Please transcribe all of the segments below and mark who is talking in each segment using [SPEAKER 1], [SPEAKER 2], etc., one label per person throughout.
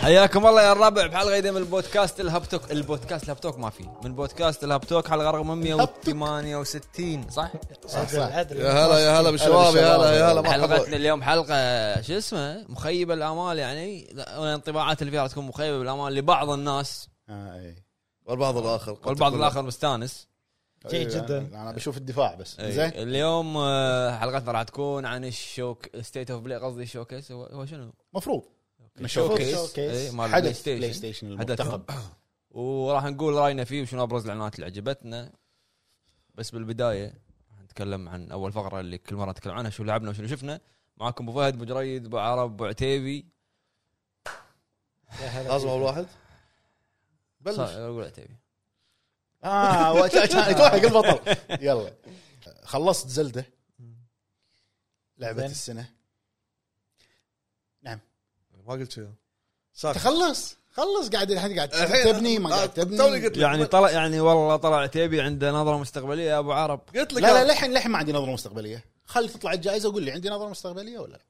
[SPEAKER 1] حياكم الله يا الربع بحلقه جديده من البودكاست الهاب توك البودكاست الهاب توك ما في من بودكاست الهاب توك حلقه رقم 168 صح؟
[SPEAKER 2] صح
[SPEAKER 3] صح.
[SPEAKER 2] العدل
[SPEAKER 3] يا هلا يا هلا بالشباب يا هلا يا هلا
[SPEAKER 1] حلقتنا
[SPEAKER 3] مرحبا
[SPEAKER 1] اليوم حلقه شو اسمه مخيبه الامال يعني لا، الانطباعات اللي فيها تكون مخيبه بالامال لبعض الناس
[SPEAKER 3] آه، إي. والبعض الاخر قد
[SPEAKER 1] والبعض
[SPEAKER 3] تكون-
[SPEAKER 1] الاخر مستانس
[SPEAKER 2] جيد
[SPEAKER 3] إي،
[SPEAKER 2] جداً.
[SPEAKER 3] انا يعني بشوف الدفاع بس
[SPEAKER 1] إي.
[SPEAKER 3] زين
[SPEAKER 1] اليوم آه، حلقتنا راح تكون عن الشوك ستيت اوف بلاي قصدي الشوكيس هو هو شنو؟
[SPEAKER 3] مفروض
[SPEAKER 1] الشوكيس
[SPEAKER 2] شوكيس.
[SPEAKER 1] إي، مال بلاي
[SPEAKER 3] حدث
[SPEAKER 1] ستيشن
[SPEAKER 3] بلاي ستيشن
[SPEAKER 1] حدث.
[SPEAKER 3] المنتخب
[SPEAKER 1] وراح نقول راينا فيه وشنو ابرز الاعلانات اللي عجبتنا بس بالبدايه راح نتكلم عن اول فقره اللي كل مره نتكلم عنها شو لعبنا وشنو شفنا معاكم ابو فهد ابو جريد ابو عرب ابو عتيبي
[SPEAKER 2] يا هلا
[SPEAKER 3] لازم اول واحد
[SPEAKER 1] صح،
[SPEAKER 3] بلش
[SPEAKER 1] اقول عتيبي
[SPEAKER 3] اه و- كان يتوحق البطل يلا خلصت زلده لعبه
[SPEAKER 2] زين.
[SPEAKER 3] السنه
[SPEAKER 4] ما قلت شيء ساكت
[SPEAKER 3] تخلص خلص قاعد الحين قاعد
[SPEAKER 4] الحين
[SPEAKER 3] تبني ما
[SPEAKER 4] آه،
[SPEAKER 3] قاعد تبني
[SPEAKER 4] توني قلت لك
[SPEAKER 1] يعني طلع يعني والله طلع عتيبي عنده نظره مستقبليه يا ابو عرب
[SPEAKER 4] قلت
[SPEAKER 3] لا
[SPEAKER 4] لك
[SPEAKER 3] لا للحين للحين ما عندي نظره مستقبليه خلي تطلع الجائزه وقول لي عندي نظره مستقبليه ولا لا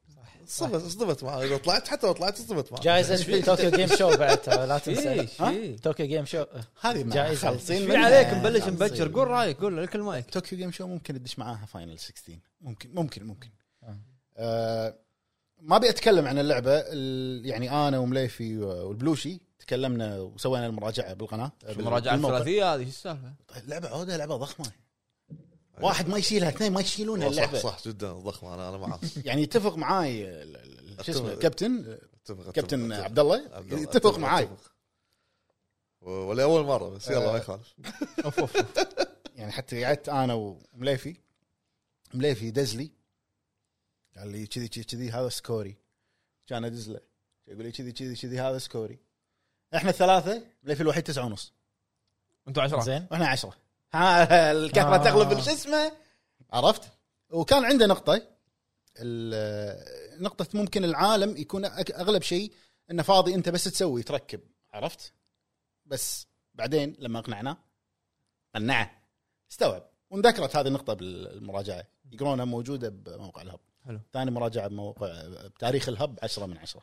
[SPEAKER 4] صدمت صدمت معي اذا طلعت حتى لو طلعت صدمت معي
[SPEAKER 2] جايز ايش في طوكيو جيم شو بعد ترى لا تنسى
[SPEAKER 1] ايش
[SPEAKER 3] ها؟
[SPEAKER 1] في
[SPEAKER 2] طوكيو جيم شو
[SPEAKER 3] هذه ما
[SPEAKER 2] جائزة.
[SPEAKER 3] خلصين
[SPEAKER 1] في
[SPEAKER 3] منها.
[SPEAKER 1] عليك نبلش
[SPEAKER 3] خلصين.
[SPEAKER 1] مبكر قول رايك قول لك المايك
[SPEAKER 3] طوكيو جيم شو ممكن ادش معاها فاينل 16 ممكن ممكن ممكن
[SPEAKER 2] آه.
[SPEAKER 3] آه ما ابي اتكلم عن اللعبه ال- يعني انا ومليفي والبلوشي تكلمنا وسوينا المراجعه بالقناه بال-
[SPEAKER 1] المراجعه
[SPEAKER 3] بالموقع.
[SPEAKER 1] الثلاثيه هذه شو السالفه؟
[SPEAKER 3] لعبه عوده لعبه ضخمه واحد ما يشيلها اثنين ما يشيلونها
[SPEAKER 4] صح
[SPEAKER 3] اللعبه
[SPEAKER 4] صح جدا ضخمه انا انا معك
[SPEAKER 3] يعني يتفق معاي ال- ال- شو اسمه
[SPEAKER 4] أتفق.
[SPEAKER 3] كابتن
[SPEAKER 4] أتفق-
[SPEAKER 3] كابتن
[SPEAKER 4] أتفق-
[SPEAKER 3] عبد الله
[SPEAKER 4] عبد الله.
[SPEAKER 3] يتفق معاي آه.
[SPEAKER 4] أتفق. ولا اول مره بس يلا ما يخالف
[SPEAKER 3] اوف اوف أوف. يعني حتى قعدت انا ومليفي مليفي دز لي قال لي كذي كذي كذي هذا سكوري كان ادز له يقول لي كذي كذي كذي هذا سكوري احنا الثلاثه مليفي الوحيد تسعة ونص
[SPEAKER 1] انتم عشرة
[SPEAKER 2] زين
[SPEAKER 3] واحنا عشرة ها الكهرباء
[SPEAKER 2] آه.
[SPEAKER 3] آه. تغلب شو اسمه عرفت وكان عنده نقطه ال- نقطه ممكن العالم يكون أك- اغلب شيء انه فاضي انت بس تسوي تركب عرفت بس بعدين لما اقنعناه قنعه استوعب وانذكرت هذه النقطه بالمراجعه يقرونها موجوده بموقع الهب
[SPEAKER 1] حلو.
[SPEAKER 3] ثاني مراجعه بموقع بتاريخ الهب 10 من 10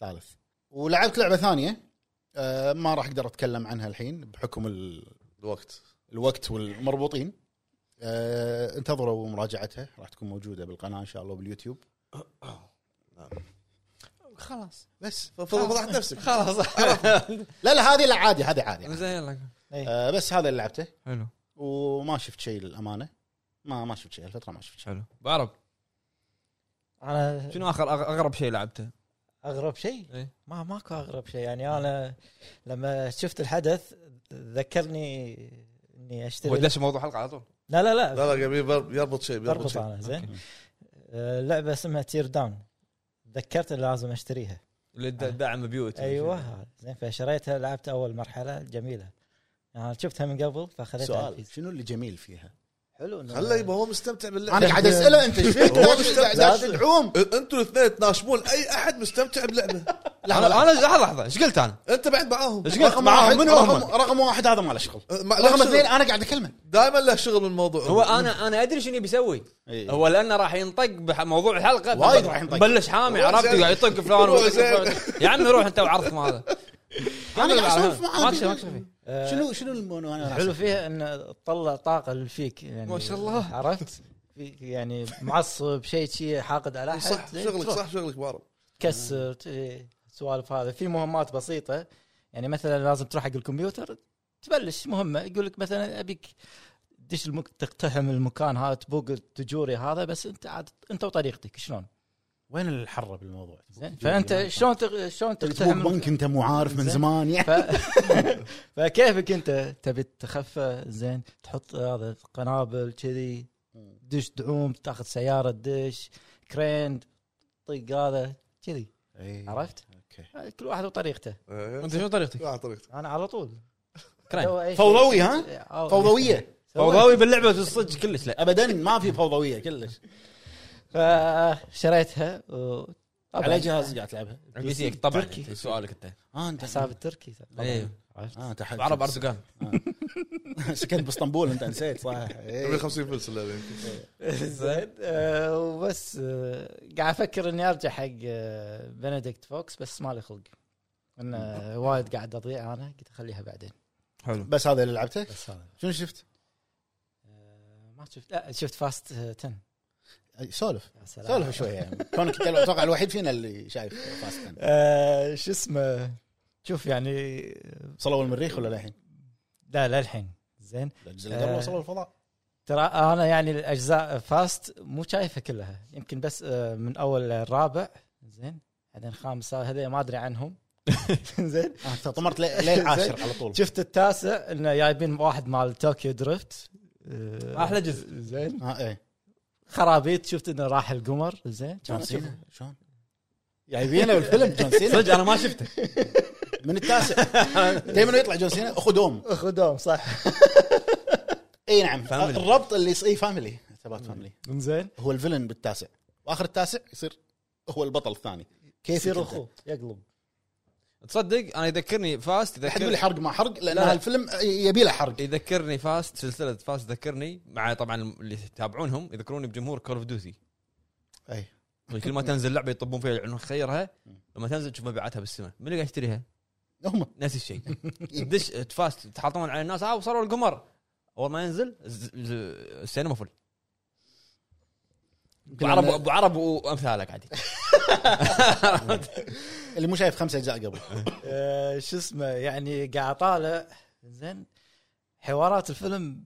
[SPEAKER 3] ثالث ولعبت لعبه ثانيه آه، ما راح اقدر اتكلم عنها الحين بحكم ال-
[SPEAKER 4] الوقت
[SPEAKER 3] الوقت والمربوطين آه، انتظروا مراجعتها راح تكون موجوده بالقناه ان شاء الله باليوتيوب
[SPEAKER 1] خلاص
[SPEAKER 3] بس
[SPEAKER 4] فضحت نفسك
[SPEAKER 1] خلاص
[SPEAKER 3] لا لا هذه لا عادي هذه عادي
[SPEAKER 1] زين يلا
[SPEAKER 3] آه، بس هذا اللي لعبته
[SPEAKER 1] حلو
[SPEAKER 3] وما شفت شيء للامانه ما ما شفت شيء الفتره ما شفت شيء
[SPEAKER 1] حلو ابو عرب
[SPEAKER 2] انا
[SPEAKER 1] شنو اخر أغ- اغرب شيء لعبته؟
[SPEAKER 2] اغرب شيء
[SPEAKER 1] إيه.
[SPEAKER 2] ما ماكو اغرب شيء يعني انا لما شفت الحدث ذكرني اني
[SPEAKER 1] هو
[SPEAKER 2] اشتري
[SPEAKER 1] دش موضوع الحلقه على طول
[SPEAKER 2] لا لا لا
[SPEAKER 4] لا لا قبل يبر- يربط شيء بيربط
[SPEAKER 2] بربط
[SPEAKER 4] شيء
[SPEAKER 2] انا زين
[SPEAKER 1] أوكي.
[SPEAKER 2] آه، لعبه اسمها تير داون تذكرت اللي لازم اشتريها
[SPEAKER 1] اللي د- دعم بيوت
[SPEAKER 2] ايوه زين فشريتها لعبت اول مرحله جميله يعني شفتها من قبل إيه. فاخذتها على
[SPEAKER 3] سؤال
[SPEAKER 2] الفيس.
[SPEAKER 3] شنو اللي جميل فيها؟
[SPEAKER 2] حلو إنه-
[SPEAKER 4] خله يبا هو مستمتع باللعب
[SPEAKER 3] انا قاعد اساله انت ايش فيك؟
[SPEAKER 4] هو مش
[SPEAKER 3] قاعد تدعوم
[SPEAKER 4] انتوا الاثنين تناشمون اي احد مستمتع بلعبه
[SPEAKER 1] لحظه انا لحظه لحظه ايش قلت انا؟
[SPEAKER 4] انت بعد معاهم
[SPEAKER 1] ايش قلت
[SPEAKER 3] رقم واحد
[SPEAKER 1] معاهم من
[SPEAKER 3] رقم,
[SPEAKER 1] هم؟
[SPEAKER 3] رقم واحد هذا ما له شغل
[SPEAKER 4] أه،
[SPEAKER 3] رقم اثنين
[SPEAKER 4] رقم
[SPEAKER 3] انا قاعد اكلمه
[SPEAKER 4] دائما له شغل بالموضوع
[SPEAKER 1] هو انا انا ادري شنو بيسوي هو لانه راح ينطق بموضوع الحلقه
[SPEAKER 3] إيه. وايد راح ينطق.
[SPEAKER 1] بلش حامي
[SPEAKER 4] هو
[SPEAKER 1] عرفت
[SPEAKER 4] زين.
[SPEAKER 1] قاعد يطق فلان
[SPEAKER 4] هو
[SPEAKER 1] ويطق
[SPEAKER 4] زين.
[SPEAKER 1] فلان. يا عمي روح انت وعرضكم هذا
[SPEAKER 3] انا قاعد اسولف
[SPEAKER 1] ما
[SPEAKER 3] معاه
[SPEAKER 1] أكشف- ما أكشف فيه.
[SPEAKER 2] آه،
[SPEAKER 3] شنو شنو المونو انا
[SPEAKER 2] حلو فيها انه تطلع طاقه اللي فيك يعني
[SPEAKER 1] ما شاء الله.
[SPEAKER 2] عرفت فيك يعني معصب شيء شيء حاقد على احد
[SPEAKER 4] صح
[SPEAKER 2] زين،
[SPEAKER 4] شغلك
[SPEAKER 2] تروح
[SPEAKER 4] صح شغلك بعرف
[SPEAKER 2] تكسر ت- سوالف هذا في مهمات بسيطه يعني مثلا لازم تروح حق الكمبيوتر تبلش مهمه يقول لك مثلا ابيك تدش المك... تقتحم المكان هذا تبوق التجوري هذا بس انت عاد انت وطريقتك شلون
[SPEAKER 3] وين الحره بالموضوع؟
[SPEAKER 2] زين فانت شلون تق... شلون
[SPEAKER 3] تقتحم
[SPEAKER 2] تقتحم
[SPEAKER 3] بنك انت مو عارف من
[SPEAKER 2] زين.
[SPEAKER 3] زمان يعني
[SPEAKER 2] ف... فكيفك انت تبي تخفى زين تحط هذا قنابل كذي دش دعوم تاخذ سياره دش كرين طق هذا كذي
[SPEAKER 3] يعني. إيه.
[SPEAKER 2] عرفت؟
[SPEAKER 3] اوكي
[SPEAKER 2] كل واحد وطريقته
[SPEAKER 1] انت شنو طريقتك؟
[SPEAKER 4] على طريقتك
[SPEAKER 2] انا على طول
[SPEAKER 3] طيب.
[SPEAKER 1] كريم
[SPEAKER 2] سوى أي شيء. آه.
[SPEAKER 3] فوضوي ها؟
[SPEAKER 2] أو-
[SPEAKER 3] فوضويه
[SPEAKER 2] سوى.
[SPEAKER 1] فوضوي باللعبه الصدق كلش لا
[SPEAKER 3] ابدا ما في فوضويه كلش
[SPEAKER 2] فشريتها و... طبعاً
[SPEAKER 3] على جهاز قاعد تلعبها
[SPEAKER 1] بي سيك طبعا
[SPEAKER 2] تركي.
[SPEAKER 1] أنت سؤالك انت
[SPEAKER 3] اه انت
[SPEAKER 2] حساب التركي
[SPEAKER 1] ايوه
[SPEAKER 2] عرفت؟
[SPEAKER 3] اه انت حق-
[SPEAKER 1] عرب اردوغان
[SPEAKER 3] سكنت باسطنبول انت نسيت صح
[SPEAKER 4] تبي
[SPEAKER 3] إيه.
[SPEAKER 4] 50 فلس اللعبه يمكن
[SPEAKER 2] زين آه، وبس آه، قاعد افكر اني ارجع حق آه، بنديكت فوكس بس مالي خلق انا وايد قاعد اضيع انا قلت اخليها بعدين
[SPEAKER 1] حلو
[SPEAKER 3] بس هذا اللي لعبته
[SPEAKER 2] بس هذا
[SPEAKER 3] شنو شفت؟
[SPEAKER 2] آه، ما شفت لا شفت فاست 10
[SPEAKER 3] أي، سولف
[SPEAKER 2] يا سلام.
[SPEAKER 3] سولف شويه يعني كونك أنت اتوقع الوحيد فينا اللي شايف فاست 10
[SPEAKER 2] آه، شو اسمه شوف يعني
[SPEAKER 3] وصلوا المريخ ولا للحين؟
[SPEAKER 2] لا للحين زين
[SPEAKER 3] الجزء اللي قبل
[SPEAKER 2] آه.
[SPEAKER 3] وصلوا الفضاء
[SPEAKER 2] ترى انا يعني الاجزاء فاست مو شايفها كلها يمكن بس آه، من اول الرابع زين بعدين خامس هذا ما ادري عنهم زين
[SPEAKER 3] آه، أنت طمرت لي- ليه العاشر على طول
[SPEAKER 2] شفت التاسع انه جايبين واحد مال طوكيو درفت آه،
[SPEAKER 1] أحلى جزء.
[SPEAKER 2] زين
[SPEAKER 3] اه ايه
[SPEAKER 2] خرابيط شفت انه راح القمر زين
[SPEAKER 3] جون سينا شلون؟ جايبينه بالفيلم جون سينا
[SPEAKER 1] صدق انا ما شفته
[SPEAKER 3] من التاسع دائما يطلع جون سينا اخو دوم
[SPEAKER 2] خدوم صح
[SPEAKER 3] اي نعم
[SPEAKER 1] Family.
[SPEAKER 3] الربط اللي يصير فاميلي ثبات فاميلي
[SPEAKER 2] زين
[SPEAKER 3] هو الفيلن بالتاسع واخر التاسع يصير هو البطل الثاني كيف
[SPEAKER 2] يصير
[SPEAKER 3] كنت؟
[SPEAKER 2] اخوه يقلب
[SPEAKER 1] تصدق انا يذكرني فاست
[SPEAKER 3] لا تقول لي
[SPEAKER 1] يذكر
[SPEAKER 3] حرق ما حرق لان
[SPEAKER 1] لا.
[SPEAKER 3] هالفيلم يبي له حرق
[SPEAKER 1] يذكرني فاست سلسله فاست تذكرني مع طبعا اللي يتابعونهم يذكروني بجمهور كول اوف ديوتي
[SPEAKER 3] اي
[SPEAKER 1] يعني كل ما تنزل لعبه يطبون فيها يلعنون خيرها لما تنزل تشوف مبيعاتها بالسماء من اللي قاعد يشتريها؟
[SPEAKER 3] هم
[SPEAKER 1] نفس الشيء دش تفاست تحاطون على الناس اه وصلوا القمر اول ما ينزل ز- ز- السينما فل ابو عرب
[SPEAKER 3] أنا-
[SPEAKER 1] ابو عرب وامثاله قاعد
[SPEAKER 3] اللي مو شايف خمسة اجزاء قبل
[SPEAKER 2] آه، شو اسمه يعني قاعد طالع زين حوارات الفيلم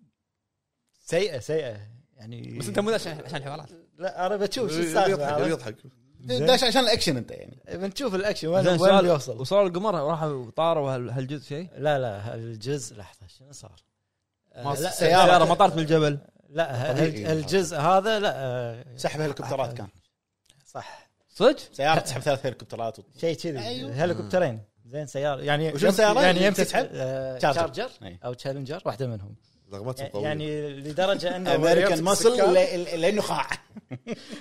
[SPEAKER 2] سيئه سيئه يعني
[SPEAKER 1] بس انت مو عشان عشان الحوارات
[SPEAKER 2] لا انا بتشوف شو
[SPEAKER 4] يضحك
[SPEAKER 2] السالفه
[SPEAKER 4] يضحك
[SPEAKER 2] زين.
[SPEAKER 3] داش عشان الاكشن انت يعني
[SPEAKER 2] إيه، بنشوف الاكشن
[SPEAKER 1] زين،
[SPEAKER 2] وين وين
[SPEAKER 1] سؤال-
[SPEAKER 2] بيوصل
[SPEAKER 1] وصلوا القمر راحوا طاروا هال- هالجزء شيء
[SPEAKER 2] لا لا الجزء لحظه شنو صار؟ آه،
[SPEAKER 3] ما
[SPEAKER 2] لا،
[SPEAKER 3] السيارة.
[SPEAKER 1] السياره ما طارت من الجبل
[SPEAKER 2] لا
[SPEAKER 3] طبيعي.
[SPEAKER 2] هال- الجزء هذا لا آه،
[SPEAKER 3] سحب هليكوبترات كان
[SPEAKER 2] صح
[SPEAKER 1] صدق؟
[SPEAKER 3] سياره تسحب ثلاث هليكوبترات وت-
[SPEAKER 2] شيء كذي
[SPEAKER 3] أيوه.
[SPEAKER 2] هليكوبترين زين سياره يعني
[SPEAKER 3] وشنو السيارة
[SPEAKER 2] يعني
[SPEAKER 3] اللي
[SPEAKER 2] يمسك
[SPEAKER 3] تسحب؟
[SPEAKER 2] آه،
[SPEAKER 3] شارجر.
[SPEAKER 2] شارجر
[SPEAKER 3] أي.
[SPEAKER 2] او تشالنجر واحده منهم
[SPEAKER 4] زغمتهم قويه يعني
[SPEAKER 2] يعني لدرجه انه
[SPEAKER 3] امريكان ماسل
[SPEAKER 2] لا
[SPEAKER 3] لانه خاع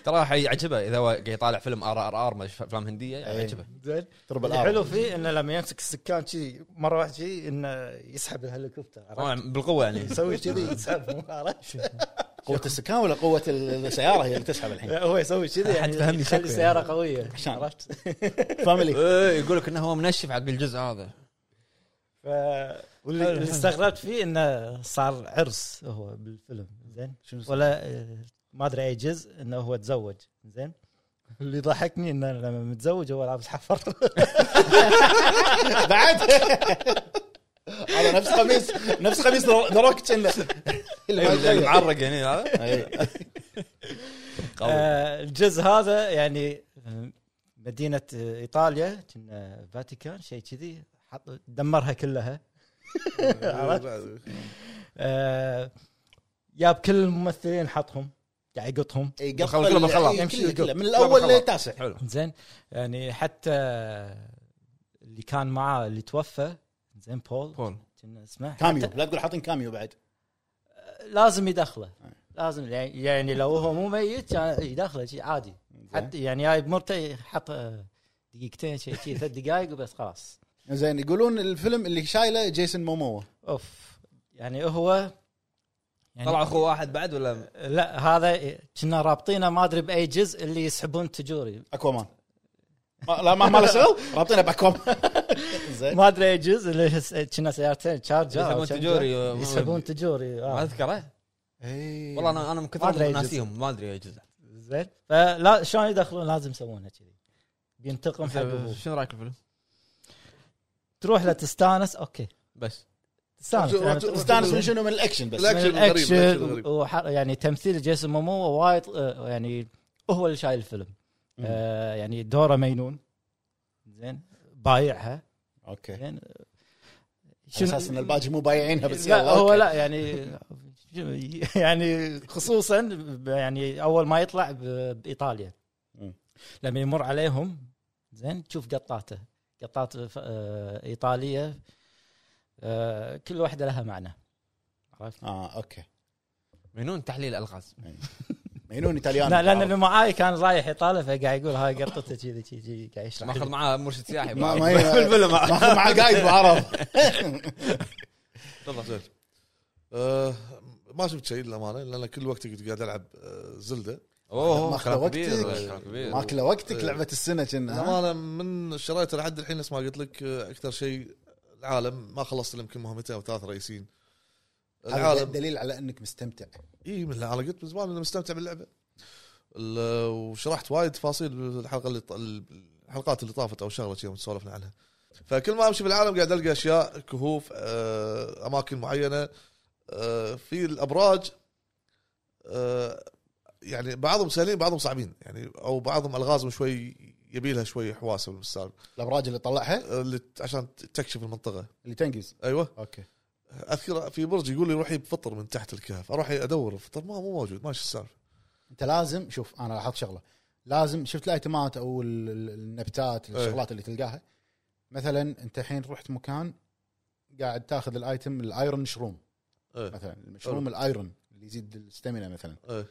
[SPEAKER 1] ترى حيعجبه اذا هو قاعد يطالع فيلم ار ار ار افلام هنديه
[SPEAKER 3] أي.
[SPEAKER 1] يعجبه
[SPEAKER 2] زين
[SPEAKER 3] تربى
[SPEAKER 2] اللي حلو
[SPEAKER 3] الحلو
[SPEAKER 2] فيه انه لما يمسك السكان شي مره واحده شي انه يسحب الهليكوبتر عرفت؟
[SPEAKER 1] طبعا بالقوه يعني
[SPEAKER 2] يسوي كذي يسحب عرفت؟
[SPEAKER 3] قوه السكان ولا قوه ال- السياره هي اللي تسحب الحين
[SPEAKER 2] هو يسوي كذي
[SPEAKER 1] حد
[SPEAKER 2] يعني
[SPEAKER 1] فهمني
[SPEAKER 2] يخلي
[SPEAKER 1] شكله
[SPEAKER 2] السياره قويه
[SPEAKER 3] عشان.
[SPEAKER 2] عرفت؟
[SPEAKER 3] فاميلي
[SPEAKER 1] إيه، يقول لك انه هو منشف عاد بالجزء هذا
[SPEAKER 2] ف واللي اللي استغربت فيه انه صار عرس هو بالفيلم زين ولا آه، ما ادري اي جزء انه هو تزوج زين اللي ضحكني انه لما متزوج هو لابس حفر
[SPEAKER 3] بعد هذا نفس قميص نفس قميص دروك
[SPEAKER 2] إيه،
[SPEAKER 3] أيوة،
[SPEAKER 1] المعرق يعني هذا قوي
[SPEAKER 2] آه، الجزء هذا يعني آه، مدينة آه، إيطاليا كنا فاتيكان شيء كذي حط دمرها كلها آه، جاب كل الممثلين حطهم قاعد يقطهم
[SPEAKER 1] بالخلاط، كله بالخلاط.
[SPEAKER 2] يمشي
[SPEAKER 3] من
[SPEAKER 1] كله
[SPEAKER 3] الاول
[SPEAKER 1] بالخلاط.
[SPEAKER 3] للتاسع
[SPEAKER 1] حلو
[SPEAKER 2] زين يعني حتى اللي كان معاه اللي توفى زين بول
[SPEAKER 1] بول
[SPEAKER 2] كنا اسمه
[SPEAKER 3] كاميو لا تقول حاطين كاميو بعد
[SPEAKER 2] لازم يدخله لازم يعني يعني لو هو مو ميت يعني يدخله شيء عادي حتى يعني جايب مرته حط آه، دقيقتين شيء شيء ثلاث دقائق وبس خلاص
[SPEAKER 3] زين يقولون الفيلم اللي شايله جيسون موموا
[SPEAKER 2] اوف يعني هو يعني
[SPEAKER 1] طلع اخو واحد بعد ولا
[SPEAKER 2] لا هذا كنا رابطينه ما ادري باي جزء اللي يسحبون تجوري
[SPEAKER 3] اكوامان ما- لا ما ما له شغل رابطينه باكوامان زين
[SPEAKER 2] ما ادري اي جزء اللي هس- كنا سيارتين تشارجر أو
[SPEAKER 1] يسحبون
[SPEAKER 2] شنجر.
[SPEAKER 1] تجوري
[SPEAKER 2] يسحبون تجوري آه.
[SPEAKER 1] ما اذكره
[SPEAKER 3] إيه.
[SPEAKER 1] والله انا انا من
[SPEAKER 2] ما أدري
[SPEAKER 1] كثر
[SPEAKER 2] أي
[SPEAKER 1] ناسيهم ما ادري اي جزء
[SPEAKER 2] زين فلا شلون يدخلون لازم يسوونها كذي بينتقم حق أبوه.
[SPEAKER 1] شنو رايك بالفيلم؟
[SPEAKER 2] تروح له تستانس اوكي
[SPEAKER 1] بس
[SPEAKER 2] تستانس يعني
[SPEAKER 4] رجل-
[SPEAKER 2] تروح
[SPEAKER 3] استانس من شنو من الاكشن بس
[SPEAKER 2] من
[SPEAKER 4] الأكشن غريب، الأكشن
[SPEAKER 2] الاكشن
[SPEAKER 4] غريب.
[SPEAKER 2] وح- يعني تمثيل جيسون مومو وايد آه، يعني هو اللي شايل الفيلم آه يعني دوره مينون زين بايعها
[SPEAKER 3] اوكي
[SPEAKER 2] زين
[SPEAKER 3] على اساس ان الباجي مو بايعينها بس
[SPEAKER 2] لا
[SPEAKER 3] يلا
[SPEAKER 2] هو
[SPEAKER 3] أوكي.
[SPEAKER 2] لا يعني يعني خصوصا ب- يعني اول ما يطلع ب- بايطاليا
[SPEAKER 3] مم.
[SPEAKER 2] لما يمر عليهم زين تشوف قطاته قطات ف- آه، ايطاليه آه، كل واحده لها معنى عرفت؟
[SPEAKER 3] اه اوكي
[SPEAKER 1] مجنون تحليل الغاز
[SPEAKER 3] مجنون ايطاليان
[SPEAKER 2] لا لان اللي معاي كان رايح ايطاليا فقاعد يقول هاي قطته كذي كذي قاعد يشرح
[SPEAKER 1] ماخذ معاه مرشد سياحي
[SPEAKER 3] آه، ما-
[SPEAKER 1] بعد.
[SPEAKER 3] ما هي-
[SPEAKER 1] بالفيلم
[SPEAKER 3] ماخذ معاه قايد بعرب
[SPEAKER 4] تفضل زين أه، آه، ما شفت شيء للامانه لان كل وقتي كنت قاعد العب آه، زلده
[SPEAKER 1] اوه
[SPEAKER 3] ما
[SPEAKER 1] كلام
[SPEAKER 3] أخذ
[SPEAKER 1] كبير
[SPEAKER 3] وقتك.
[SPEAKER 1] كلام كبير
[SPEAKER 3] ماكله
[SPEAKER 2] إيه.
[SPEAKER 3] وقتك لعبه السنه كنا ها؟
[SPEAKER 4] الامانه من شريته لحد الحين نفس ما قلت لك آه، اكثر شيء العالم ما خلصت إلا يمكن مهمتين او ثلاث رئيسيين
[SPEAKER 3] هذا
[SPEAKER 4] العالم
[SPEAKER 3] دليل على انك مستمتع
[SPEAKER 4] اي من انا إيه، قلت من زمان انا مستمتع باللعبه ال- وشرحت وايد تفاصيل بالحلقه اللي ط- الحلقات اللي طافت او شغله كذا سولفنا عنها فكل ما امشي بالعالم قاعد القى اشياء كهوف آه، اماكن معينه آه، في الابراج آه، يعني بعضهم سهلين بعضهم صعبين يعني او بعضهم الغازهم شوي يبي لها شوي حواسه بالسالفه
[SPEAKER 3] الابراج اللي طلعها
[SPEAKER 4] اللي ت- عشان ت- تكشف المنطقه
[SPEAKER 3] اللي تنقز
[SPEAKER 4] ايوه
[SPEAKER 3] اوكي
[SPEAKER 4] اذكر في برج يقول لي روح يب فطر من تحت الكهف اروح ادور الفطر ما مو موجود ماشي السالفه
[SPEAKER 3] انت لازم شوف انا لاحظت شغله لازم شفت الايتمات او ال- ال- النبتات
[SPEAKER 4] ايه.
[SPEAKER 3] الشغلات اللي تلقاها مثلا انت الحين رحت مكان قاعد تاخذ الايتم الايرون شروم
[SPEAKER 4] ايه
[SPEAKER 3] مثلا المشروم الايرون اللي يزيد الستامينا مثلا
[SPEAKER 4] ايه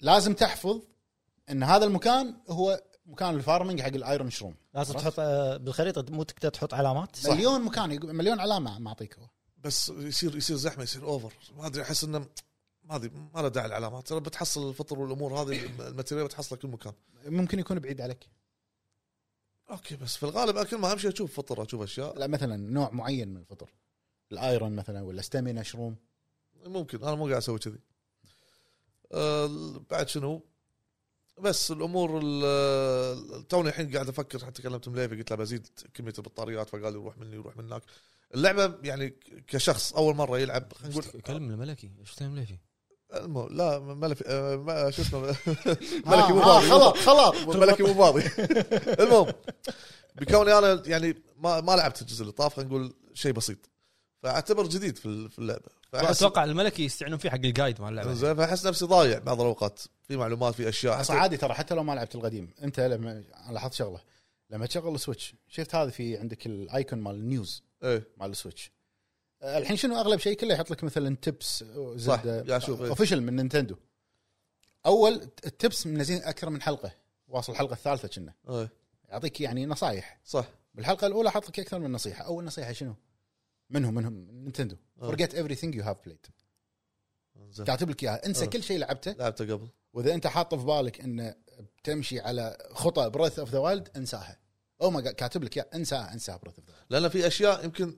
[SPEAKER 3] لازم تحفظ ان هذا المكان هو مكان الفارمنج حق الايرون شروم
[SPEAKER 2] لازم تحط آه، بالخريطه مو تقدر تحط علامات
[SPEAKER 3] صح. مليون مكان يقول- مليون علامه معطيك هو
[SPEAKER 4] بس يصير يصير زحمه يصير اوفر ما ادري احس انه ما ادري ما له داعي العلامات ترى بتحصل الفطر والامور هذه الماتيريال بتحصلها كل مكان
[SPEAKER 3] ممكن يكون بعيد عليك
[SPEAKER 4] اوكي بس في الغالب أنا كل ما امشي اشوف فطر اشوف اشياء
[SPEAKER 3] لا مثلا نوع معين من الفطر الايرون مثلا ولا ستامينا شروم
[SPEAKER 4] ممكن انا مو قاعد اسوي كذي أه بعد شنو بس الامور ال- توني الحين قاعد افكر حتى كلمت مليفي قلت له بزيد كميه البطاريات فقال لي روح مني وروح من هناك اللعبه يعني كشخص اول مره يلعب خلينا نقول
[SPEAKER 1] كلم الملكي ايش تكلم ليفي؟
[SPEAKER 4] المهم، لا ملفي آه، ما- شو اسمه
[SPEAKER 3] آه،
[SPEAKER 4] ملكي مو
[SPEAKER 3] آه،
[SPEAKER 4] فاضي
[SPEAKER 3] خلاص خلاص
[SPEAKER 4] ملكي مو فاضي المهم بكوني انا يعني ما ما لعبت الجزء اللي طاف خلينا نقول شيء بسيط فاعتبر جديد في ال- في اللعبه فأحس-
[SPEAKER 1] اتوقع الملكي يستعنون فيه حق الجايد مال اللعبه
[SPEAKER 4] زين فاحس نفسي ضايع بعض الاوقات في معلومات في اشياء
[SPEAKER 3] بس
[SPEAKER 4] حتى
[SPEAKER 3] عادي ترى حتى لو ما لعبت القديم انت لما أنا لاحظت شغله لما تشغل السويتش شفت هذا في عندك الايكون مال النيوز
[SPEAKER 4] ايه
[SPEAKER 3] مال السويتش أه، الحين شنو اغلب شيء كله يحط لك مثلا تبس
[SPEAKER 4] صح، قاعد أشوف، إيه.
[SPEAKER 3] اوفيشال من نينتندو اول التبس منزلين اكثر من حلقه واصل الحلقه الثالثه كنا
[SPEAKER 4] ايه
[SPEAKER 3] يعطيك يعني نصايح
[SPEAKER 4] صح
[SPEAKER 3] بالحلقه الاولى حط لك اكثر من نصيحه اول نصيحه شنو؟ منهم منهم نينتندو
[SPEAKER 4] أه.
[SPEAKER 3] فورجيت ايفري ثينج يو هاف بلايد
[SPEAKER 4] زين
[SPEAKER 3] كاتب لك اياها انسى
[SPEAKER 4] أه.
[SPEAKER 3] كل شيء لعبته
[SPEAKER 4] لعبته قبل
[SPEAKER 3] واذا انت حاط في بالك انه بتمشي على خطى بريث اوف ذا وايلد انساها او ما كاتب لك يا انساها انساها بريث اوف ذا
[SPEAKER 4] لان في اشياء يمكن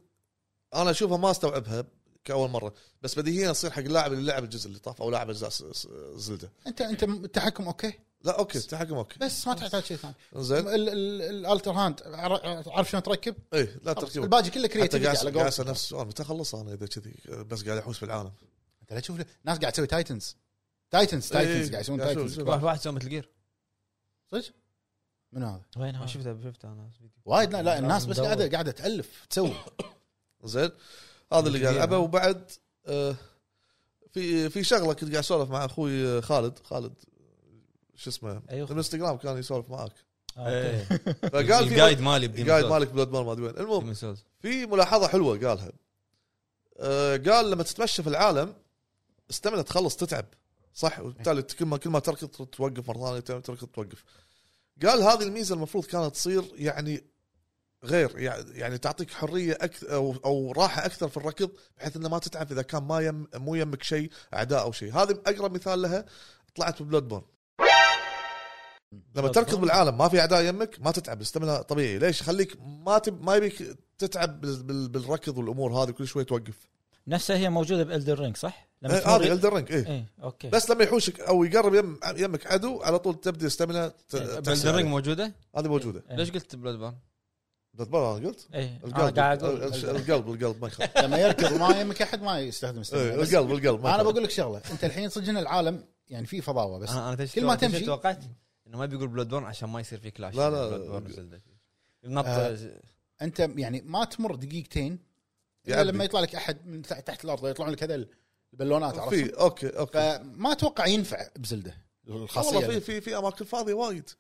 [SPEAKER 4] انا اشوفها ما استوعبها كاول مره بس بديهيا تصير حق اللاعب اللي لعب الجزء اللي طاف او لاعب اجزاء س- س- زلده
[SPEAKER 3] انت انت التحكم اوكي
[SPEAKER 4] لا اوكي تحكم اوكي
[SPEAKER 3] بس ما تحتاج شيء ثاني
[SPEAKER 4] زين
[SPEAKER 3] ال- ال- الالتر هاند عر- عارف شلون تركب
[SPEAKER 4] ايه لا تركيبه
[SPEAKER 3] الباقي كله
[SPEAKER 4] حتى
[SPEAKER 3] كريتيفيتي
[SPEAKER 4] قاعد
[SPEAKER 3] على
[SPEAKER 4] قاعد
[SPEAKER 3] قولتك.
[SPEAKER 4] اسال نفس السؤال متى اخلص انا اذا كذي بس قاعد احوس بالعالم
[SPEAKER 3] انت لا تشوف ناس قاعد تسوي تايتنز تايتنز تايتنز
[SPEAKER 4] إيه،
[SPEAKER 3] قاعد يسوون
[SPEAKER 4] قاعد أشوف-
[SPEAKER 3] تايتنز
[SPEAKER 4] أشوف.
[SPEAKER 1] واحد واحد سوى مثل جير
[SPEAKER 3] صدق من هذا
[SPEAKER 2] وين هذا؟
[SPEAKER 1] شفته شفته انا
[SPEAKER 3] وايد لا, لا الناس
[SPEAKER 2] لازم
[SPEAKER 3] بس
[SPEAKER 2] ندور.
[SPEAKER 3] قاعده قاعده تالف تسوي
[SPEAKER 4] زين هذا اللي قاعد
[SPEAKER 1] كبير،
[SPEAKER 4] العبه
[SPEAKER 1] ها؟
[SPEAKER 4] وبعد آه، في في شغله كنت قاعد اسولف مع اخوي آه، خالد خالد شو اسمه
[SPEAKER 2] أي أخوي؟
[SPEAKER 4] الانستغرام كان يسولف معاك
[SPEAKER 2] آه، أوكي.
[SPEAKER 4] فقال في
[SPEAKER 1] الجايد مالي بديمون
[SPEAKER 4] قايد
[SPEAKER 1] سولز.
[SPEAKER 4] مالك بلود بور ما ادري وين المهم
[SPEAKER 1] ديمون سولز.
[SPEAKER 4] في ملاحظه حلوه قالها آه، قال لما تتمشى في العالم استمنى تخلص تتعب صح وبالتالي كل ما كل ما تركض توقف مره ثانيه تركض- تركض توقف قال هذه الميزه المفروض كانت تصير يعني غير يعني يعني تعطيك حريه اكثر او او راحه اكثر في الركض بحيث انه ما تتعب اذا كان ما يم مو يمك شيء اعداء او شيء هذه اقرب مثال لها طلعت ببلود بورن لما تركض بالعالم ما في اعداء يمك ما تتعب استمنى طبيعي ليش خليك ما تب ما يبيك تتعب بال- بال- بالركض والامور هذه كل شوي توقف
[SPEAKER 2] نفسها هي موجوده بالدر رينج صح؟
[SPEAKER 3] آه،
[SPEAKER 4] إيه،
[SPEAKER 2] تمر-
[SPEAKER 4] هذه الدر رينج ايه
[SPEAKER 2] إيه، اوكي
[SPEAKER 4] بس لما يحوشك او يقرب يم يمك عدو على طول تبدي استمنى ت-
[SPEAKER 1] إيه، أه،
[SPEAKER 4] تحسن
[SPEAKER 1] بلدرينج
[SPEAKER 4] عليه.
[SPEAKER 1] موجوده؟
[SPEAKER 4] هذه موجوده
[SPEAKER 2] إيه.
[SPEAKER 1] ليش قلت بلاد بورن؟
[SPEAKER 4] بس برا أنا قلت
[SPEAKER 2] ايه انا
[SPEAKER 4] القلب
[SPEAKER 2] قاعد
[SPEAKER 4] ال-
[SPEAKER 2] اقول
[SPEAKER 4] ال- القلب القلب ما يخاف
[SPEAKER 3] لما يركض ما يمك احد ما يستخدم
[SPEAKER 4] إيه،
[SPEAKER 3] استمنة. بس
[SPEAKER 4] القلب القلب ما
[SPEAKER 3] انا
[SPEAKER 4] يخاف.
[SPEAKER 3] بقول لك شغله انت الحين صدق إن العالم يعني في فضاوه بس
[SPEAKER 1] انا انا تدري شو
[SPEAKER 3] كل ما
[SPEAKER 1] توقعت؟
[SPEAKER 3] تمشي.
[SPEAKER 1] شو توقعت انه ما بيقول بلاد بورن عشان ما يصير في كلاش
[SPEAKER 4] لا، لا.
[SPEAKER 1] نط
[SPEAKER 3] آه. انت يعني ما تمر دقيقتين الا
[SPEAKER 4] يعبي.
[SPEAKER 3] لما يطلع لك احد من تحت تحت الارض يطلعون لك هذا البالونات عرفت
[SPEAKER 4] في اوكي اوكي
[SPEAKER 3] فما اتوقع ينفع بزلده الخاصيه
[SPEAKER 4] والله في
[SPEAKER 3] دي.
[SPEAKER 4] في في اماكن فاضيه وايد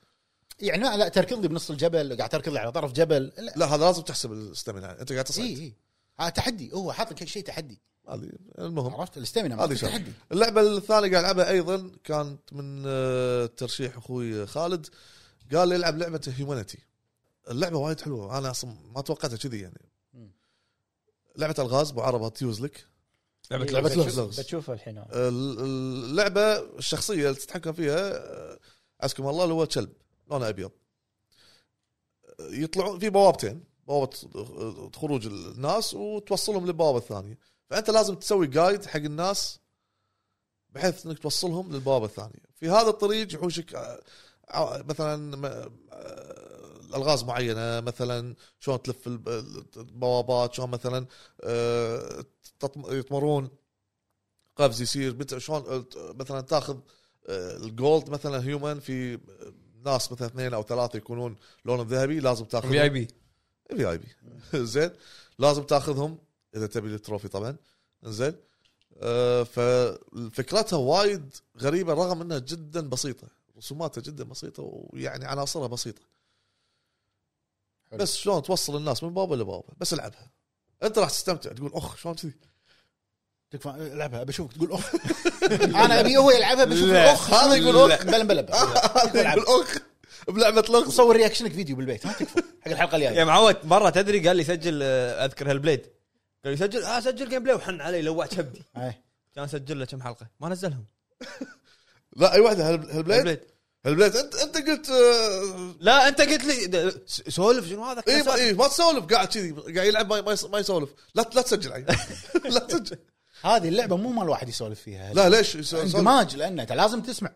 [SPEAKER 3] يعني لا, لا تركض لي بنص الجبل قاعد تركض لي على طرف جبل لا
[SPEAKER 4] لا هذا لازم تحسب الاستمنى انت
[SPEAKER 3] اي
[SPEAKER 4] قاعد تصعد
[SPEAKER 3] اي هذا إيه. آه، تحدي هو حاط لك شيء تحدي
[SPEAKER 4] هذه المهم
[SPEAKER 3] عرفت الاستمنة
[SPEAKER 4] هذه
[SPEAKER 3] ما
[SPEAKER 4] شغلة.
[SPEAKER 3] تحدي
[SPEAKER 4] اللعبه الثانيه قاعد العبها ايضا كانت من آه، ترشيح اخوي خالد قال لي العب لعبه هيومانيتي اللعبه وايد حلوه انا اصلا ما توقعتها كذي يعني
[SPEAKER 3] مم.
[SPEAKER 4] لعبه الغاز معربه تيوز لك لعبه
[SPEAKER 2] إيه،
[SPEAKER 4] لعبه
[SPEAKER 2] بتشوف-
[SPEAKER 4] لغز لغز
[SPEAKER 2] بتشوفه الحين أنا.
[SPEAKER 4] آه، ال- ال- اللعبه الشخصيه اللي تتحكم فيها آه، عزكم الله اللي هو كلب لونه ابيض آه، يطلعون في بوابتين بوابه آه، خروج الناس وتوصلهم للبوابه الثانيه فانت لازم تسوي جايد حق الناس بحيث انك توصلهم للبوابه الثانيه في هذا الطريق يحوشك آه، آه، مثلا م- آه، الغاز معينه مثلا شلون تلف الب- البوابات شلون مثلا آه، تطم- يطمرون قفز يصير بت- شلون آه، مثلا تاخذ آه، الجولد مثلا هيومن في آه، ناس مثلا اثنين او ثلاثه يكونون لونهم ذهبي لازم تاخذ
[SPEAKER 1] في اي بي
[SPEAKER 4] في اي بي زين لازم تاخذهم اذا تبي التروفي طبعا زين آه، ففكرتها وايد غريبه رغم انها جدا بسيطه رسوماتها جدا بسيطه ويعني عناصرها بسيطه
[SPEAKER 3] حلو.
[SPEAKER 4] بس شلون توصل الناس من بابه لبابه بس العبها انت راح تستمتع تقول اخ شلون كذي
[SPEAKER 3] تكفى العبها بشوفك تقول اخ انا ابي هو يلعبها بشوف
[SPEAKER 4] لا.
[SPEAKER 3] اخ هذا يقول
[SPEAKER 4] لا.
[SPEAKER 3] اخ بلا بلا
[SPEAKER 4] هذا يقول اخ بلعبه لغز
[SPEAKER 3] صور رياكشنك فيديو بالبيت ها تكفى حق الحلقه
[SPEAKER 1] يا
[SPEAKER 3] الجايه
[SPEAKER 1] معود مره تدري قال لي سجل آه، اذكر هالبليد قال لي سجل اه سجل جيم بلاي وحن علي لوعت كبدي
[SPEAKER 3] إيه.
[SPEAKER 1] كان اسجل له كم حلقه ما نزلهم
[SPEAKER 4] لا اي واحده هالب- هالبليد
[SPEAKER 1] البليد
[SPEAKER 4] هالبليد انت انت قلت آه،
[SPEAKER 1] لا انت قلت لي د- س- سولف شنو هذا
[SPEAKER 4] اي ما اي ما تسولف قاعد كذي قاعد يلعب ما- ما يس- ما يسولف لا لا تسجل عين لا تسجل
[SPEAKER 3] هذه اللعبه مو مال واحد يسولف فيها
[SPEAKER 4] لا ليش يسولف؟ ما
[SPEAKER 3] اندماج لان انت لازم تسمع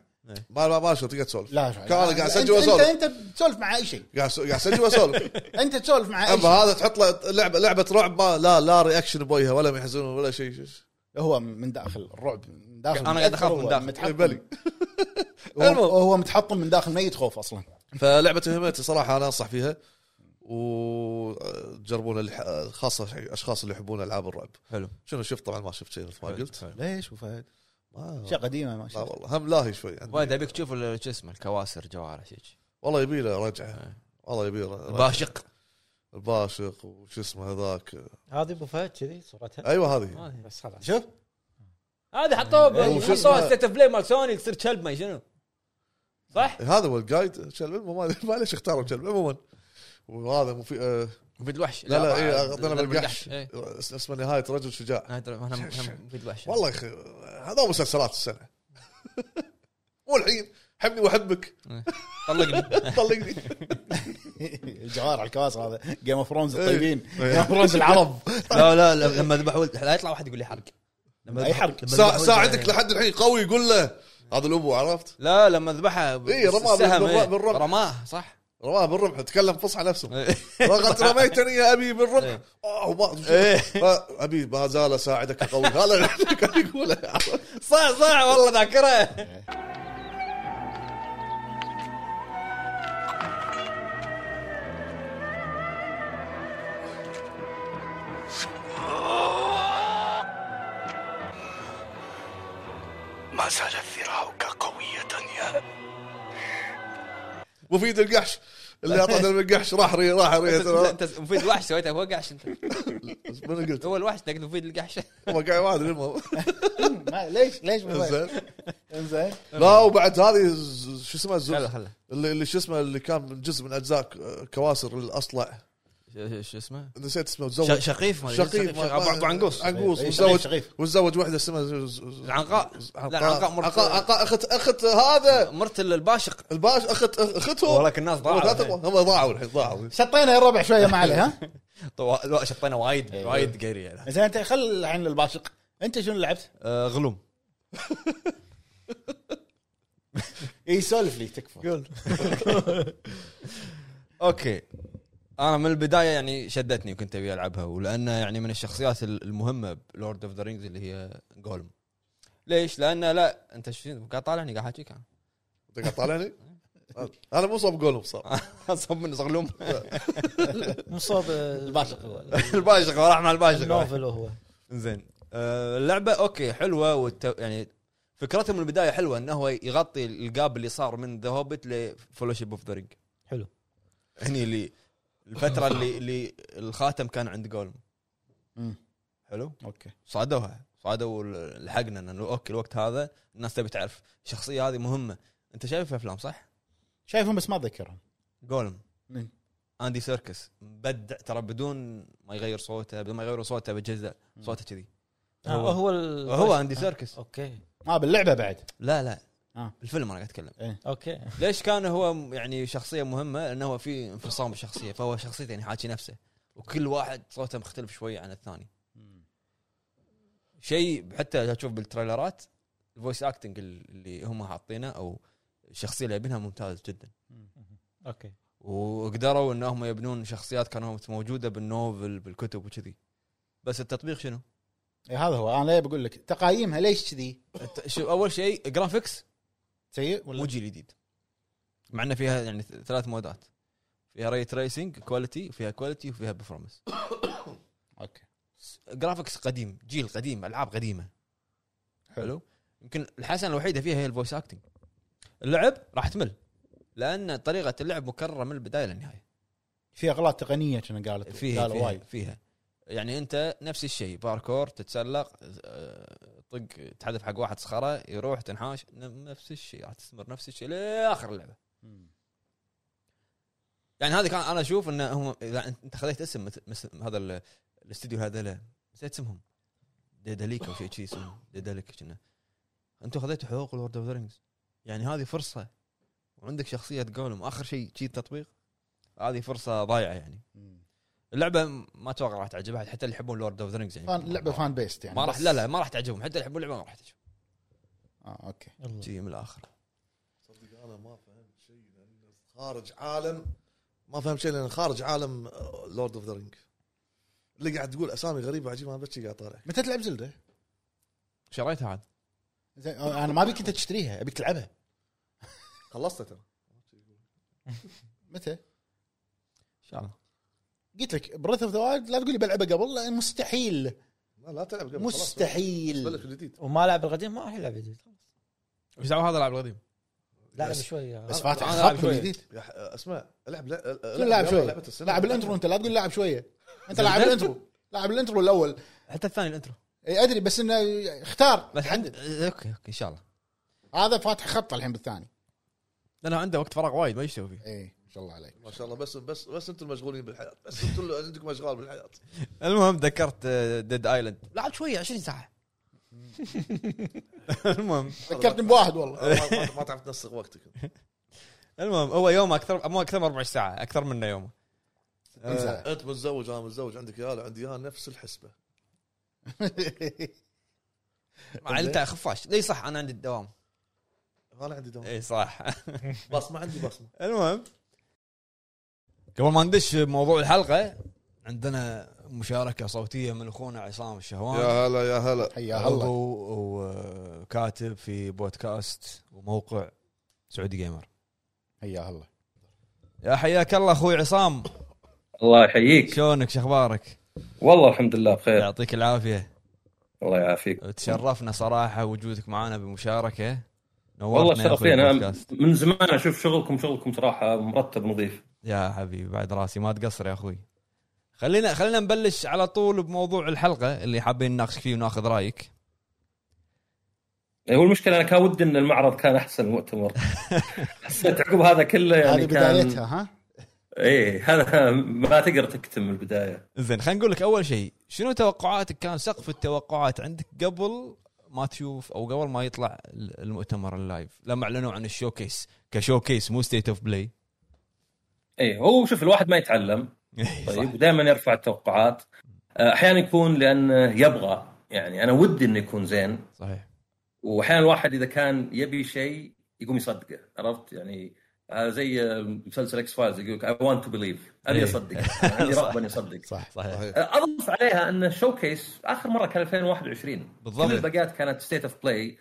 [SPEAKER 4] ما ما- ما شو تقعد تسولف
[SPEAKER 3] لا
[SPEAKER 4] كان قاعد اسجل
[SPEAKER 3] أنت-
[SPEAKER 4] واسولف
[SPEAKER 3] انت انت تسولف مع اي شيء
[SPEAKER 4] قاعد أس- قاعد اسجل واسولف
[SPEAKER 3] انت تسولف مع اي
[SPEAKER 4] اما
[SPEAKER 3] شيء
[SPEAKER 4] هذا تحط له لعبه لعبه رعب ما لا لا رياكشن بوجهه ولا محزون ولا شيء
[SPEAKER 3] هو من داخل الرعب من داخل
[SPEAKER 1] أنا قاعد أخاف من
[SPEAKER 3] هو
[SPEAKER 1] داخل.
[SPEAKER 3] متحطم.
[SPEAKER 4] بلي.
[SPEAKER 3] هو هو متحطم من داخل ميت خوف اصلا
[SPEAKER 4] فلعبه هيميتي صراحه انا انصح فيها وجربونها اللي- خاصه حق الاشخاص اللي يحبون العاب الرعب
[SPEAKER 1] حلو
[SPEAKER 4] شنو شفت طبعا ما شفت شيء مثل ما قلت
[SPEAKER 3] ليش وفهد
[SPEAKER 4] ما-
[SPEAKER 3] اشياء قديمه ما
[SPEAKER 4] لا
[SPEAKER 3] شفت
[SPEAKER 4] والله هم لاهي شوي عندي.
[SPEAKER 1] وايد ابيك تشوف ال- شو اسمه الكواسر جوارح هيك
[SPEAKER 4] والله يبي له رجعه والله يبي له رجعة.
[SPEAKER 1] باشق
[SPEAKER 4] الباشق وش اسمه هذاك
[SPEAKER 2] هذه ابو فهد كذي صورتها إيه،
[SPEAKER 4] ايوه هذه
[SPEAKER 2] بس خلاص
[SPEAKER 3] أه؟ شوف
[SPEAKER 1] هذه حطوه ب-
[SPEAKER 4] إيه، وش
[SPEAKER 1] حطوها
[SPEAKER 4] اسمه؟
[SPEAKER 1] ستيت اوف بلاي مال سوني تصير كلب ما شنو صح؟
[SPEAKER 4] هذا هو الجايد شلبل ما ما ليش اختاروا شلبل عموما وهذا مفي... آه
[SPEAKER 1] مفيد الوحش
[SPEAKER 4] لا لا اي
[SPEAKER 1] آه،
[SPEAKER 4] اعطينا
[SPEAKER 1] ضرب
[SPEAKER 4] بالقحش
[SPEAKER 1] إيه.
[SPEAKER 4] اس- اسمه نهايه رجل شجاع
[SPEAKER 1] أنا أدري، أنا- أنا مفيد الوحش
[SPEAKER 4] والله يا اخي هذول مسلسلات السنه مو الحين حبني واحبك
[SPEAKER 1] طلقني
[SPEAKER 4] طلقني
[SPEAKER 3] الجوار على الكواس هذا جيم اوف ثرونز الطيبين
[SPEAKER 4] إيه.
[SPEAKER 3] جيم اوف ثرونز العرب
[SPEAKER 1] لا لا لا، لما ذبح ولد لا يطلع واحد يقول لي حرق لما
[SPEAKER 3] أي
[SPEAKER 1] ذبح-
[SPEAKER 3] حرق.
[SPEAKER 1] لما ذبح
[SPEAKER 4] سا...
[SPEAKER 1] ولد-
[SPEAKER 4] ساعدك لحد الحين قوي يقول له هذا الابو عرفت
[SPEAKER 1] لا لما ذبحها ب-
[SPEAKER 4] إيه، رماه
[SPEAKER 1] السهم،
[SPEAKER 4] بالرمح-
[SPEAKER 1] إيه.
[SPEAKER 4] بالرمح.
[SPEAKER 1] رماه صح
[SPEAKER 4] رواه بالرمح تكلم فصحى نفسه
[SPEAKER 1] إيه.
[SPEAKER 4] لقد رميتني يا ابي بالرمح
[SPEAKER 1] إيه.
[SPEAKER 4] اوه ما
[SPEAKER 1] إيه.
[SPEAKER 4] ما- ابي ما زال اساعدك قوي هذا كان يقوله عرفت؟
[SPEAKER 1] صح صح والله
[SPEAKER 4] إيه،
[SPEAKER 1] ذاكره
[SPEAKER 5] ما زالت ذراعك قوية يا
[SPEAKER 4] مفيد القحش اللي اعطانا من القحش راح ري راح ري
[SPEAKER 1] انت أنت مفيد الوحش سويتها فوق قحش انت
[SPEAKER 4] من قلت
[SPEAKER 1] هو الوحش لكن مفيد القحش
[SPEAKER 4] هو قاعد ما ادري المهم
[SPEAKER 3] ما- ليش ليش مو فهد؟
[SPEAKER 4] زين.
[SPEAKER 1] طيب.
[SPEAKER 3] انزين
[SPEAKER 4] لا وبعد هذه ز- شو اسمه الزوز
[SPEAKER 1] خله خله
[SPEAKER 4] اللي اللي شو اسمه اللي كان من جزء من اجزاء ك- كواسر الاصلع
[SPEAKER 1] ش- شو اسمه؟
[SPEAKER 4] نسيت اسمه
[SPEAKER 1] ش-
[SPEAKER 4] تزوج
[SPEAKER 1] شقيف ما أدري،
[SPEAKER 4] شقيق
[SPEAKER 1] أبو- ابو عنقوس
[SPEAKER 4] عنقوس
[SPEAKER 3] إيه،
[SPEAKER 4] وتزوج
[SPEAKER 3] شقيق.
[SPEAKER 4] وتزوج واحده اسمها ز- ز-
[SPEAKER 1] العنقاء لا العنقاء
[SPEAKER 4] عنقاء
[SPEAKER 1] مرت
[SPEAKER 4] عنقاء اخت اخت هذا
[SPEAKER 1] مرت الباشق
[SPEAKER 4] الباش اخت اخته
[SPEAKER 1] ولكن الناس
[SPEAKER 4] لا
[SPEAKER 1] ضاعوا
[SPEAKER 4] تبغى. هم ضاعوا الحين ضاعوا
[SPEAKER 3] شطينا الربع شويه ما عليه ها
[SPEAKER 1] طو- لا، شطينا وايد وايد قري يعني.
[SPEAKER 3] زين انت خل الحين الباشق انت شنو لعبت؟
[SPEAKER 1] آه، غلوم
[SPEAKER 3] اي سولف لي تكفى
[SPEAKER 1] قول اوكي انا من البدايه يعني شدتني وكنت ابي العبها ولانها يعني من الشخصيات ال- المهمه بلورد اوف ذا رينجز اللي هي جولم ليش؟ لان لا انت شو قاعد طالعني قاعد احكيك انا
[SPEAKER 4] انت قاعد طالعني انا مو صوب قولهم صار
[SPEAKER 1] صب من صغلوم
[SPEAKER 2] من صوب الباشق هو
[SPEAKER 1] الباشق راح مع الباشق
[SPEAKER 2] النوفل هو
[SPEAKER 1] زين آه، اللعبه اوكي حلوه والت... يعني فكرته من البدايه حلوه انه هو يغطي الجاب اللي صار من ذا هوبت لفولوشيب اوف ذا رينج
[SPEAKER 2] حلو.
[SPEAKER 1] هني اللي الفتره اللي اللي الخاتم كان عند جولم
[SPEAKER 3] مم.
[SPEAKER 1] حلو
[SPEAKER 3] اوكي
[SPEAKER 1] صعدوها صعدوا ال- لحقنا انه اوكي الوقت هذا الناس تبي تعرف الشخصيه هذه مهمه انت شايف في افلام صح؟
[SPEAKER 3] شايفهم بس ما اتذكرهم
[SPEAKER 1] جولم
[SPEAKER 3] مم.
[SPEAKER 1] اندي سيركس مبدع ترى بدون ما يغير صوته بدون ما يغيروا صوته بالجزء صوته كذي
[SPEAKER 2] هو آه، هو, ال... آه،
[SPEAKER 1] هو اندي سيركس
[SPEAKER 2] اوكي
[SPEAKER 3] اه باللعبه بعد
[SPEAKER 1] لا لا
[SPEAKER 3] آه.
[SPEAKER 1] الفيلم انا قاعد اتكلم
[SPEAKER 2] اوكي
[SPEAKER 1] ليش كان هو م- يعني شخصيه مهمه لانه هو في انفصام بالشخصيه فهو شخصيته يعني حاكي نفسه وكل واحد صوته مختلف شويه عن الثاني شيء حتى تشوف بالتريلرات الفويس اكتنج اللي هم حاطينه او الشخصيه اللي يبنها ممتاز جدا
[SPEAKER 2] اوكي
[SPEAKER 1] وقدروا انهم يبنون شخصيات كانت موجوده بالنوفل بالكتب وكذي بس التطبيق شنو؟
[SPEAKER 3] إيه هذا هو انا ليه بقول لك تقايمها ليش كذي
[SPEAKER 1] الت- شو- اول شيء جرافيكس
[SPEAKER 3] سيء
[SPEAKER 1] مو
[SPEAKER 3] ولا
[SPEAKER 1] جيل جديد مع انه فيها يعني ث- ثلاث مودات فيها ري تريسنج كواليتي وفيها كواليتي وفيها برفورمانس
[SPEAKER 3] اوكي
[SPEAKER 1] جرافيكس قديم جيل قديم العاب قديمه
[SPEAKER 3] حلو.
[SPEAKER 1] حلو يمكن الحسنه الوحيده فيها هي الفويس اكتنج اللعب راح تمل لان طريقه اللعب مكرره من البدايه للنهايه
[SPEAKER 3] في اغلاط تقنيه كنا قالت
[SPEAKER 1] فيها
[SPEAKER 3] قالوا
[SPEAKER 1] فيها,
[SPEAKER 3] وايد
[SPEAKER 1] فيها يعني انت نفس الشيء باركور تتسلق آه، طق تحذف حق واحد صخره يروح تنحاش نفس الشيء راح تستمر نفس الشيء لاخر اللعبه
[SPEAKER 3] مم.
[SPEAKER 1] يعني هذا كان انا اشوف انه هم اذا انت خذيت اسم مثل مثل هذا ال- الاستديو هذا له نسيت اسمهم ديداليك او شيء شيء اسمه ديداليك كنا انتم خذيتوا حقوق الورد اوف ذا رينجز يعني هذه فرصه وعندك شخصيه جولم اخر شيء شيء تطبيق هذه فرصه ضايعه يعني
[SPEAKER 3] مم.
[SPEAKER 1] اللعبه ما اتوقع راح تعجب احد حتى اللي يحبون لورد اوف ذا رينجز يعني
[SPEAKER 3] فان لعبه فان بيست يعني
[SPEAKER 1] ما راح
[SPEAKER 3] بس-
[SPEAKER 1] لا لا ما راح تعجبهم حتى اللي يحبون اللعبه ما راح تعجبهم
[SPEAKER 3] اه اوكي
[SPEAKER 2] يلا
[SPEAKER 1] شيء من الاخر
[SPEAKER 4] صدق انا ما فهمت شيء لان خارج عالم ما فهمت شيء لان خارج عالم آه، لورد اوف ذا رينج اللي قاعد تقول اسامي غريبه عجيبه انا بشي قاعد طالع
[SPEAKER 3] متى تلعب زلده؟
[SPEAKER 1] شريتها عاد
[SPEAKER 3] زين آه، انا ما ابيك انت تشتريها ابيك تلعبها
[SPEAKER 4] خلصته ترى
[SPEAKER 3] متى؟
[SPEAKER 1] ان شاء الله
[SPEAKER 3] قلت لك بريث اوف ذا وايلد لا تقول لي بلعبها قبل لان مستحيل
[SPEAKER 4] لا لا تلعب قبل خلاص. بلش
[SPEAKER 3] مستحيل
[SPEAKER 4] الجديد
[SPEAKER 2] وما لعب القديم ما راح يلعب جديد
[SPEAKER 1] ايش دعوه هذا اللاعب القديم؟
[SPEAKER 2] لعب
[SPEAKER 4] بس-
[SPEAKER 2] شوي آه.
[SPEAKER 3] بس فاتح
[SPEAKER 1] أنا
[SPEAKER 3] خط
[SPEAKER 1] ألعب شوي.
[SPEAKER 3] جديد
[SPEAKER 4] يا ح- اسمع العب لا- آه،
[SPEAKER 3] شو لاعب شوي
[SPEAKER 4] لعبة السنة.
[SPEAKER 3] لاعب الانترو انت لا تقول لاعب شويه انت
[SPEAKER 1] زين.
[SPEAKER 3] لاعب الانترو لاعب الانترو الاول
[SPEAKER 1] حتى الثاني الانترو
[SPEAKER 3] اي ادري بس انه اختار
[SPEAKER 1] بس عند
[SPEAKER 3] حدد.
[SPEAKER 1] اوكي اوكي ان شاء الله
[SPEAKER 3] هذا فاتح خط الحين بالثاني
[SPEAKER 1] لانه عنده وقت فراغ وايد ما يشتغل فيه
[SPEAKER 3] اي ما شاء الله عليك
[SPEAKER 4] ما شاء الله بس بس بس انتم مشغولين بالحياه بس انتم اللي عندكم اشغال بالحياه
[SPEAKER 1] المهم ذكرت آه، ديد ايلاند لعب شويه 20 ساعه المهم
[SPEAKER 3] ذكرتني بواحد والله
[SPEAKER 4] ما- ما- ما تعرف تنسق وقتك
[SPEAKER 1] المهم هو يوم اكثر مو اكثر من 24 ساعه اكثر منه يوم
[SPEAKER 3] انزين.
[SPEAKER 4] انت متزوج انا متزوج عندك عيال عندي عيال نفس الحسبه
[SPEAKER 1] عائلته خفاش لي صح انا عندي الدوام
[SPEAKER 4] انا عندي
[SPEAKER 3] إيه.
[SPEAKER 4] دوام
[SPEAKER 1] اي صح
[SPEAKER 4] بس ما عندي بصمه
[SPEAKER 1] المهم قبل ما ندش بموضوع الحلقه عندنا مشاركه صوتيه من اخونا عصام الشهوان
[SPEAKER 4] يا هلا يا هلا
[SPEAKER 3] حيا
[SPEAKER 1] عضو
[SPEAKER 3] الله
[SPEAKER 1] و- وكاتب في بودكاست وموقع سعودي جيمر
[SPEAKER 3] حيا الله
[SPEAKER 1] يا حياك الله اخوي عصام
[SPEAKER 6] الله يحييك
[SPEAKER 1] شلونك شخبارك
[SPEAKER 6] والله الحمد لله بخير
[SPEAKER 1] يعطيك العافيه
[SPEAKER 6] الله يعافيك
[SPEAKER 1] تشرفنا صراحه وجودك معنا بمشاركه
[SPEAKER 6] والله
[SPEAKER 1] نورتنا يا أخوي
[SPEAKER 6] شرفين انا
[SPEAKER 1] بالبودكاست.
[SPEAKER 6] من زمان اشوف شغلكم شغلكم صراحه مرتب نظيف
[SPEAKER 1] يا حبيبي بعد راسي ما تقصر يا اخوي خلينا خلينا نبلش على طول بموضوع الحلقه اللي حابين نناقش فيه وناخذ رايك
[SPEAKER 6] يعني هو المشكله انا كان ودي ان المعرض كان احسن مؤتمر حسيت عقب هذا كله يعني
[SPEAKER 3] هذه
[SPEAKER 6] كان
[SPEAKER 3] بدايتها ها
[SPEAKER 6] اي هذا ما تقدر تكتم البدايه
[SPEAKER 1] زين خلينا نقول لك اول شيء شنو توقعاتك كان سقف التوقعات عندك قبل ما تشوف او قبل ما يطلع ال- المؤتمر اللايف لما اعلنوا عن الشوكيس كشوكيس مو ستيت اوف بلاي
[SPEAKER 6] اي إيه، هو شوف الواحد ما يتعلم طيب ودائما يرفع التوقعات احيانا يكون لانه يبغى يعني انا ودي انه يكون زين
[SPEAKER 1] صحيح
[SPEAKER 6] واحيانا الواحد اذا كان يبي شيء يقوم يصدقه عرفت يعني آه، زي آه، مسلسل اكس فايلز يقول لك اي ونت تو بليف ابي
[SPEAKER 1] إيه.
[SPEAKER 6] اصدق أنا عندي
[SPEAKER 1] صح.
[SPEAKER 6] رغبه اني اصدق
[SPEAKER 3] صح
[SPEAKER 1] صحيح
[SPEAKER 4] صحيح.
[SPEAKER 6] آه، اضف عليها ان الشوكيس اخر مره كان 2021
[SPEAKER 1] بالضبط.
[SPEAKER 6] كل الباقيات كانت ستيت اوف بلاي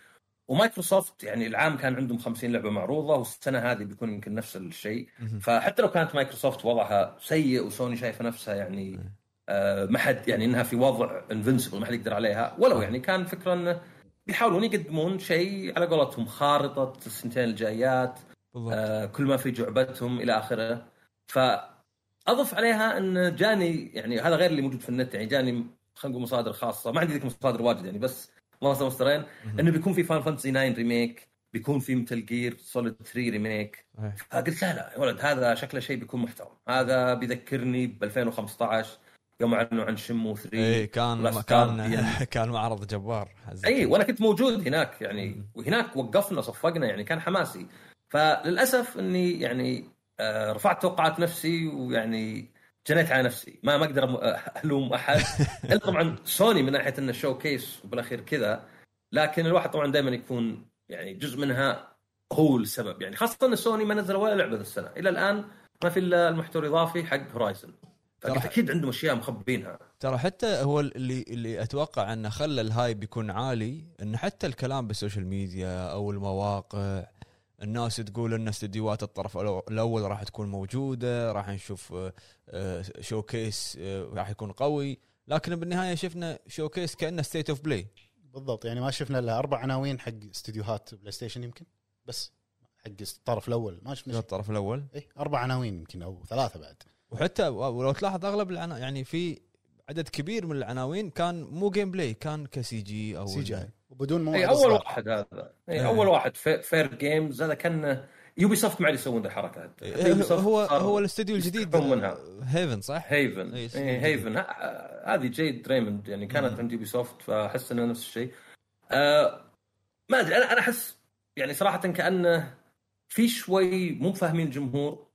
[SPEAKER 6] ومايكروسوفت يعني العام كان عندهم 50 لعبه معروضه والسنه هذه بيكون يمكن نفس الشيء
[SPEAKER 1] مهم.
[SPEAKER 6] فحتى لو كانت مايكروسوفت وضعها سيء وسوني شايفه نفسها يعني
[SPEAKER 1] إيه.
[SPEAKER 6] آه، ما حد يعني انها في وضع انفنسبل ما حد يقدر عليها ولو يعني كان فكره انه بيحاولون يقدمون شيء على قولتهم خارطه السنتين الجايات
[SPEAKER 1] بالضبط
[SPEAKER 6] آه، كل ما في جعبتهم الى اخره فاضف عليها ان جاني يعني هذا غير اللي موجود في النت يعني جاني خلينا نقول مصادر خاصه ما عندي ذيك مصادر واجد يعني بس مصدر مصدرين
[SPEAKER 1] مهم.
[SPEAKER 6] انه بيكون في فان فانتسي 9 ريميك بيكون في متل جير سوليد 3 ريميك
[SPEAKER 1] صحيح.
[SPEAKER 6] فقلت لا لا يا ولد هذا شكله شيء بيكون محترم هذا بيذكرني ب 2015 يوم اعلنوا عن شمو 3
[SPEAKER 1] اي إيه، كان
[SPEAKER 6] Last
[SPEAKER 1] كان
[SPEAKER 6] Guardian.
[SPEAKER 1] كان معرض جبار حزين.
[SPEAKER 6] اي وانا كنت موجود هناك يعني وهناك وقفنا صفقنا يعني كان حماسي فللاسف اني يعني آه، رفعت توقعات نفسي ويعني جنيت على نفسي ما ما اقدر أم- آه، الوم احد الا طبعا سوني من ناحيه انه شو كيس وبالاخير كذا لكن الواحد طبعا دائما يكون يعني جزء منها هو السبب يعني خاصه ان سوني ما نزل ولا لعبه ذا السنه الى الان ما في الا المحتوى الاضافي حق هورايزن
[SPEAKER 1] صراحة.
[SPEAKER 6] اكيد عندهم اشياء مخبينها
[SPEAKER 1] ترى حتى هو اللي اللي اتوقع انه خلى الهايب يكون عالي انه حتى الكلام بالسوشيال ميديا او المواقع الناس تقول ان استديوهات الطرف الأو- الاول راح تكون موجوده راح نشوف آه، آه، شوكيس آه، راح يكون قوي لكن بالنهايه شفنا شوكيس كانه ستيت اوف بلاي
[SPEAKER 3] بالضبط يعني ما شفنا الا اربع عناوين حق استديوهات بلاي ستيشن يمكن بس حق الطرف الاول ما شفنا شيء
[SPEAKER 1] الطرف الاول
[SPEAKER 3] إيه اربع عناوين يمكن او ثلاثه بعد
[SPEAKER 1] وحتى ولو تلاحظ اغلب العنا يعني في عدد كبير من العناوين كان مو جيم بلاي كان كسي جي او
[SPEAKER 3] سي جي اي وبدون موعد
[SPEAKER 6] اي اول
[SPEAKER 3] إصدار.
[SPEAKER 6] إيه، واحد هذا اي
[SPEAKER 1] إيه.
[SPEAKER 6] اول واحد في- فير جيمز هذا كان يوبي سوفت ما عاد يسوون ذا الحركه هذه. حتى يوبي
[SPEAKER 1] إيه،
[SPEAKER 6] سوفت
[SPEAKER 1] هو
[SPEAKER 6] صار
[SPEAKER 1] هو الاستديو الجديد
[SPEAKER 6] يستحون منها.
[SPEAKER 1] هيفن صح؟
[SPEAKER 6] هيفن
[SPEAKER 1] إيه،
[SPEAKER 6] اي
[SPEAKER 1] استديو
[SPEAKER 6] هيفن ه- آه، هذه جيد دريموند يعني كانت عند يوبي سوفت فاحس انها نفس الشيء آه، ما ادري انا انا احس يعني صراحه كانه في شوي مو فاهمين الجمهور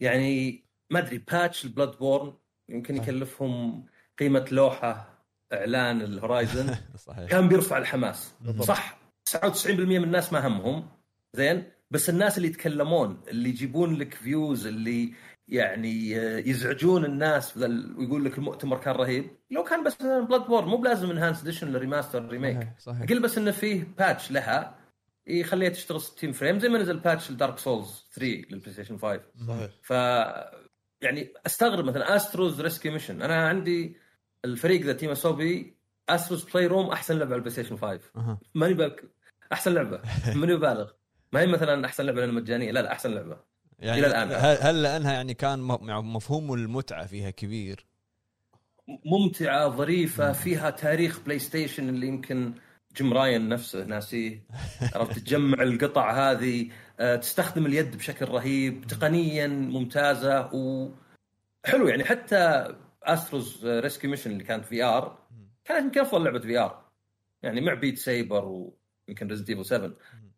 [SPEAKER 6] يعني ما ادري باتش البلاد بورن يمكن يكلفهم قيمه لوحه اعلان الهورايزن
[SPEAKER 1] صحيح
[SPEAKER 6] كان بيرفع الحماس صح 99% من الناس ما همهم زين بس الناس اللي يتكلمون اللي يجيبون لك فيوز اللي يعني آه، يزعجون الناس بذل- ويقول لك المؤتمر كان رهيب لو كان بس بلاد بور مو بلازم انهانس اديشن ريماستر ريميك
[SPEAKER 1] صحيح، صحيح
[SPEAKER 6] قل بس انه فيه باتش لها يخليها تشتغل 60 فريم زي ما نزل باتش لدارك سولز 3 للبلاي ستيشن 5
[SPEAKER 4] صحيح
[SPEAKER 6] ف يعني استغرب مثلا استروز ريسكي ميشن انا عندي الفريق ذا تيم اسوبي استروز بلاي روم احسن لعبه على البلاي ستيشن 5
[SPEAKER 1] أها.
[SPEAKER 6] ماني بالك احسن لعبه ماني ببالغ ما هي مثلا احسن لعبه لنا مجانيه لا لا احسن لعبه
[SPEAKER 1] يعني
[SPEAKER 6] إلى الآن.
[SPEAKER 1] هل هل لانها يعني كان م- مفهوم المتعه فيها كبير
[SPEAKER 6] ممتعه ظريفه فيها تاريخ بلاي ستيشن اللي يمكن جيم راين نفسه ناسيه عرفت تجمع القطع هذه آه، تستخدم اليد بشكل رهيب تقنيا ممتازه وحلو يعني حتى استروز ريسكيو ميشن اللي كانت في ار كانت يمكن افضل لعبه في ار يعني مع بيت سايبر ويمكن ريزنت ايفل 7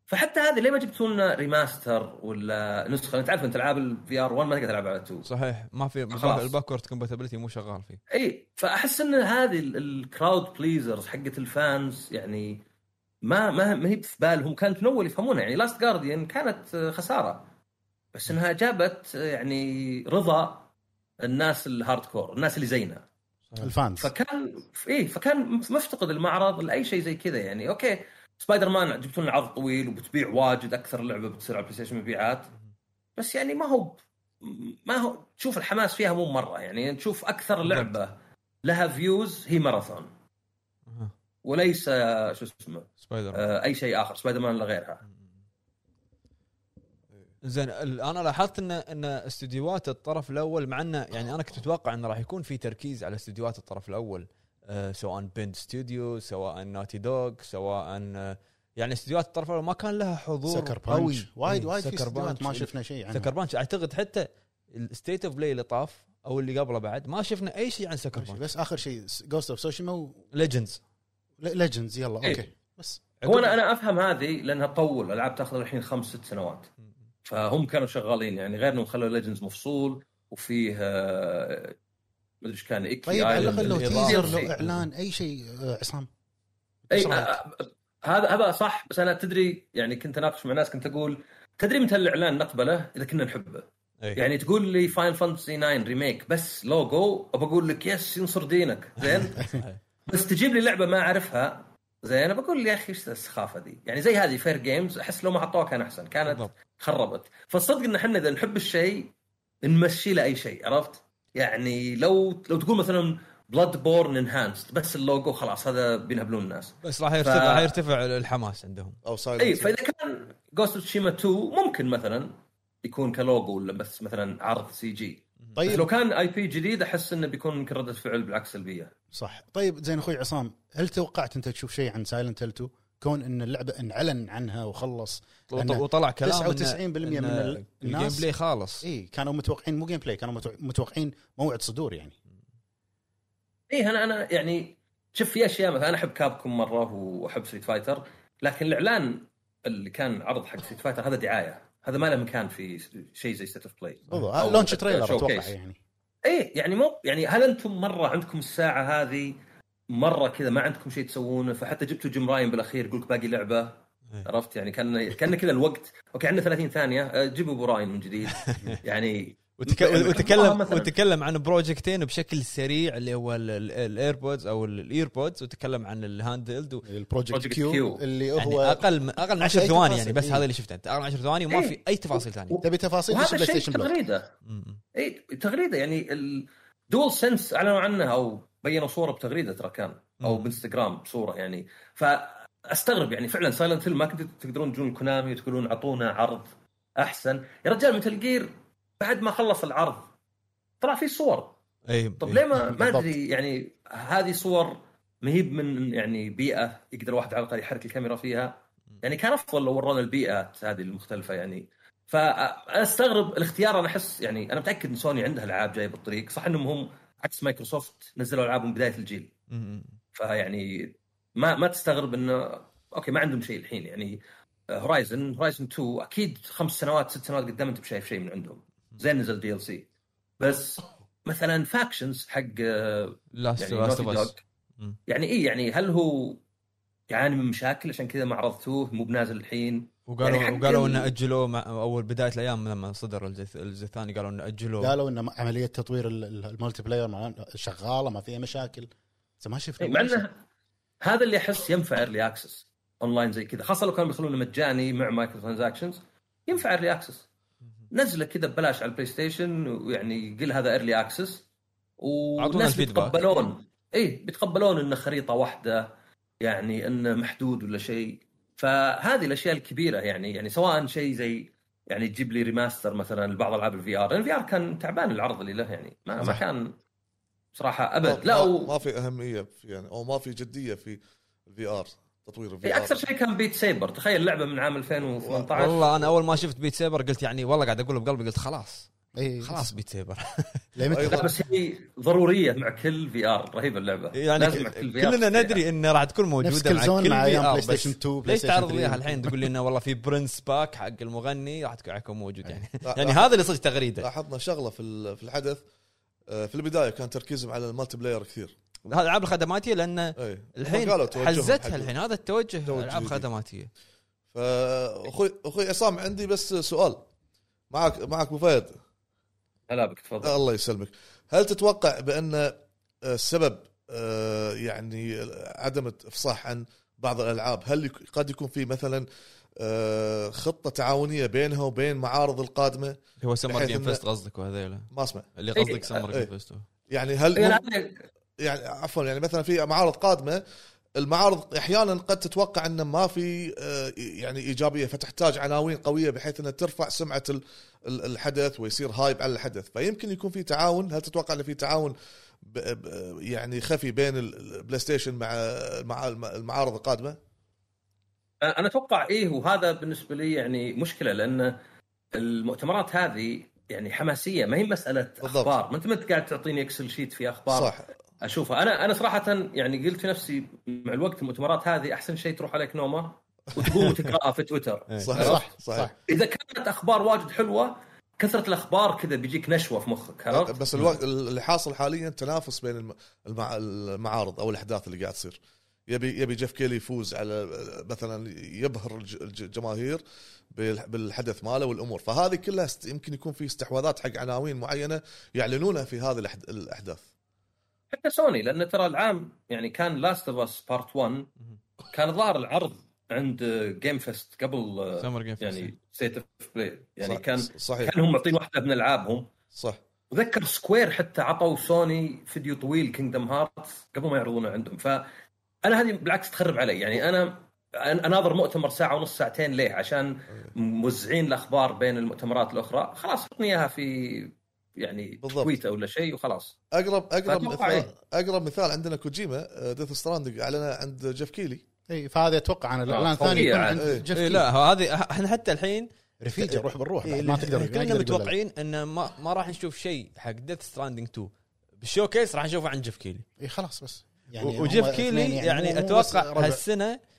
[SPEAKER 6] فحتى هذه ليه ما جبتوا لنا ريماستر ولا نسخه انت عارف انت العاب الفي ار 1 ما تقدر تلعب على 2
[SPEAKER 1] صحيح ما في
[SPEAKER 6] خلاص.
[SPEAKER 1] الباكورد كومباتيبلتي مو شغال فيه
[SPEAKER 6] اي فاحس ان هذه ال- الكراود بليزرز حقت الفانز يعني ما ما ما هي في بالهم كانت من اول يفهمونها يعني لاست جارديان كانت آه، خساره بس انها جابت آه، يعني رضا الناس الهارد كور الناس اللي زينا
[SPEAKER 3] الفانز
[SPEAKER 6] فكان اي فكان مفتقد المعرض لاي شيء زي كذا يعني اوكي سبايدر مان جبتوا لنا عرض طويل وبتبيع واجد اكثر لعبه بتصير على بلاي ستيشن مبيعات بس يعني ما هو ما هو تشوف الحماس فيها مو مره يعني تشوف اكثر لعبه لها فيوز هي ماراثون
[SPEAKER 1] أها.
[SPEAKER 6] وليس آه، شو اسمه
[SPEAKER 1] سبايدر مان.
[SPEAKER 6] آه، اي شيء اخر سبايدر مان ولا غيرها
[SPEAKER 1] زين ال- انا لاحظت ان ان استديوهات الطرف الاول مع انه يعني انا كنت اتوقع انه راح يكون في تركيز على استديوهات الطرف الاول آه، سواء بند ستوديو سواء ناتي دوغ سواء آه، يعني استديوهات الطرف الاول ما كان لها حضور
[SPEAKER 3] سكر بانش وايد
[SPEAKER 1] إيه،
[SPEAKER 3] وايد في
[SPEAKER 1] سكر
[SPEAKER 3] استديوهات
[SPEAKER 1] بانش.
[SPEAKER 3] ما شفنا شيء عنها
[SPEAKER 1] سكر بانش اعتقد حتى الستيت اوف بلاي اللي طاف او اللي قبله بعد ما شفنا اي شيء عن سكر بانش
[SPEAKER 3] بس اخر شيء جوست اوف سوشيما
[SPEAKER 1] ليجندز
[SPEAKER 3] ليجندز يلا
[SPEAKER 6] إيه.
[SPEAKER 3] اوكي بس
[SPEAKER 6] هو انا انا افهم هذه لانها تطول العاب تاخذ الحين خمس ست سنوات فهم كانوا شغالين يعني غير انهم خلوا ليجندز مفصول وفيه آه، مدري ايش كان ايكي
[SPEAKER 3] طيب على الاقل لو
[SPEAKER 1] الإضافة.
[SPEAKER 3] تيزر لو إيه، اعلان اي شيء آه، عصام
[SPEAKER 6] اي
[SPEAKER 3] إيش رأيك؟
[SPEAKER 6] آه، هذا هذا صح بس انا تدري يعني كنت اناقش مع ناس كنت اقول تدري متى الاعلان نقبله اذا كنا نحبه
[SPEAKER 1] إيه،
[SPEAKER 6] يعني تقول لي فاين فانتسي 9 ريميك بس لوجو بقول لك يس ينصر دينك زين بس تجيب لي لعبه ما اعرفها زين بقول يا اخي ايش السخافه دي يعني زي هذه فير جيمز احس لو ما حطوها كان احسن كانت
[SPEAKER 1] بالضبط.
[SPEAKER 6] خربت فالصدق ان احنا اذا نحب الشيء نمشي له اي شيء عرفت يعني لو لو تقول مثلا بلاد بورن انهانسد بس اللوجو خلاص هذا بينهبلون الناس
[SPEAKER 1] بس راح يرتفع
[SPEAKER 6] ف-
[SPEAKER 1] راح يرتفع الحماس عندهم
[SPEAKER 4] او سايلنس
[SPEAKER 6] اي فاذا كان جوست اوف شيما 2 ممكن مثلا يكون كلوجو ولا بس مثلا عرض سي جي بس لو
[SPEAKER 3] طيب
[SPEAKER 6] كان اي بي جديد احس انه بيكون يمكن رده فعل بالعكس سلبيه
[SPEAKER 3] صح طيب زين اخوي عصام هل توقعت انت تشوف شيء عن سايلنت هيل 2 كون ان اللعبه انعلن عنها وخلص
[SPEAKER 1] وط-
[SPEAKER 3] لأن
[SPEAKER 1] وطلع كلام
[SPEAKER 3] 99% من ال-
[SPEAKER 1] الجيم
[SPEAKER 3] الناس-
[SPEAKER 1] بلاي خالص
[SPEAKER 3] اي كانوا متوقعين مو جيم بلاي كانوا متو- متوقعين موعد صدور يعني
[SPEAKER 6] ايه انا انا يعني شوف في اشياء مثلا انا احب كابكم مره واحب ستريت فايتر لكن الاعلان اللي كان عرض حق ستريت فايتر هذا دعايه هذا ما له مكان في شيء زي ستيت اوف بلاي
[SPEAKER 3] بالضبط آه، لونش تريلر اتوقع يعني
[SPEAKER 6] ايه يعني مو يعني هل انتم مره عندكم الساعه هذه مره كذا ما عندكم شيء تسوونه فحتى جبتوا جيم راين بالاخير يقول لك باقي لعبه عرفت يعني كان كان كذا الوقت اوكي عندنا 30 ثانيه آه، جيبوا ابو راين من جديد يعني
[SPEAKER 1] وتك...
[SPEAKER 6] يعني
[SPEAKER 1] وتكلم
[SPEAKER 6] مثلاً.
[SPEAKER 1] وتكلم عن بروجكتين بشكل سريع اللي هو ال- ال- الايربودز او ال- الايربودز وتكلم عن الهاند هيلد و...
[SPEAKER 3] البروجكت
[SPEAKER 6] Project
[SPEAKER 3] كيو
[SPEAKER 6] Q.
[SPEAKER 3] اللي
[SPEAKER 1] يعني
[SPEAKER 3] هو
[SPEAKER 1] اقل من اقل من 10
[SPEAKER 3] أي
[SPEAKER 1] ثواني
[SPEAKER 3] تفاصيل،
[SPEAKER 1] يعني بس
[SPEAKER 3] إيه.
[SPEAKER 1] هذا اللي شفته انت اقل من 10 ثواني وما
[SPEAKER 6] إيه.
[SPEAKER 1] في اي تفاصيل ثانيه
[SPEAKER 3] تبي تفاصيل دش
[SPEAKER 6] وهذا
[SPEAKER 3] بلاي
[SPEAKER 6] الشيء
[SPEAKER 3] ستيشن بلوك
[SPEAKER 6] تغريده
[SPEAKER 1] م- م.
[SPEAKER 6] اي تغريده يعني الدول سنس اعلنوا عنها او بينوا صوره بتغريده ترى كان او
[SPEAKER 1] مم.
[SPEAKER 6] بانستغرام صوره يعني فاستغرب يعني فعلا سايلنت هيل ما كنتوا تقدرون تجون كونامي وتقولون اعطونا عرض احسن يا رجال مثل جير بعد ما خلص العرض طلع فيه صور
[SPEAKER 1] اي
[SPEAKER 6] طب
[SPEAKER 1] إي.
[SPEAKER 6] ليه ما ما
[SPEAKER 3] بالضبط.
[SPEAKER 6] ادري يعني هذه صور ما هي من يعني بيئه يقدر واحد على الاقل يحرك الكاميرا فيها يعني كان افضل لو ورونا البيئات هذه المختلفه يعني فاستغرب الاختيار انا احس يعني انا متاكد ان سوني عندها العاب جايه بالطريق صح انهم هم عكس مايكروسوفت نزلوا العابهم بدايه الجيل
[SPEAKER 1] م- م.
[SPEAKER 6] فيعني ما ما تستغرب انه اوكي ما عندهم شيء الحين يعني هورايزن هورايزن 2 اكيد خمس سنوات ست سنوات قدام انت بشايف شيء من عندهم زين نزل دي ال سي بس مثلا فاكشنز حق آه،
[SPEAKER 1] لاست
[SPEAKER 6] يعني
[SPEAKER 1] لاست اوف
[SPEAKER 6] نوتي
[SPEAKER 1] اس
[SPEAKER 6] دوغ
[SPEAKER 1] مم.
[SPEAKER 6] يعني ايه يعني هل هو يعاني من مشاكل عشان كذا ما عرضتوه مو بنازل الحين
[SPEAKER 1] وقالوا
[SPEAKER 6] يعني حق
[SPEAKER 1] وقالوا
[SPEAKER 6] ال-
[SPEAKER 1] انه اجلوه مع اول بدايه الايام لما صدر الجزء الجزء الثاني قالوا انه اجلوه
[SPEAKER 3] قالوا ان عمليه تطوير ال- ال- المالتي بلاير مع- شغاله ما فيها مشاكل بس ما شفنا
[SPEAKER 6] إيه، مع
[SPEAKER 3] شيء.
[SPEAKER 6] انه هذا اللي احس ينفع ايرلي اكسس اونلاين زي كذا خاصه لو كانوا بيخلونه مجاني مع مايكرو ترانزاكشنز ينفع ايرلي اكسس نزله كذا ببلاش على البلاي ستيشن ويعني قل هذا ايرلي اكسس
[SPEAKER 1] أعطونا
[SPEAKER 6] والناس
[SPEAKER 1] الفيدباك.
[SPEAKER 6] بيتقبلون اي بيتقبلون انه خريطه واحده يعني انه محدود ولا شيء فهذه الاشياء الكبيره يعني يعني سواء شيء زي يعني تجيب لي ريماستر مثلا لبعض العاب الفي ار الفي ار كان تعبان العرض اللي له يعني ما, ما
[SPEAKER 3] صح.
[SPEAKER 6] كان صراحه
[SPEAKER 4] ما-
[SPEAKER 6] ابد لا
[SPEAKER 4] ما-
[SPEAKER 6] و...
[SPEAKER 4] ما في اهميه في- يعني او ما في جديه في الفي ار تطوير الفي
[SPEAKER 6] اي
[SPEAKER 4] ار
[SPEAKER 6] اكثر شيء كان بيت سيبر تخيل لعبه من عام 2018
[SPEAKER 1] والله انا اول ما شفت بيت سيبر قلت يعني والله قاعد اقول بقلبي قلت خلاص
[SPEAKER 3] إيه،
[SPEAKER 1] خلاص أيوة. بيت سيبر
[SPEAKER 3] ليه متى؟
[SPEAKER 6] لا بس هي ضروريه مع كل في ار رهيبه اللعبه
[SPEAKER 1] يعني
[SPEAKER 6] لازم مع كل VR
[SPEAKER 1] كلنا
[SPEAKER 6] تشتريها.
[SPEAKER 1] ندري انه راح تكون
[SPEAKER 3] نفس
[SPEAKER 1] موجوده
[SPEAKER 3] كل
[SPEAKER 1] مع
[SPEAKER 3] زون
[SPEAKER 1] كل
[SPEAKER 3] مع أيام
[SPEAKER 1] VR
[SPEAKER 3] بلاي
[SPEAKER 1] بس
[SPEAKER 3] ستيشن 2 بلاي
[SPEAKER 1] ليش
[SPEAKER 3] ستيشن
[SPEAKER 1] تعرض
[SPEAKER 3] 3.
[SPEAKER 1] ليها الحين تقول لي انه والله في برنس باك حق المغني راح تكون- راح يكون موجود يعني
[SPEAKER 4] لا-
[SPEAKER 1] يعني
[SPEAKER 4] لا.
[SPEAKER 1] هذا اللي صدق تغريده
[SPEAKER 4] لاحظنا شغله في ال- في الحدث آه، في البدايه كان تركيزهم على المالتي بلاير كثير
[SPEAKER 1] هذا العاب الخدماتيه لانه
[SPEAKER 4] اي هم
[SPEAKER 1] الحين
[SPEAKER 4] قالوا توجههم
[SPEAKER 1] حزتها
[SPEAKER 4] حق-
[SPEAKER 1] الحين هذا التوجه
[SPEAKER 4] توجه
[SPEAKER 1] العاب
[SPEAKER 4] جديد.
[SPEAKER 1] خدماتيه
[SPEAKER 4] فاخوي اخوي عصام عندي بس سؤال معك معك ابو فهد
[SPEAKER 6] هلا بك تفضل
[SPEAKER 4] الله يسلمك هل تتوقع بان السبب آه، يعني عدم الافصاح عن بعض الالعاب هل يك- قد يكون في مثلا آه، خطه تعاونيه بينها وبين معارض القادمه
[SPEAKER 1] اللي هو سمر
[SPEAKER 4] بحيث
[SPEAKER 1] جيم
[SPEAKER 4] إنه-
[SPEAKER 1] فيست قصدك وهذيلا
[SPEAKER 4] ما اسمع
[SPEAKER 1] اللي
[SPEAKER 6] إيه.
[SPEAKER 1] قصدك سمر جيم
[SPEAKER 4] إيه.
[SPEAKER 1] فيست
[SPEAKER 4] يعني هل
[SPEAKER 6] يعني
[SPEAKER 4] مم- يعني عفوا يعني مثلا في معارض قادمه المعارض احيانا قد تتوقع انه ما في آه، يعني ايجابيه فتحتاج عناوين قويه بحيث انها ترفع سمعه ال- ال- الحدث ويصير هايب على الحدث فيمكن يكون في تعاون هل تتوقع انه في تعاون ب- ب- يعني خفي بين ال- البلاي ستيشن مع مع الم- المعارض القادمه
[SPEAKER 6] انا اتوقع ايه وهذا بالنسبه لي يعني مشكله لان المؤتمرات هذه يعني حماسيه ما هي مساله
[SPEAKER 4] بالضبط.
[SPEAKER 6] اخبار ما انت ما أنت قاعد تعطيني اكسل شيت في اخبار
[SPEAKER 4] صح
[SPEAKER 6] اشوفها انا انا صراحه يعني قلت لنفسي مع الوقت المؤتمرات هذه احسن شيء تروح عليك نومه وتقوم وتقراها في تويتر
[SPEAKER 4] صح
[SPEAKER 3] صح،
[SPEAKER 4] صح صح
[SPEAKER 6] اذا كانت اخبار واجد حلوه كثره الاخبار كذا بيجيك نشوه في مخك عرفت؟
[SPEAKER 4] آه، بس الوقت اللي حاصل حاليا تنافس بين الم- المع- المعارض او الاحداث اللي قاعد تصير يبي يبي جيف كيلي يفوز على مثلا يبهر الج- الج- الجماهير بال- بالحدث ماله والامور فهذه كلها است- يمكن يكون في استحواذات حق عناوين معينه يعلنونها في هذه الأحد- الاحداث
[SPEAKER 6] حتى سوني لان ترى العام يعني كان لاست اوف اس بارت 1 كان ظاهر العرض عند جيم فيست قبل آه،
[SPEAKER 1] سمر جيم فيست
[SPEAKER 6] يعني ستيت اوف بلاي يعني
[SPEAKER 4] صح-
[SPEAKER 6] كان
[SPEAKER 4] صحيح
[SPEAKER 6] كان هم معطين واحده من العابهم
[SPEAKER 4] صح
[SPEAKER 6] وذكر سكوير حتى عطوا سوني فيديو طويل كينجدم هارت قبل ما يعرضونه عندهم فانا هذه بالعكس تخرب علي يعني انا أنا اناظر مؤتمر ساعه ونص ساعتين ليه عشان موزعين الاخبار بين المؤتمرات الاخرى خلاص عطني اياها في يعني
[SPEAKER 4] بالضبط.
[SPEAKER 6] تويت ولا شيء وخلاص
[SPEAKER 4] اقرب اقرب
[SPEAKER 6] فأتوقع
[SPEAKER 4] مثال
[SPEAKER 6] إيه.
[SPEAKER 4] اقرب مثال عندنا كوجيما آه، ديث ستراندنج اعلنها عند جيف كيلي
[SPEAKER 3] اي فهذا اتوقع انا الاعلان
[SPEAKER 6] آه،
[SPEAKER 3] الثاني
[SPEAKER 6] فوقية
[SPEAKER 3] يكون
[SPEAKER 6] عاد.
[SPEAKER 3] عند
[SPEAKER 4] إيه.
[SPEAKER 3] جيف
[SPEAKER 1] إيه
[SPEAKER 3] كيلي.
[SPEAKER 1] لا هذه احنا حتى الحين
[SPEAKER 3] رفيجه روح بالروح
[SPEAKER 1] إيه،
[SPEAKER 3] بعد ما تقدر ما
[SPEAKER 1] كنا
[SPEAKER 3] يقدر يقول لا.
[SPEAKER 1] متوقعين ان ما, ما راح نشوف شيء حق ديث ستراندنج 2 بالشوكيس راح نشوفه عن جيف كيلي
[SPEAKER 3] اي إيه، خلاص بس
[SPEAKER 1] و- وجيف
[SPEAKER 3] هم
[SPEAKER 1] كيلي
[SPEAKER 3] اثنين
[SPEAKER 1] يعني,
[SPEAKER 3] مو- مو بس
[SPEAKER 1] اتوقع
[SPEAKER 3] ربع.
[SPEAKER 1] هالسنه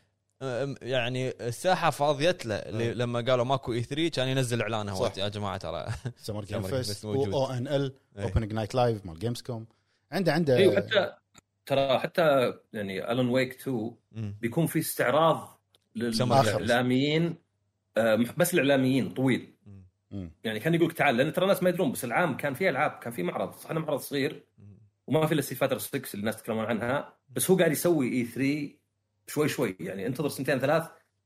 [SPEAKER 1] أم، يعني الساحه فاضيت له اللي لما قالوا ماكو اي 3 كان ينزل اعلان هو
[SPEAKER 3] نعم. صح.
[SPEAKER 1] يا جماعه ترى
[SPEAKER 3] سمر جيم
[SPEAKER 1] سمر جيم فيست
[SPEAKER 3] فيست
[SPEAKER 1] موجود.
[SPEAKER 3] او ان ال
[SPEAKER 1] إيه.
[SPEAKER 3] اوبن نايت لايف مال جيمز كوم عنده عنده
[SPEAKER 1] أيوة،
[SPEAKER 6] اي وحتى أيوة، ترى حتى يعني الون ويك 2
[SPEAKER 1] مم.
[SPEAKER 6] بيكون في استعراض
[SPEAKER 1] سمر
[SPEAKER 3] جيم.
[SPEAKER 6] للاعلاميين آه، بس الاعلاميين طويل
[SPEAKER 3] مم.
[SPEAKER 6] يعني كان يقول لك تعال لان ترى الناس ما يدرون بس العام كان في العاب كان في معرض صح انه معرض صغير وما في الا ستيت فاتر 6 اللي الناس يتكلمون عنها بس هو قاعد يسوي اي 3 شوي شوي يعني انتظر سنتين ثلاث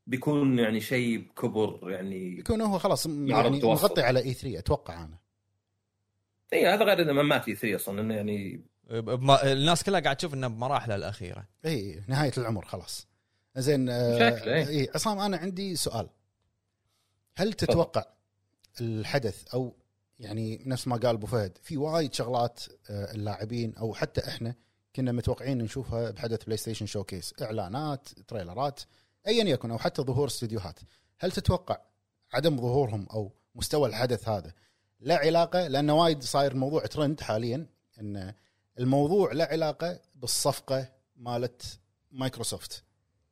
[SPEAKER 6] بيكون يعني شيء بكبر يعني
[SPEAKER 3] يكون هو خلاص م-
[SPEAKER 6] يعرض
[SPEAKER 3] يعني
[SPEAKER 6] توسط.
[SPEAKER 3] مغطي على اي 3 اتوقع انا
[SPEAKER 6] اي إيه، هذا غير انه ما مات E اي 3 اصلا انه يعني
[SPEAKER 1] بما- الناس كلها قاعد تشوف انه بمراحله الاخيره
[SPEAKER 3] اي نهايه إيه، العمر خلاص زين
[SPEAKER 6] شكله، إيه.
[SPEAKER 3] اي عصام انا عندي سؤال هل تتوقع الحدث او يعني نفس ما قال ابو فهد في وايد شغلات آه، اللاعبين او حتى احنا كنا متوقعين نشوفها بحدث بلاي ستيشن شوكيس اعلانات تريلرات ايا يكن او حتى ظهور استديوهات هل تتوقع عدم ظهورهم او مستوى الحدث هذا لا علاقه لانه وايد صاير الموضوع ترند حاليا ان الموضوع لا علاقه بالصفقه مالت مايكروسوفت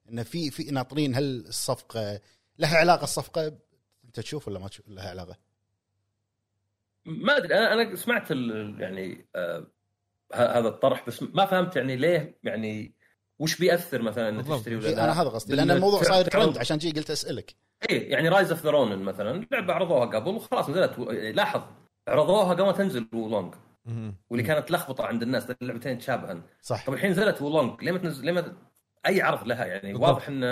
[SPEAKER 3] انه في في ناطرين هل الصفقه لها علاقه الصفقه ب- انت تشوف ولا ما تشوف لها علاقه؟
[SPEAKER 6] ما ادري انا انا سمعت ال- يعني آه ه- هذا الطرح بس ما فهمت يعني ليه يعني وش بياثر مثلا انك
[SPEAKER 1] بالضبط.
[SPEAKER 6] تشتري ولا
[SPEAKER 3] إيه،
[SPEAKER 6] لا
[SPEAKER 3] انا هذا قصدي
[SPEAKER 6] بال-
[SPEAKER 3] لان الموضوع صاير
[SPEAKER 6] تعرض-
[SPEAKER 3] ترند عشان جي قلت اسالك
[SPEAKER 6] ايه يعني رايز اوف ذا رونن مثلا لعبه عرضوها قبل وخلاص نزلت لاحظ عرضوها قبل ما تنزل وولونج
[SPEAKER 1] مم.
[SPEAKER 6] واللي كانت لخبطه عند الناس لأن اللعبتين تشابهن
[SPEAKER 3] صح
[SPEAKER 6] طب الحين نزلت وولونج ليه ما تنزل ليه ما اي عرض لها يعني
[SPEAKER 1] بالضبط.
[SPEAKER 6] واضح ان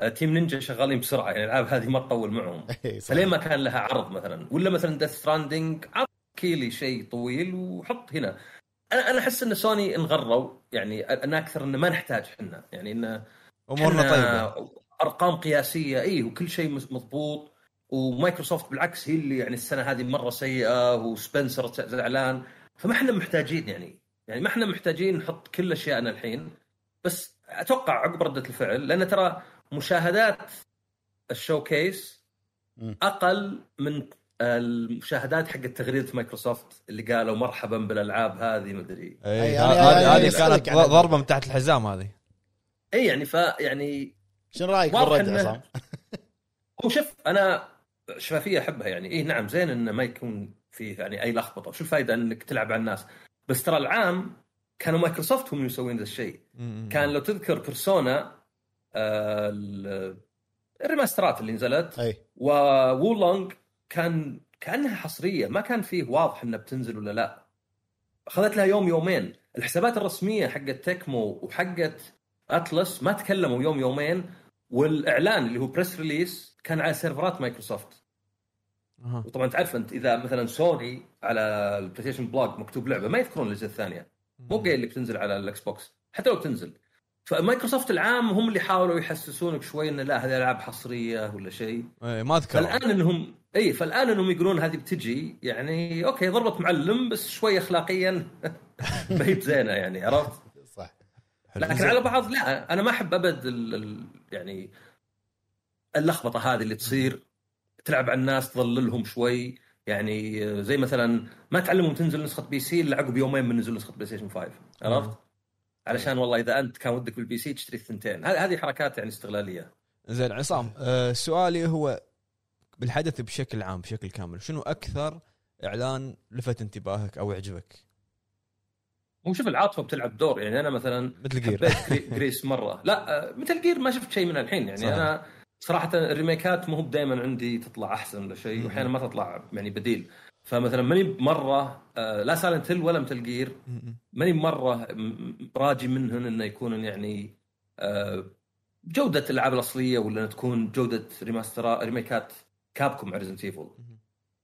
[SPEAKER 6] آه، تيم نينجا شغالين بسرعه يعني الالعاب هذه ما تطول معهم
[SPEAKER 3] إيه، صح.
[SPEAKER 6] فليه ما كان لها عرض مثلا ولا مثلا ديث ستراندنج عرض كيلي شيء طويل وحط هنا انا انا احس ان سوني انغروا يعني انا اكثر انه ما نحتاج احنا يعني انه
[SPEAKER 1] امورنا طيبه
[SPEAKER 3] يعني
[SPEAKER 6] إحنا ارقام قياسيه اي إيه، وكل شيء مز- مضبوط ومايكروسوفت بالعكس هي اللي يعني السنه هذه مره سيئه وسبنسر ت- زعلان فما احنا محتاجين يعني يعني ما احنا محتاجين نحط كل اشيائنا الحين بس اتوقع عقب رده الفعل لان ترى مشاهدات الشوكيس
[SPEAKER 3] مم.
[SPEAKER 6] اقل من المشاهدات حق تغريده مايكروسوفت اللي قالوا مرحبا بالالعاب هذه مدري
[SPEAKER 1] إي،
[SPEAKER 3] أي-
[SPEAKER 1] ه-
[SPEAKER 3] أنا-
[SPEAKER 1] إيه، هذه
[SPEAKER 3] أنا-
[SPEAKER 1] هذه
[SPEAKER 3] أنا
[SPEAKER 1] كانت
[SPEAKER 3] أسألك يعني. عن-
[SPEAKER 1] ضربه من تحت الحزام هذه
[SPEAKER 6] اي يعني فيعني
[SPEAKER 3] شنو رايك
[SPEAKER 6] واضح
[SPEAKER 3] بالرد
[SPEAKER 6] إنه-
[SPEAKER 3] عصام؟
[SPEAKER 6] هو شوف انا شفافيه احبها يعني اي نعم زين انه ما يكون فيه يعني اي لخبطه شو الفائده انك تلعب على الناس بس ترى العام كانوا مايكروسوفت هم اللي يسوون ذا الشيء
[SPEAKER 1] مم.
[SPEAKER 6] كان لو تذكر بيرسونا آه، ال- الريماسترات اللي نزلت
[SPEAKER 3] اي
[SPEAKER 6] وولونج كان كانها حصريه ما كان فيه واضح انها بتنزل ولا لا اخذت لها يوم يومين الحسابات الرسميه حقت تكمو وحقت اتلس ما تكلموا يوم يومين والاعلان اللي هو بريس ريليس كان على سيرفرات مايكروسوفت
[SPEAKER 1] أها.
[SPEAKER 6] وطبعا تعرف انت اذا مثلا سوني على البلاي ستيشن بلوج مكتوب لعبه ما يذكرون الاجهزه الثانيه مو قايل لك تنزل على الاكس بوكس حتى لو بتنزل فمايكروسوفت العام هم اللي حاولوا يحسسونك شوي ان لا هذه العاب حصريه ولا شيء
[SPEAKER 1] إي، إيه، ما اذكر
[SPEAKER 6] فالان انهم اي فالان انهم يقولون هذه بتجي يعني اوكي ضربت معلم بس شوي اخلاقيا ما هي بزينه يعني عرفت؟
[SPEAKER 3] صح
[SPEAKER 6] لكن على بعض لا انا ما احب ابد ال ال يعني اللخبطه هذه اللي تصير تلعب على الناس تضللهم شوي يعني زي مثلا ما تعلمهم تنزل نسخه بي سي الا عقب يومين من نزول نسخه بلاي ستيشن 5 عرفت؟ علشان والله اذا انت كان ودك بالبي سي تشتري الثنتين هذه هذه حركات يعني استغلاليه
[SPEAKER 1] زين عصام آه، سؤالي هو بالحدث بشكل عام بشكل كامل شنو اكثر اعلان لفت انتباهك او عجبك
[SPEAKER 6] وشوف العاطفه بتلعب دور يعني انا مثلا
[SPEAKER 1] مثل جير
[SPEAKER 6] حبيت جري- جريس مره لا آه، مثل جير ما شفت شيء من الحين يعني
[SPEAKER 1] صحيح.
[SPEAKER 6] صحيح. انا صراحه الريميكات مو دائما عندي تطلع احسن ولا شيء واحيانا ما تطلع يعني بديل فمثلا ماني مره آه، لا سايلنت هيل ولا مثل جير ماني مره م- راجي منهن انه يكون يعني آه، جوده الالعاب الاصليه ولا إنها تكون جوده ريماستر ريميكات كابكم ريزنت ايفل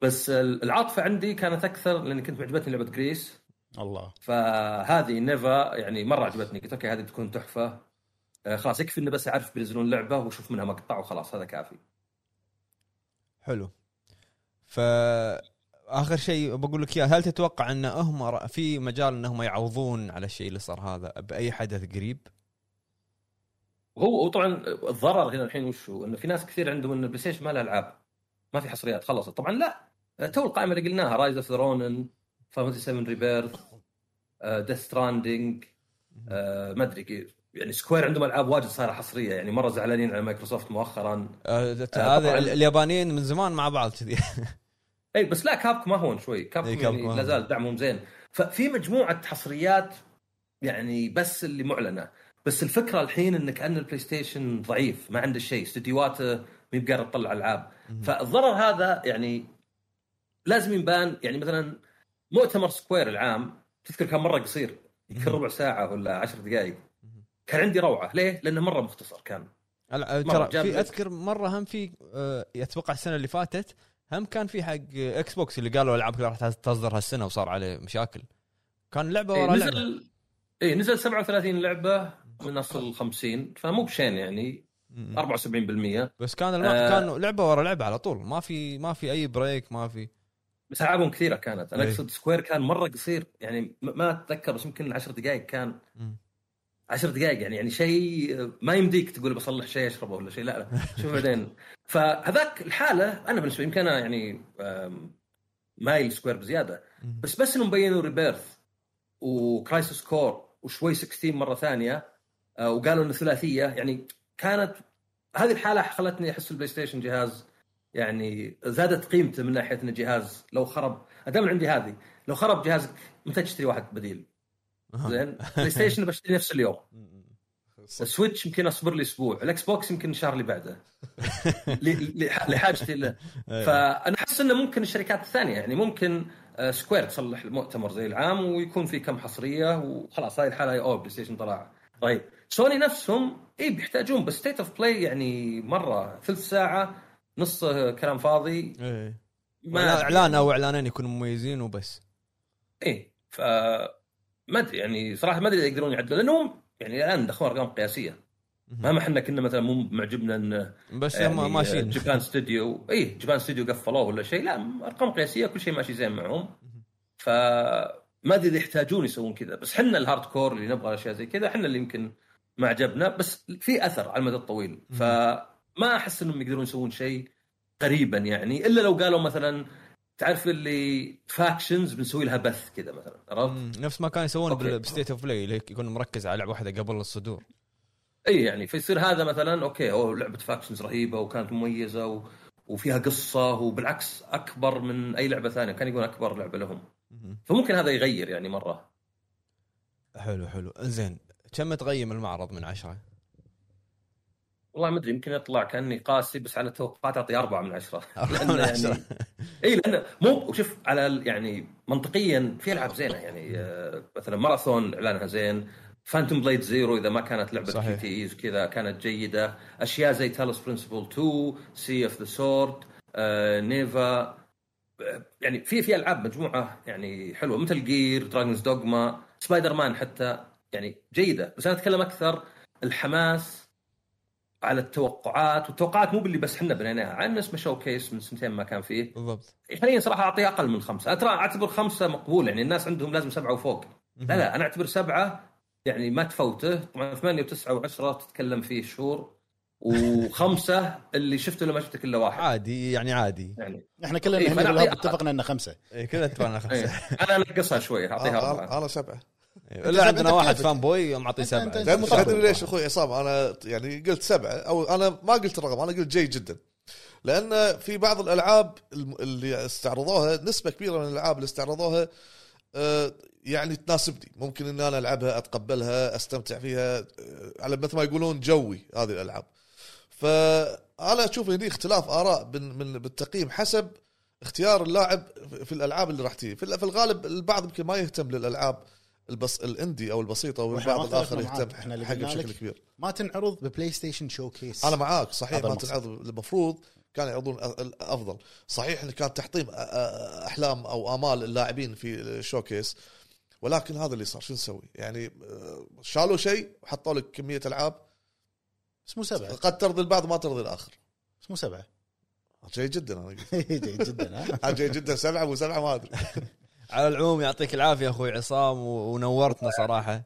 [SPEAKER 6] بس العاطفه عندي كانت اكثر لاني كنت معجبتني لعبه جريس
[SPEAKER 3] الله
[SPEAKER 6] فهذه نيفا يعني مره عجبتني قلت اوكي هذه بتكون تحفه آه، خلاص يكفي انه بس اعرف بينزلون لعبه واشوف منها مقطع وخلاص هذا كافي
[SPEAKER 1] حلو فا اخر شيء بقول لك اياه هل تتوقع ان هم ر- في مجال انهم يعوضون على الشيء اللي صار هذا باي حدث قريب؟
[SPEAKER 6] وهو هو طبعا الضرر هنا الحين وش هو؟ انه في ناس كثير عندهم ان البلاي ستيشن ما له العاب ما في حصريات خلصت طبعا لا آه، تو القائمه اللي قلناها رايز اوف ذا رونن فانتسي 7 ريبيرث ديث ستراندنج ما ادري كيف. يعني سكوير عندهم العاب واجد صايره حصريه يعني مره زعلانين على مايكروسوفت مؤخرا
[SPEAKER 1] آه، ت-
[SPEAKER 6] آه،
[SPEAKER 1] هذا
[SPEAKER 6] طبعاً.
[SPEAKER 1] ال- اليابانيين من زمان مع بعض كذي
[SPEAKER 6] اي إيه، بس لا كابكم اهون شوي كابكم
[SPEAKER 1] إي،
[SPEAKER 6] يعني
[SPEAKER 1] إيه، كابكوم
[SPEAKER 6] لا
[SPEAKER 1] أهون.
[SPEAKER 6] زال دعمهم زين ففي مجموعه حصريات يعني بس اللي معلنه بس الفكره الحين ان كان البلاي ستيشن ضعيف ما عنده شيء استديوهاته ما بقادر تطلع العاب فالضرر هذا يعني لازم يبان يعني مثلا مؤتمر سكوير العام تذكر كان مره قصير يمكن ربع ساعه ولا عشر دقائق كان عندي روعه ليه؟ لانه مره مختصر كان
[SPEAKER 1] الع-
[SPEAKER 6] مرة
[SPEAKER 1] ترى
[SPEAKER 6] جاب
[SPEAKER 1] في
[SPEAKER 6] لك.
[SPEAKER 1] اذكر مره هم في آه، اتوقع السنه اللي فاتت هم كان في حق اكس بوكس اللي قالوا العاب كلها راح تصدر هالسنه وصار عليه مشاكل كان لعبه
[SPEAKER 6] إيه،
[SPEAKER 1] ورا لعبه
[SPEAKER 6] نزل اي نزل 37 لعبه من اصل 50 فمو بشين يعني
[SPEAKER 1] مم.
[SPEAKER 6] 74%
[SPEAKER 1] بس كان الم...
[SPEAKER 6] آه.
[SPEAKER 1] كان لعبه ورا لعبه على طول ما في ما في اي بريك ما في
[SPEAKER 6] بس العابهم كثيره كانت انا
[SPEAKER 1] إيه.
[SPEAKER 6] اقصد سكوير كان مره قصير يعني م- ما اتذكر بس يمكن 10 دقائق كان
[SPEAKER 1] مم.
[SPEAKER 6] 10 دقائق يعني يعني شيء ما يمديك تقول بصلح شيء اشربه ولا شيء لا لا شوف بعدين فهذاك الحاله انا بالنسبه لي يمكن انا يعني آم، مايل سكوير بزياده
[SPEAKER 1] مم.
[SPEAKER 6] بس بس انهم بينوا ريبيرث وكرايسس كور وشوي 16 مره ثانيه آه، وقالوا انه ثلاثيه يعني كانت هذه الحاله خلتني احس البلاي ستيشن جهاز يعني زادت قيمته من ناحيه انه جهاز لو خرب دائما عندي هذه لو خرب جهازك متى تشتري واحد بديل؟ زين بلاي ستيشن بشتري نفس اليوم السويتش يمكن اصبر لي اسبوع الاكس بوكس يمكن الشهر اللي بعده ل- ل- لحاجتي له فانا احس انه ممكن الشركات الثانيه يعني ممكن آه، سكوير تصلح المؤتمر زي العام ويكون في كم حصريه وخلاص هاي الحاله او بلاي ستيشن طلع رهيب سوني نفسهم اي بيحتاجون بس ستيت اوف بلاي يعني مره ثلث ساعه نص آه، كلام فاضي
[SPEAKER 1] إيه.
[SPEAKER 6] ما
[SPEAKER 1] إعلان- اعلان او اعلانين يكونوا مميزين وبس
[SPEAKER 6] اي إيه، ف ما ادري يعني صراحه ما ادري اذا يقدرون يعدلون لانهم يعني الان دخلوا ارقام قياسيه مهما احنا كنا مثلا مو معجبنا ان
[SPEAKER 1] بس
[SPEAKER 6] يعني
[SPEAKER 1] هم ماشيين
[SPEAKER 6] جبان ستوديو اي جبان ستوديو قفلوه ولا شيء لا ارقام قياسيه كل شيء ماشي زين معهم فما ادري اذا يحتاجون يسوون كذا بس احنا الهارد كور اللي نبغى اشياء زي كذا احنا اللي يمكن ما عجبنا بس في اثر على المدى الطويل فما احس انهم يقدرون يسوون شيء قريبا يعني الا لو قالوا مثلا تعرف اللي فاكشنز بنسوي لها بث كذا مثلا عرفت؟
[SPEAKER 1] مم. نفس ما كانوا يسوون
[SPEAKER 6] أوكي.
[SPEAKER 1] بال- بستيت اوف بلاي اللي يكون مركز على لعبه واحده قبل الصدور
[SPEAKER 6] اي يعني فيصير هذا مثلا اوكي او لعبه فاكشنز رهيبه وكانت مميزه و... وفيها قصه وبالعكس اكبر من اي لعبه ثانيه كان يقول اكبر لعبه لهم فممكن هذا يغير يعني مره
[SPEAKER 1] حلو حلو زين كم تقيم المعرض من عشرة؟
[SPEAKER 6] والله ما ادري يمكن يطلع كاني قاسي بس على التوقعات اعطي اربعه من عشره
[SPEAKER 1] أربعة
[SPEAKER 6] لأنه
[SPEAKER 1] من عشرة.
[SPEAKER 6] اي لانه مو شوف على ال- يعني منطقيا في العاب زينه يعني آه، مثلا ماراثون اعلانها زين فانتوم بليد زيرو اذا ما كانت لعبه جي
[SPEAKER 1] صحيح.
[SPEAKER 6] تي ايز كذا E كانت جيده اشياء زي تالوس برنسبل 2 سي اوف ذا سورد نيفا آه، يعني في في العاب مجموعه يعني حلوه مثل جير دراجونز دوغما سبايدر مان حتى يعني جيده بس انا اتكلم اكثر الحماس على التوقعات والتوقعات مو باللي بس احنا بنيناها عن اسمه شو كيس من سنتين ما كان فيه
[SPEAKER 1] بالضبط
[SPEAKER 6] خليني صراحه اعطيه اقل من خمسه أنا ترى اعتبر خمسه مقبول يعني الناس عندهم لازم سبعه وفوق لا لا انا اعتبر سبعه يعني ما تفوته طبعا ثمانيه وتسعه وعشره تتكلم فيه شهور وخمسه اللي شفته لما شفتك الا واحد
[SPEAKER 1] عادي يعني عادي
[SPEAKER 6] يعني
[SPEAKER 3] احنا كلنا
[SPEAKER 6] إيه،
[SPEAKER 3] هنا
[SPEAKER 6] فأنا
[SPEAKER 3] بالهب
[SPEAKER 6] أعطيه-
[SPEAKER 3] اتفقنا انه خمسه
[SPEAKER 1] إيه، كذا اتفقنا خمسة
[SPEAKER 6] إيه. انا انقصها شوي اعطيها
[SPEAKER 4] أنا-
[SPEAKER 6] اربعه
[SPEAKER 4] أنا- انا سبعه
[SPEAKER 1] لا إيه، عندنا
[SPEAKER 3] أنت
[SPEAKER 1] واحد
[SPEAKER 3] كيفك.
[SPEAKER 1] فان بوي معطي
[SPEAKER 3] أنت-
[SPEAKER 1] سبعه
[SPEAKER 3] أنت-
[SPEAKER 4] لان
[SPEAKER 3] صح.
[SPEAKER 4] تدري ليش اخوي عصام انا يعني قلت سبعه او انا ما قلت الرقم انا قلت جيد جدا لان في بعض الالعاب الم- اللي استعرضوها نسبه كبيره من الالعاب اللي استعرضوها آه، يعني تناسبني ممكن ان انا العبها اتقبلها استمتع فيها آه، على مثل ما يقولون جوي هذه الالعاب فانا اشوف هني اختلاف اراء بن- من بالتقييم حسب اختيار اللاعب في- في الالعاب اللي راح تجي في ال- في الغالب البعض يمكن ما يهتم للالعاب البس الاندي او البسيطه
[SPEAKER 3] وإحنا ما
[SPEAKER 4] والبعض
[SPEAKER 3] اختلفنا
[SPEAKER 4] الاخر
[SPEAKER 3] معاك.
[SPEAKER 4] يهتم
[SPEAKER 3] إحنا اللي
[SPEAKER 4] حقه
[SPEAKER 3] قلنا
[SPEAKER 4] بشكل
[SPEAKER 3] لك.
[SPEAKER 4] كبير
[SPEAKER 3] ما تنعرض ببلاي ستيشن شو كيس
[SPEAKER 4] انا معاك صحيح
[SPEAKER 3] هذا
[SPEAKER 4] ما
[SPEAKER 3] المقصد.
[SPEAKER 4] تنعرض المفروض كان يعرضون أ- الافضل صحيح انه كان تحطيم أ- أ- احلام او امال اللاعبين في الشوكيس ولكن هذا اللي صار شو نسوي يعني آه، شالوا شيء وحطوا لك كميه العاب
[SPEAKER 3] بس مو سبعه
[SPEAKER 4] قد ترضي البعض ما ترضي الاخر
[SPEAKER 3] بس مو سبعه
[SPEAKER 4] جيد جدا انا قلت.
[SPEAKER 3] جيد جدا ها؟
[SPEAKER 4] عاد جيد جدا سبعه مو سبعه ما ادري
[SPEAKER 1] على العموم يعطيك العافيه اخوي عصام و- ونورتنا صراحه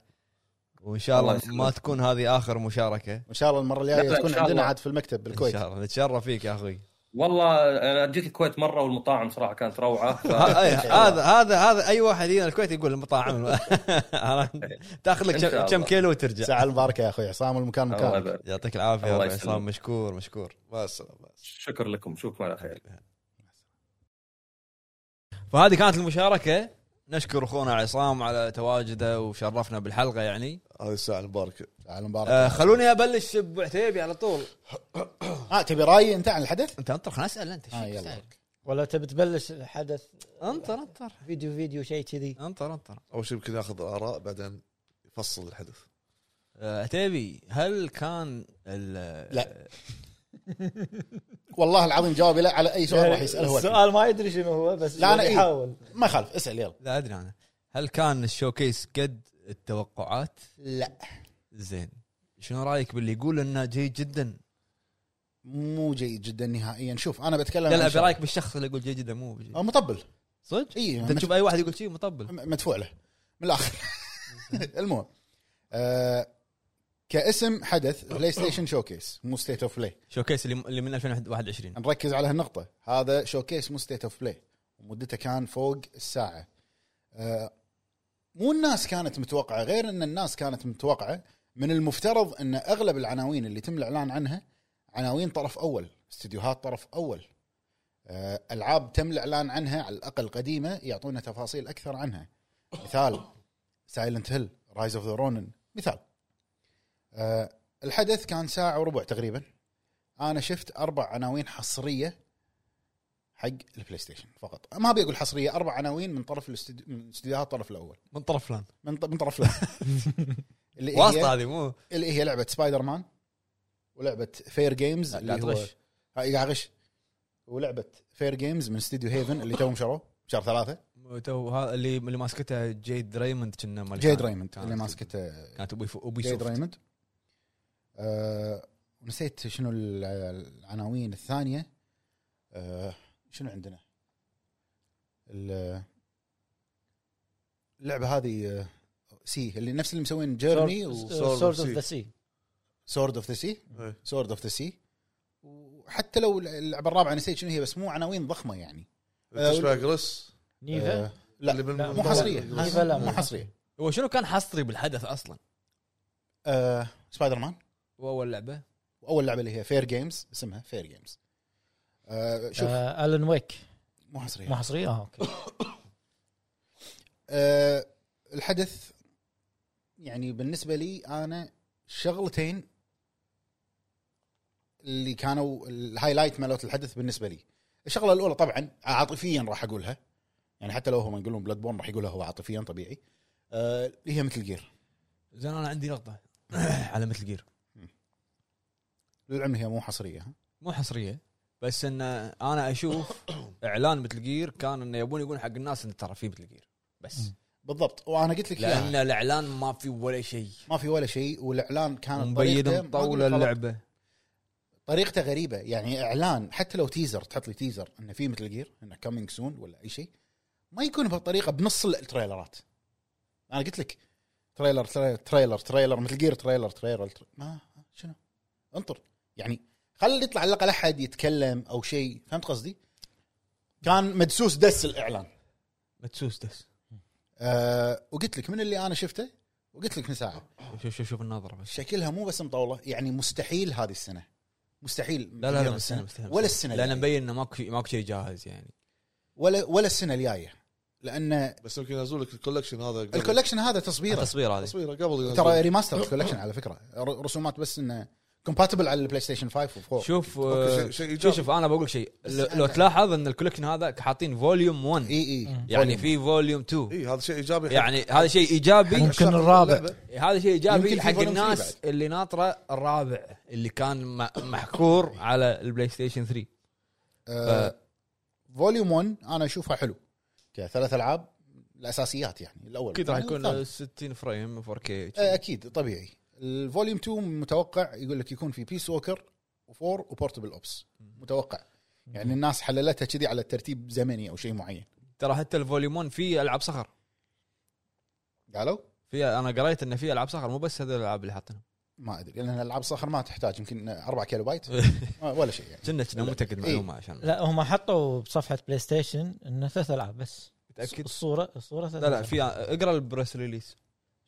[SPEAKER 1] وان شاء
[SPEAKER 6] الله
[SPEAKER 1] الله ما
[SPEAKER 6] يسلمك.
[SPEAKER 1] تكون هذه اخر مشاركه
[SPEAKER 3] وان شاء الله المره
[SPEAKER 6] لا
[SPEAKER 3] الجايه
[SPEAKER 6] لا، إن
[SPEAKER 3] تكون
[SPEAKER 6] شاء
[SPEAKER 3] عندنا
[SPEAKER 6] الله.
[SPEAKER 3] عاد في المكتب
[SPEAKER 1] ان
[SPEAKER 3] بالكويت
[SPEAKER 1] شاء الله نتشرف فيك يا اخوي
[SPEAKER 6] والله انا جيت الكويت مره والمطاعم صراحه كانت روعه ف...
[SPEAKER 1] ه- آه، أي- هذا هذا هذا اي واحد هنا الكويت يقول المطاعم تاخذ
[SPEAKER 6] إن شاء
[SPEAKER 1] لك
[SPEAKER 6] الله.
[SPEAKER 1] كم كيلو وترجع
[SPEAKER 3] ساعة المباركة يا اخوي عصام المكان
[SPEAKER 6] الله
[SPEAKER 3] مكان
[SPEAKER 6] يبارك.
[SPEAKER 1] يعطيك العافيه
[SPEAKER 6] الله
[SPEAKER 1] أبو
[SPEAKER 6] يسلمك.
[SPEAKER 1] عصام مشكور مشكور
[SPEAKER 4] مع السلامه
[SPEAKER 6] شكر لكم نشوفكم على خير
[SPEAKER 1] فهذه كانت المشاركه نشكر اخونا عصام على تواجده وشرفنا بالحلقه يعني
[SPEAKER 4] هذه الساعه المباركه
[SPEAKER 3] ساعة المباركة
[SPEAKER 1] آه خلوني ابلش بعتيبي على طول
[SPEAKER 3] اه تبي رايي انت عن الحدث؟
[SPEAKER 1] انت انطر خلنا اسال انت
[SPEAKER 3] آه،
[SPEAKER 1] شو
[SPEAKER 3] يلا.
[SPEAKER 1] مستعجل؟
[SPEAKER 2] ولا تبي تبلش حدث
[SPEAKER 1] انطر انطر
[SPEAKER 2] فيديو فيديو شيء كذي
[SPEAKER 1] انطر انطر
[SPEAKER 4] اول شيء يمكن ياخذ اراء بعدين يفصل الحدث
[SPEAKER 1] آه، عتيبي هل كان ال-
[SPEAKER 3] لا. والله العظيم جوابي لا على اي سؤال راح يساله هو
[SPEAKER 2] السؤال ما يدري شنو هو بس
[SPEAKER 3] لا، أنا إيه.
[SPEAKER 2] يحاول
[SPEAKER 3] ما يخالف اسال يلا
[SPEAKER 1] لا ادري انا هل كان الشوكيس قد التوقعات
[SPEAKER 3] لا
[SPEAKER 1] زين شنو رايك باللي يقول انه جيد جدا
[SPEAKER 3] مو جيد جدا نهائيا شوف انا بتكلم
[SPEAKER 1] لا
[SPEAKER 3] عن
[SPEAKER 1] لا
[SPEAKER 3] شغلة.
[SPEAKER 1] برايك بالشخص اللي يقول جيد جدا مو بجيد.
[SPEAKER 3] آه، مطبل
[SPEAKER 1] صدق
[SPEAKER 3] اي
[SPEAKER 1] انت تشوف اي واحد يقول شيء مطبل
[SPEAKER 3] م- مدفوع له من الاخر المهم آه كاسم حدث بلاي ستيشن شوكيس مو ستيت اوف بلاي
[SPEAKER 1] شوكيس اللي اللي من 2021
[SPEAKER 3] نركز على هالنقطة هذا شوكيس مو ستيت اوف بلاي ومدته كان فوق الساعة آه، مو الناس كانت متوقعة غير ان الناس كانت متوقعة من المفترض ان اغلب العناوين اللي تم الاعلان عنها عناوين طرف اول استديوهات طرف اول آه، العاب تم الاعلان عنها على الاقل قديمة يعطونا تفاصيل اكثر عنها مثال سايلنت هيل رايز اوف ذا رونن مثال آه، الحدث كان ساعة وربع تقريبا انا شفت اربع عناوين حصريه حق البلاي ستيشن فقط ما ابي اقول حصريه اربع عناوين من طرف الاستديو- من استديوهات الطرف الاول
[SPEAKER 1] من طرف فلان
[SPEAKER 3] من ط- من طرف لا اللي
[SPEAKER 1] واسطه
[SPEAKER 3] هي
[SPEAKER 1] هذه مو
[SPEAKER 3] اللي هي لعبه سبايدر مان ولعبه فير جيمز
[SPEAKER 1] لا،
[SPEAKER 3] اللي
[SPEAKER 1] قاعد
[SPEAKER 3] هو
[SPEAKER 1] تغش.
[SPEAKER 3] هاي قاعد غش ولعبه فير جيمز من استديو هيفن اللي توهم شروه شهر ثلاثه
[SPEAKER 1] تو هذا اللي اللي ماسكته جيد ريموند كنا مال
[SPEAKER 3] جيد
[SPEAKER 1] كان-
[SPEAKER 3] ريموند
[SPEAKER 1] كانت-
[SPEAKER 3] اللي ماسكته
[SPEAKER 1] كانت ابوي ابوي
[SPEAKER 3] جيد
[SPEAKER 1] سوفت
[SPEAKER 3] ريموند آه، ونسيت شنو ال- العناوين الثانيه آه، شنو عندنا ال- اللعبه هذه آه، سي اللي نفس اللي مسوين جيرني
[SPEAKER 4] Sword
[SPEAKER 2] سورد
[SPEAKER 4] of
[SPEAKER 2] اوف
[SPEAKER 4] Sea.
[SPEAKER 2] ذا سي
[SPEAKER 3] وسورد اوف ذا سي
[SPEAKER 4] إيه.
[SPEAKER 3] سورد اوف ذا سي وحتى لو اللعبه الرابعه نسيت شنو هي بس مو عناوين ضخمه يعني آه،
[SPEAKER 4] تشبه جرس
[SPEAKER 2] نيفا
[SPEAKER 3] آه، لا
[SPEAKER 4] اللي من-
[SPEAKER 3] مو
[SPEAKER 2] لا،
[SPEAKER 4] من-
[SPEAKER 3] حصريه
[SPEAKER 4] جريس.
[SPEAKER 2] نيفا لا،
[SPEAKER 3] مو
[SPEAKER 2] مو.
[SPEAKER 3] حصريه
[SPEAKER 1] هو شنو كان حصري بالحدث اصلا؟
[SPEAKER 3] آه، سبايدر مان
[SPEAKER 1] واول لعبه
[SPEAKER 3] واول لعبه اللي هي فير جيمز اسمها فير جيمز آه، شوف
[SPEAKER 2] آه، الن ويك
[SPEAKER 3] مو حصريه
[SPEAKER 2] مو حصريه اه اوكي
[SPEAKER 3] أه الحدث يعني بالنسبه لي انا شغلتين اللي كانوا الهايلايت مالت الحدث بالنسبه لي الشغله الاولى طبعا عاطفيا راح اقولها يعني حتى لو هم يقولون بلاد بورن راح يقولها هو عاطفيا طبيعي أه اللي هي مثل جير
[SPEAKER 1] زين انا عندي نقطه على مثل جير
[SPEAKER 3] للعلم هي مو حصريه ها؟
[SPEAKER 1] مو حصريه بس ان انا اشوف اعلان مثل جير كان انه يبون يقول حق الناس ان ترى في مثل جير بس
[SPEAKER 3] بالضبط وانا قلت لك
[SPEAKER 1] لان
[SPEAKER 3] إياها.
[SPEAKER 1] الاعلان ما في ولا شيء
[SPEAKER 3] ما في ولا شيء والاعلان كان
[SPEAKER 1] مبين مطول اللعبه
[SPEAKER 3] طريقته غريبه يعني اعلان حتى لو تيزر تحط لي تيزر انه في مثل جير انه كامينج سون ولا اي شيء ما يكون بهالطريقه بنص التريلرات انا قلت لك تريلر تريلر تريلر, تريلر مثل جير تريلر تريلر, تريلر ما شنو انطر يعني خلي يطلع على الاقل احد يتكلم او شيء فهمت قصدي؟ كان مدسوس دس الاعلان
[SPEAKER 1] متسوس دس
[SPEAKER 3] أه وقلت لك من اللي انا شفته وقلت لك من ساعه
[SPEAKER 1] شوف شوف شوف النظره بس
[SPEAKER 3] شكلها مو بس مطوله يعني مستحيل هذه السنه مستحيل
[SPEAKER 1] لا لا لا
[SPEAKER 3] مثل
[SPEAKER 1] بس
[SPEAKER 3] جير
[SPEAKER 1] أنا مستهم.
[SPEAKER 3] ولا يعني. السنه
[SPEAKER 1] لان
[SPEAKER 3] الجاية.
[SPEAKER 1] مبين انه ماكو شيء- ماكو شيء جاهز يعني
[SPEAKER 3] ولا ولا السنه الجايه لان
[SPEAKER 4] بس يمكن ينزلوا لك الكولكشن هذا قبل-
[SPEAKER 3] الكولكشن هذا تصبيره
[SPEAKER 1] التصوير هذا
[SPEAKER 4] تصويره قبل
[SPEAKER 3] ترى
[SPEAKER 4] ينزلوا.
[SPEAKER 3] ريماستر الكولكشن على فكره ر- رسومات بس انه كومباتبل على البلاي ستيشن 5 و4
[SPEAKER 1] شوف
[SPEAKER 4] أوكي،
[SPEAKER 1] آه،
[SPEAKER 4] شيء- شيء
[SPEAKER 1] شوف
[SPEAKER 4] إيجابي.
[SPEAKER 1] شوف انا بقول شيء
[SPEAKER 3] بس
[SPEAKER 1] لو-
[SPEAKER 3] أنا- إيه،
[SPEAKER 1] لو تلاحظ ان الكولكشن هذا حاطين فوليوم 1
[SPEAKER 3] اي اي
[SPEAKER 1] يعني في فوليوم
[SPEAKER 3] إيه.
[SPEAKER 1] 2
[SPEAKER 4] اي إيه، هذا شيء ايجابي حق-
[SPEAKER 1] يعني هذا شيء ايجابي
[SPEAKER 2] يمكن
[SPEAKER 4] حق
[SPEAKER 2] الرابع.
[SPEAKER 4] اللعبة.
[SPEAKER 1] هذا شيء
[SPEAKER 3] يمكن
[SPEAKER 1] ايجابي
[SPEAKER 3] في
[SPEAKER 1] حق
[SPEAKER 3] فوليوم
[SPEAKER 1] الناس
[SPEAKER 3] ثري
[SPEAKER 1] اللي ناطره الرابع اللي كان م- محكور على البلاي ستيشن 3
[SPEAKER 3] آه، فوليوم 1 انا اشوفها حلو كثلاث العاب الاساسيات يعني الاول
[SPEAKER 1] اكيد راح
[SPEAKER 3] يعني
[SPEAKER 1] يكون
[SPEAKER 3] الثاني.
[SPEAKER 1] 60 فريم 4K
[SPEAKER 3] آه، اكيد طبيعي الفوليوم 2 متوقع يقول لك يكون في بيس ووكر و4 وبورتبل اوبس متوقع يعني الناس حللتها كذي على ترتيب زمني او شيء معين
[SPEAKER 1] ترى حتى الفوليوم 1 فيه العاب صخر
[SPEAKER 3] قالوا
[SPEAKER 1] في انا قريت انه في العاب صخر مو بس هذول الالعاب اللي حاطينهم
[SPEAKER 3] ما ادري لان العاب صخر ما تحتاج يمكن 4 كيلو بايت ما- ولا شيء يعني
[SPEAKER 1] كنا كنا متاكد من
[SPEAKER 3] إيه.
[SPEAKER 1] المعلومه عشان
[SPEAKER 7] لا هم حطوا بصفحه بلاي ستيشن انه ثلاث العاب بس
[SPEAKER 1] متاكد
[SPEAKER 7] الصوره الصوره ثلاث
[SPEAKER 1] لا لا
[SPEAKER 7] ألعاب.
[SPEAKER 1] في اقرا البريس ريليس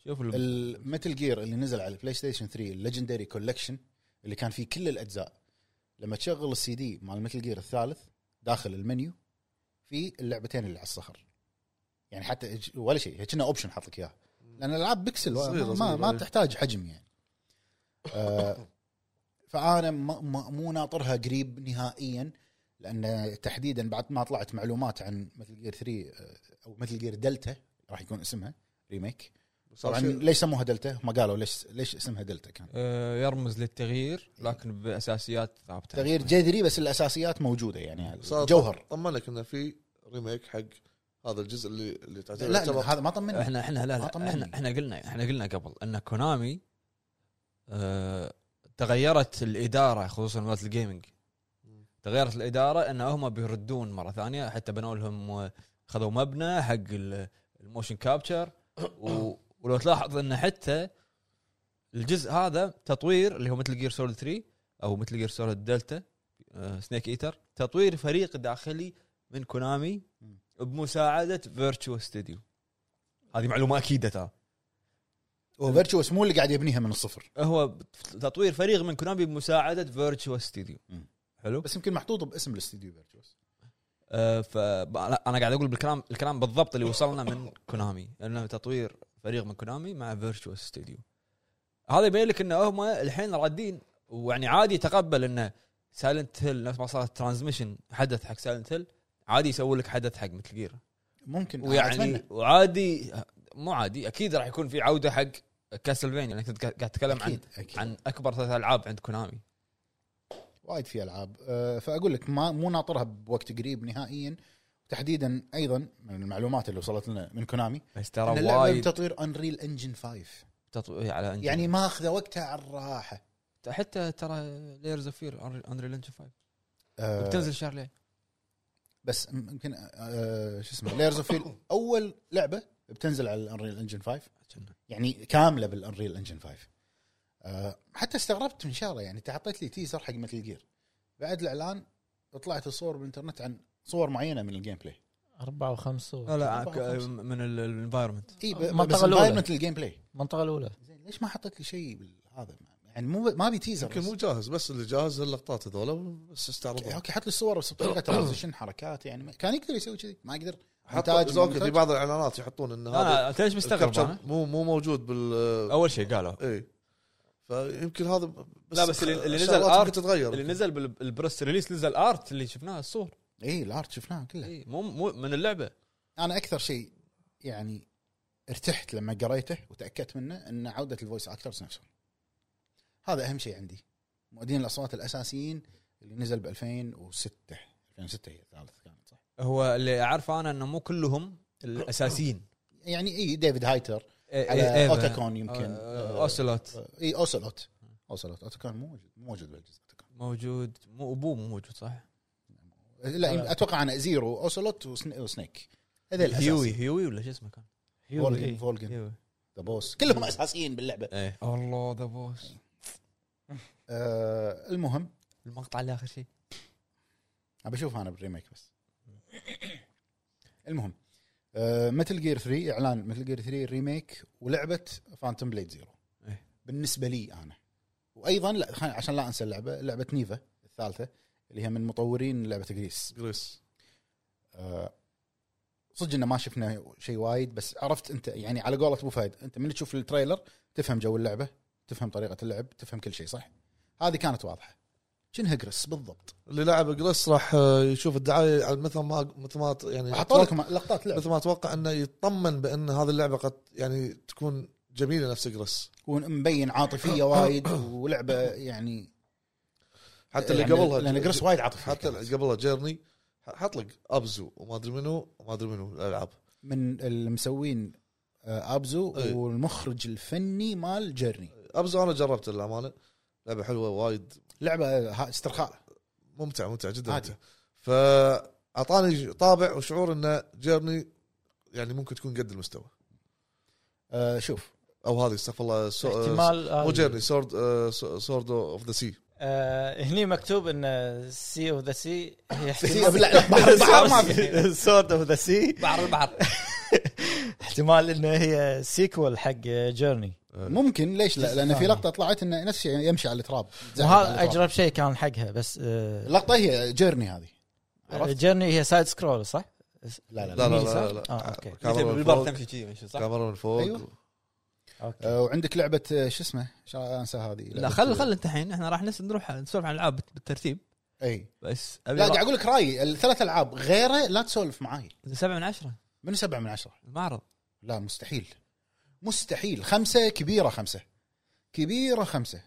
[SPEAKER 1] شوف ال-
[SPEAKER 3] المتل جير اللي نزل على البلاي ستيشن 3 الليجندري كولكشن اللي كان فيه كل الاجزاء لما تشغل السي دي مال المتل جير الثالث داخل المنيو في اللعبتين اللي على الصخر يعني حتى إج- ولا شيء كنا اوبشن حاط لك اياه لان الالعاب بيكسل
[SPEAKER 4] صغيرة،
[SPEAKER 3] ما, ما,
[SPEAKER 4] صغيرة، إيه.
[SPEAKER 3] ما
[SPEAKER 4] أي.
[SPEAKER 3] تحتاج حجم يعني آه فانا ما- ما- مو ناطرها قريب نهائيا لان تحديدا بعد ما طلعت معلومات عن مثل جير 3 آه، او مثل جير دلتا راح يكون اسمها ريميك طبعا ليش سموها دلتا؟ ما قالوا ليش ليش اسمها دلتا كان
[SPEAKER 1] آه، يرمز للتغيير لكن باساسيات ثابته
[SPEAKER 3] تغيير جذري بس الاساسيات موجوده يعني
[SPEAKER 4] صار-
[SPEAKER 3] جوهر
[SPEAKER 4] طمنك انه في ريميك حق هذا الجزء اللي اللي تعتبر
[SPEAKER 3] لا
[SPEAKER 4] يعتبر-
[SPEAKER 3] هذا ما طمني
[SPEAKER 1] احنا احنا لا
[SPEAKER 3] ما
[SPEAKER 1] لا
[SPEAKER 3] طمني.
[SPEAKER 1] احنا احنا قلنا احنا قلنا قبل ان كونامي آه تغيرت الاداره خصوصا مالت الجيمنج تغيرت الاداره ان هم بيردون مره ثانيه حتى بنوا لهم آه، خذوا مبنى حق ال- الموشن كابتشر و- ولو تلاحظ ان حتى الجزء هذا تطوير اللي هو مثل جير سوليد 3 او مثل جير سوليد دلتا سنيك ايتر آه، تطوير فريق داخلي من كونامي بمساعده فيرتشو ستوديو هذه معلومه اكيده ترى
[SPEAKER 3] فيرتشوس مو اللي قاعد يبنيها من الصفر
[SPEAKER 1] هو تطوير فريق من كونامي بمساعده فيرتشو ستوديو
[SPEAKER 3] مم.
[SPEAKER 1] حلو
[SPEAKER 3] بس يمكن محطوط باسم الاستديو فيرتشوس
[SPEAKER 1] آه ف لا، انا قاعد اقول بالكلام الكلام بالضبط اللي وصلنا من كونامي انه تطوير فريق من كونامي مع فيرتشو ستوديو هذا يبين لك انه هم الحين رادين ويعني عادي يتقبل انه سايلنت هيل نفس ما صارت ترانزميشن حدث حق سايلنت هيل عادي يسوي لك حدث حق مثل جير
[SPEAKER 3] ممكن أنا
[SPEAKER 1] ويعني
[SPEAKER 3] أتمنى.
[SPEAKER 1] وعادي مو عادي اكيد راح يكون في عوده حق كاسلفينيا لانك أنت قاعد تتكلم عن
[SPEAKER 3] اكيد اكيد
[SPEAKER 1] عن اكبر ثلاث العاب عند كونامي
[SPEAKER 3] وايد في العاب أه، فاقول لك ما مو ناطرها بوقت قريب نهائيا تحديدا ايضا من المعلومات اللي وصلت لنا من كونامي
[SPEAKER 1] بس
[SPEAKER 3] ان
[SPEAKER 1] ترى
[SPEAKER 3] اللعبه
[SPEAKER 1] وايد
[SPEAKER 3] بتطوير انريل انجن 5
[SPEAKER 1] تطوير على أنجل.
[SPEAKER 3] يعني ماخذه وقتها على الراحه
[SPEAKER 1] حتى ترى ليرز اوف فير انريل انجن 5
[SPEAKER 3] أه،
[SPEAKER 1] بتنزل الشهر ليه
[SPEAKER 3] بس يمكن أه، شو اسمه لايرز اوف اول لعبه بتنزل على الانريل انجن 5 يعني كامله بالانريل انجن 5 أه، حتى استغربت من شغله يعني تعطيت لي تيزر حق مثل جير بعد الاعلان طلعت الصور بالانترنت عن صور معينه من الجيم بلاي
[SPEAKER 7] اربعه وخمسه
[SPEAKER 1] لا لا
[SPEAKER 3] أربعة
[SPEAKER 1] ك-
[SPEAKER 3] وخمسة.
[SPEAKER 1] من الانفايرمنت
[SPEAKER 3] اي ب-
[SPEAKER 7] منطقة
[SPEAKER 3] بس
[SPEAKER 7] الأولى.
[SPEAKER 3] environment الجيم بلاي
[SPEAKER 7] المنطقه الاولى
[SPEAKER 3] زين ليش ما حطيت لي شيء بال- هذا يعني مو ما ابي تيزر
[SPEAKER 4] يمكن مو
[SPEAKER 3] بس.
[SPEAKER 4] جاهز بس اللي جاهز اللقطات هذول بس استعرضها
[SPEAKER 3] اوكي حط لي الصور بس بطريقه ترانزيشن حركات يعني ما- كان يقدر يسوي كذي ما يقدر
[SPEAKER 4] حتى
[SPEAKER 3] مونتاج.
[SPEAKER 4] في بعض الاعلانات يحطون ان هذا
[SPEAKER 1] انا أنت ليش مستغرب
[SPEAKER 4] الكابتشر
[SPEAKER 1] أنا؟
[SPEAKER 4] مو مو موجود بال
[SPEAKER 1] اول شيء قالوا
[SPEAKER 4] اي إيه. فيمكن هذا بس
[SPEAKER 1] لا، بس اللي- اللي نزل
[SPEAKER 4] شغلات
[SPEAKER 1] آرت-
[SPEAKER 4] ممكن تتغير
[SPEAKER 1] اللي نزل بال- بالبرس ريليس نزل ارت اللي شفناها الصور
[SPEAKER 3] اي الارت شفناها كلها
[SPEAKER 1] إي، مو مو من اللعبه
[SPEAKER 3] انا اكثر شيء يعني ارتحت لما قريته وتاكدت منه ان عوده الفويس اكترز نفسهم هذا اهم شيء عندي مؤدين الاصوات الاساسيين اللي نزل ب 2006 2006 هي الثالث كانت صح
[SPEAKER 1] هو اللي اعرفه انا انه مو كلهم الاساسيين
[SPEAKER 3] يعني اي ديفيد هايتر
[SPEAKER 1] إيه، إيه،
[SPEAKER 3] على
[SPEAKER 1] إيفا.
[SPEAKER 3] اوتاكون يمكن
[SPEAKER 1] آه،
[SPEAKER 3] آه،
[SPEAKER 1] اوسلوت
[SPEAKER 3] آه، اي اوسلوت اوسلوت اوتاكون مو موجود مو موجود بالجزء اوتاكون
[SPEAKER 1] موجود مو ابوه مو موجود صح؟ آه.
[SPEAKER 3] لا اتوقع انا زيرو اوسلوت وسن- وسنيك هذول
[SPEAKER 1] هيوي
[SPEAKER 3] الاساسيين
[SPEAKER 1] هيوي ولا شو اسمه كان؟
[SPEAKER 3] فولجن فولجن
[SPEAKER 1] هيوي
[SPEAKER 3] ذا بوس كلهم اساسيين باللعبه
[SPEAKER 1] ايه الله ذا بوس
[SPEAKER 3] آه، المهم
[SPEAKER 1] المقطع اللي اخر شيء
[SPEAKER 3] ابى اشوف انا بالريميك بس المهم آه، متل جير 3 اعلان متل جير 3 ريميك ولعبه فانتوم بليد زيرو
[SPEAKER 1] إيه.
[SPEAKER 3] بالنسبه لي انا وايضا لا خل- عشان لا انسى اللعبه لعبه نيفا الثالثه اللي هي من مطورين لعبه جريس
[SPEAKER 4] جريس
[SPEAKER 3] آه، صدق انه ما شفنا شيء وايد بس عرفت انت يعني على قولة ابو فهد انت من تشوف التريلر تفهم جو اللعبه تفهم طريقه اللعب تفهم كل شيء صح هذه كانت واضحه شنها جريس بالضبط
[SPEAKER 4] اللي لعب جريس راح آه، يشوف الدعايه على مثل ما مثل ما يعني
[SPEAKER 3] حطوا لكم لقطات لعب
[SPEAKER 4] مثل ما اتوقع انه يطمن بان هذه اللعبه قد يعني تكون جميله نفس جريس
[SPEAKER 3] ومبين عاطفيه وايد ولعبه يعني
[SPEAKER 4] حتى اللي
[SPEAKER 3] يعني
[SPEAKER 4] قبلها
[SPEAKER 3] لان جرس وايد عاطفي
[SPEAKER 4] حتى
[SPEAKER 3] حتى
[SPEAKER 4] اللي قبلها جيرني ح- حط لك ابزو وما ادري منو وما ادري منو الالعاب
[SPEAKER 3] من المسوين آه، ابزو
[SPEAKER 4] إيه.
[SPEAKER 3] والمخرج الفني مال جيرني
[SPEAKER 4] ابزو انا جربت للامانه لعبه حلوه وايد
[SPEAKER 3] لعبه آه، ها- استرخاء
[SPEAKER 4] ممتع ممتع جدا
[SPEAKER 3] عادي.
[SPEAKER 4] ممتع فاعطاني طابع وشعور انه جيرني يعني ممكن تكون قد المستوى
[SPEAKER 3] آه، شوف
[SPEAKER 4] او هذه استغفر الله سو...
[SPEAKER 2] احتمال آه،
[SPEAKER 4] مو جيرني سورد آه، سو- سورد اوف ذا سي
[SPEAKER 2] آه هني مكتوب ان سي اوف ذا سي هي
[SPEAKER 3] لا، لا، بحر البحر ما في
[SPEAKER 2] سورد اوف ذا سي
[SPEAKER 1] بحر البحر
[SPEAKER 2] احتمال ان هي سيكول حق جيرني
[SPEAKER 4] إيه.
[SPEAKER 3] ممكن ليش لا لان في لقطه طلعت انه نفس الشيء يعني يمشي على التراب يتزحلق على
[SPEAKER 2] وهذا
[SPEAKER 3] التراب.
[SPEAKER 2] اجرب شيء كان حقها بس آه
[SPEAKER 3] اللقطه هي جيرني هذه عرفت؟
[SPEAKER 2] جيرني هي سايد سكرول صح؟
[SPEAKER 3] لا لا لا
[SPEAKER 4] لا لا
[SPEAKER 2] مين
[SPEAKER 4] لا
[SPEAKER 2] صار؟
[SPEAKER 4] لا
[SPEAKER 2] آه، أوكي.
[SPEAKER 4] كاميرا من
[SPEAKER 1] بالبر
[SPEAKER 4] فوق
[SPEAKER 1] تمشي شي صح؟
[SPEAKER 4] كاميرا من فوق
[SPEAKER 3] أيوة.
[SPEAKER 2] اوكي
[SPEAKER 3] آه، وعندك لعبه آه، شو اسمه شا- انسى هذه
[SPEAKER 1] لا
[SPEAKER 3] لعبة-
[SPEAKER 1] خل خل انت الحين احنا راح نس- نروح نسولف عن الالعاب بالترتيب
[SPEAKER 3] اي
[SPEAKER 1] بس
[SPEAKER 3] إيه. لا قاعد اقول لك رايي الثلاث العاب غيره لا تسولف معاي
[SPEAKER 1] سبعة من عشرة
[SPEAKER 3] من سبعه من عشره
[SPEAKER 1] المعرض
[SPEAKER 3] لا مستحيل مستحيل خمسه كبيره خمسه كبيره خمسه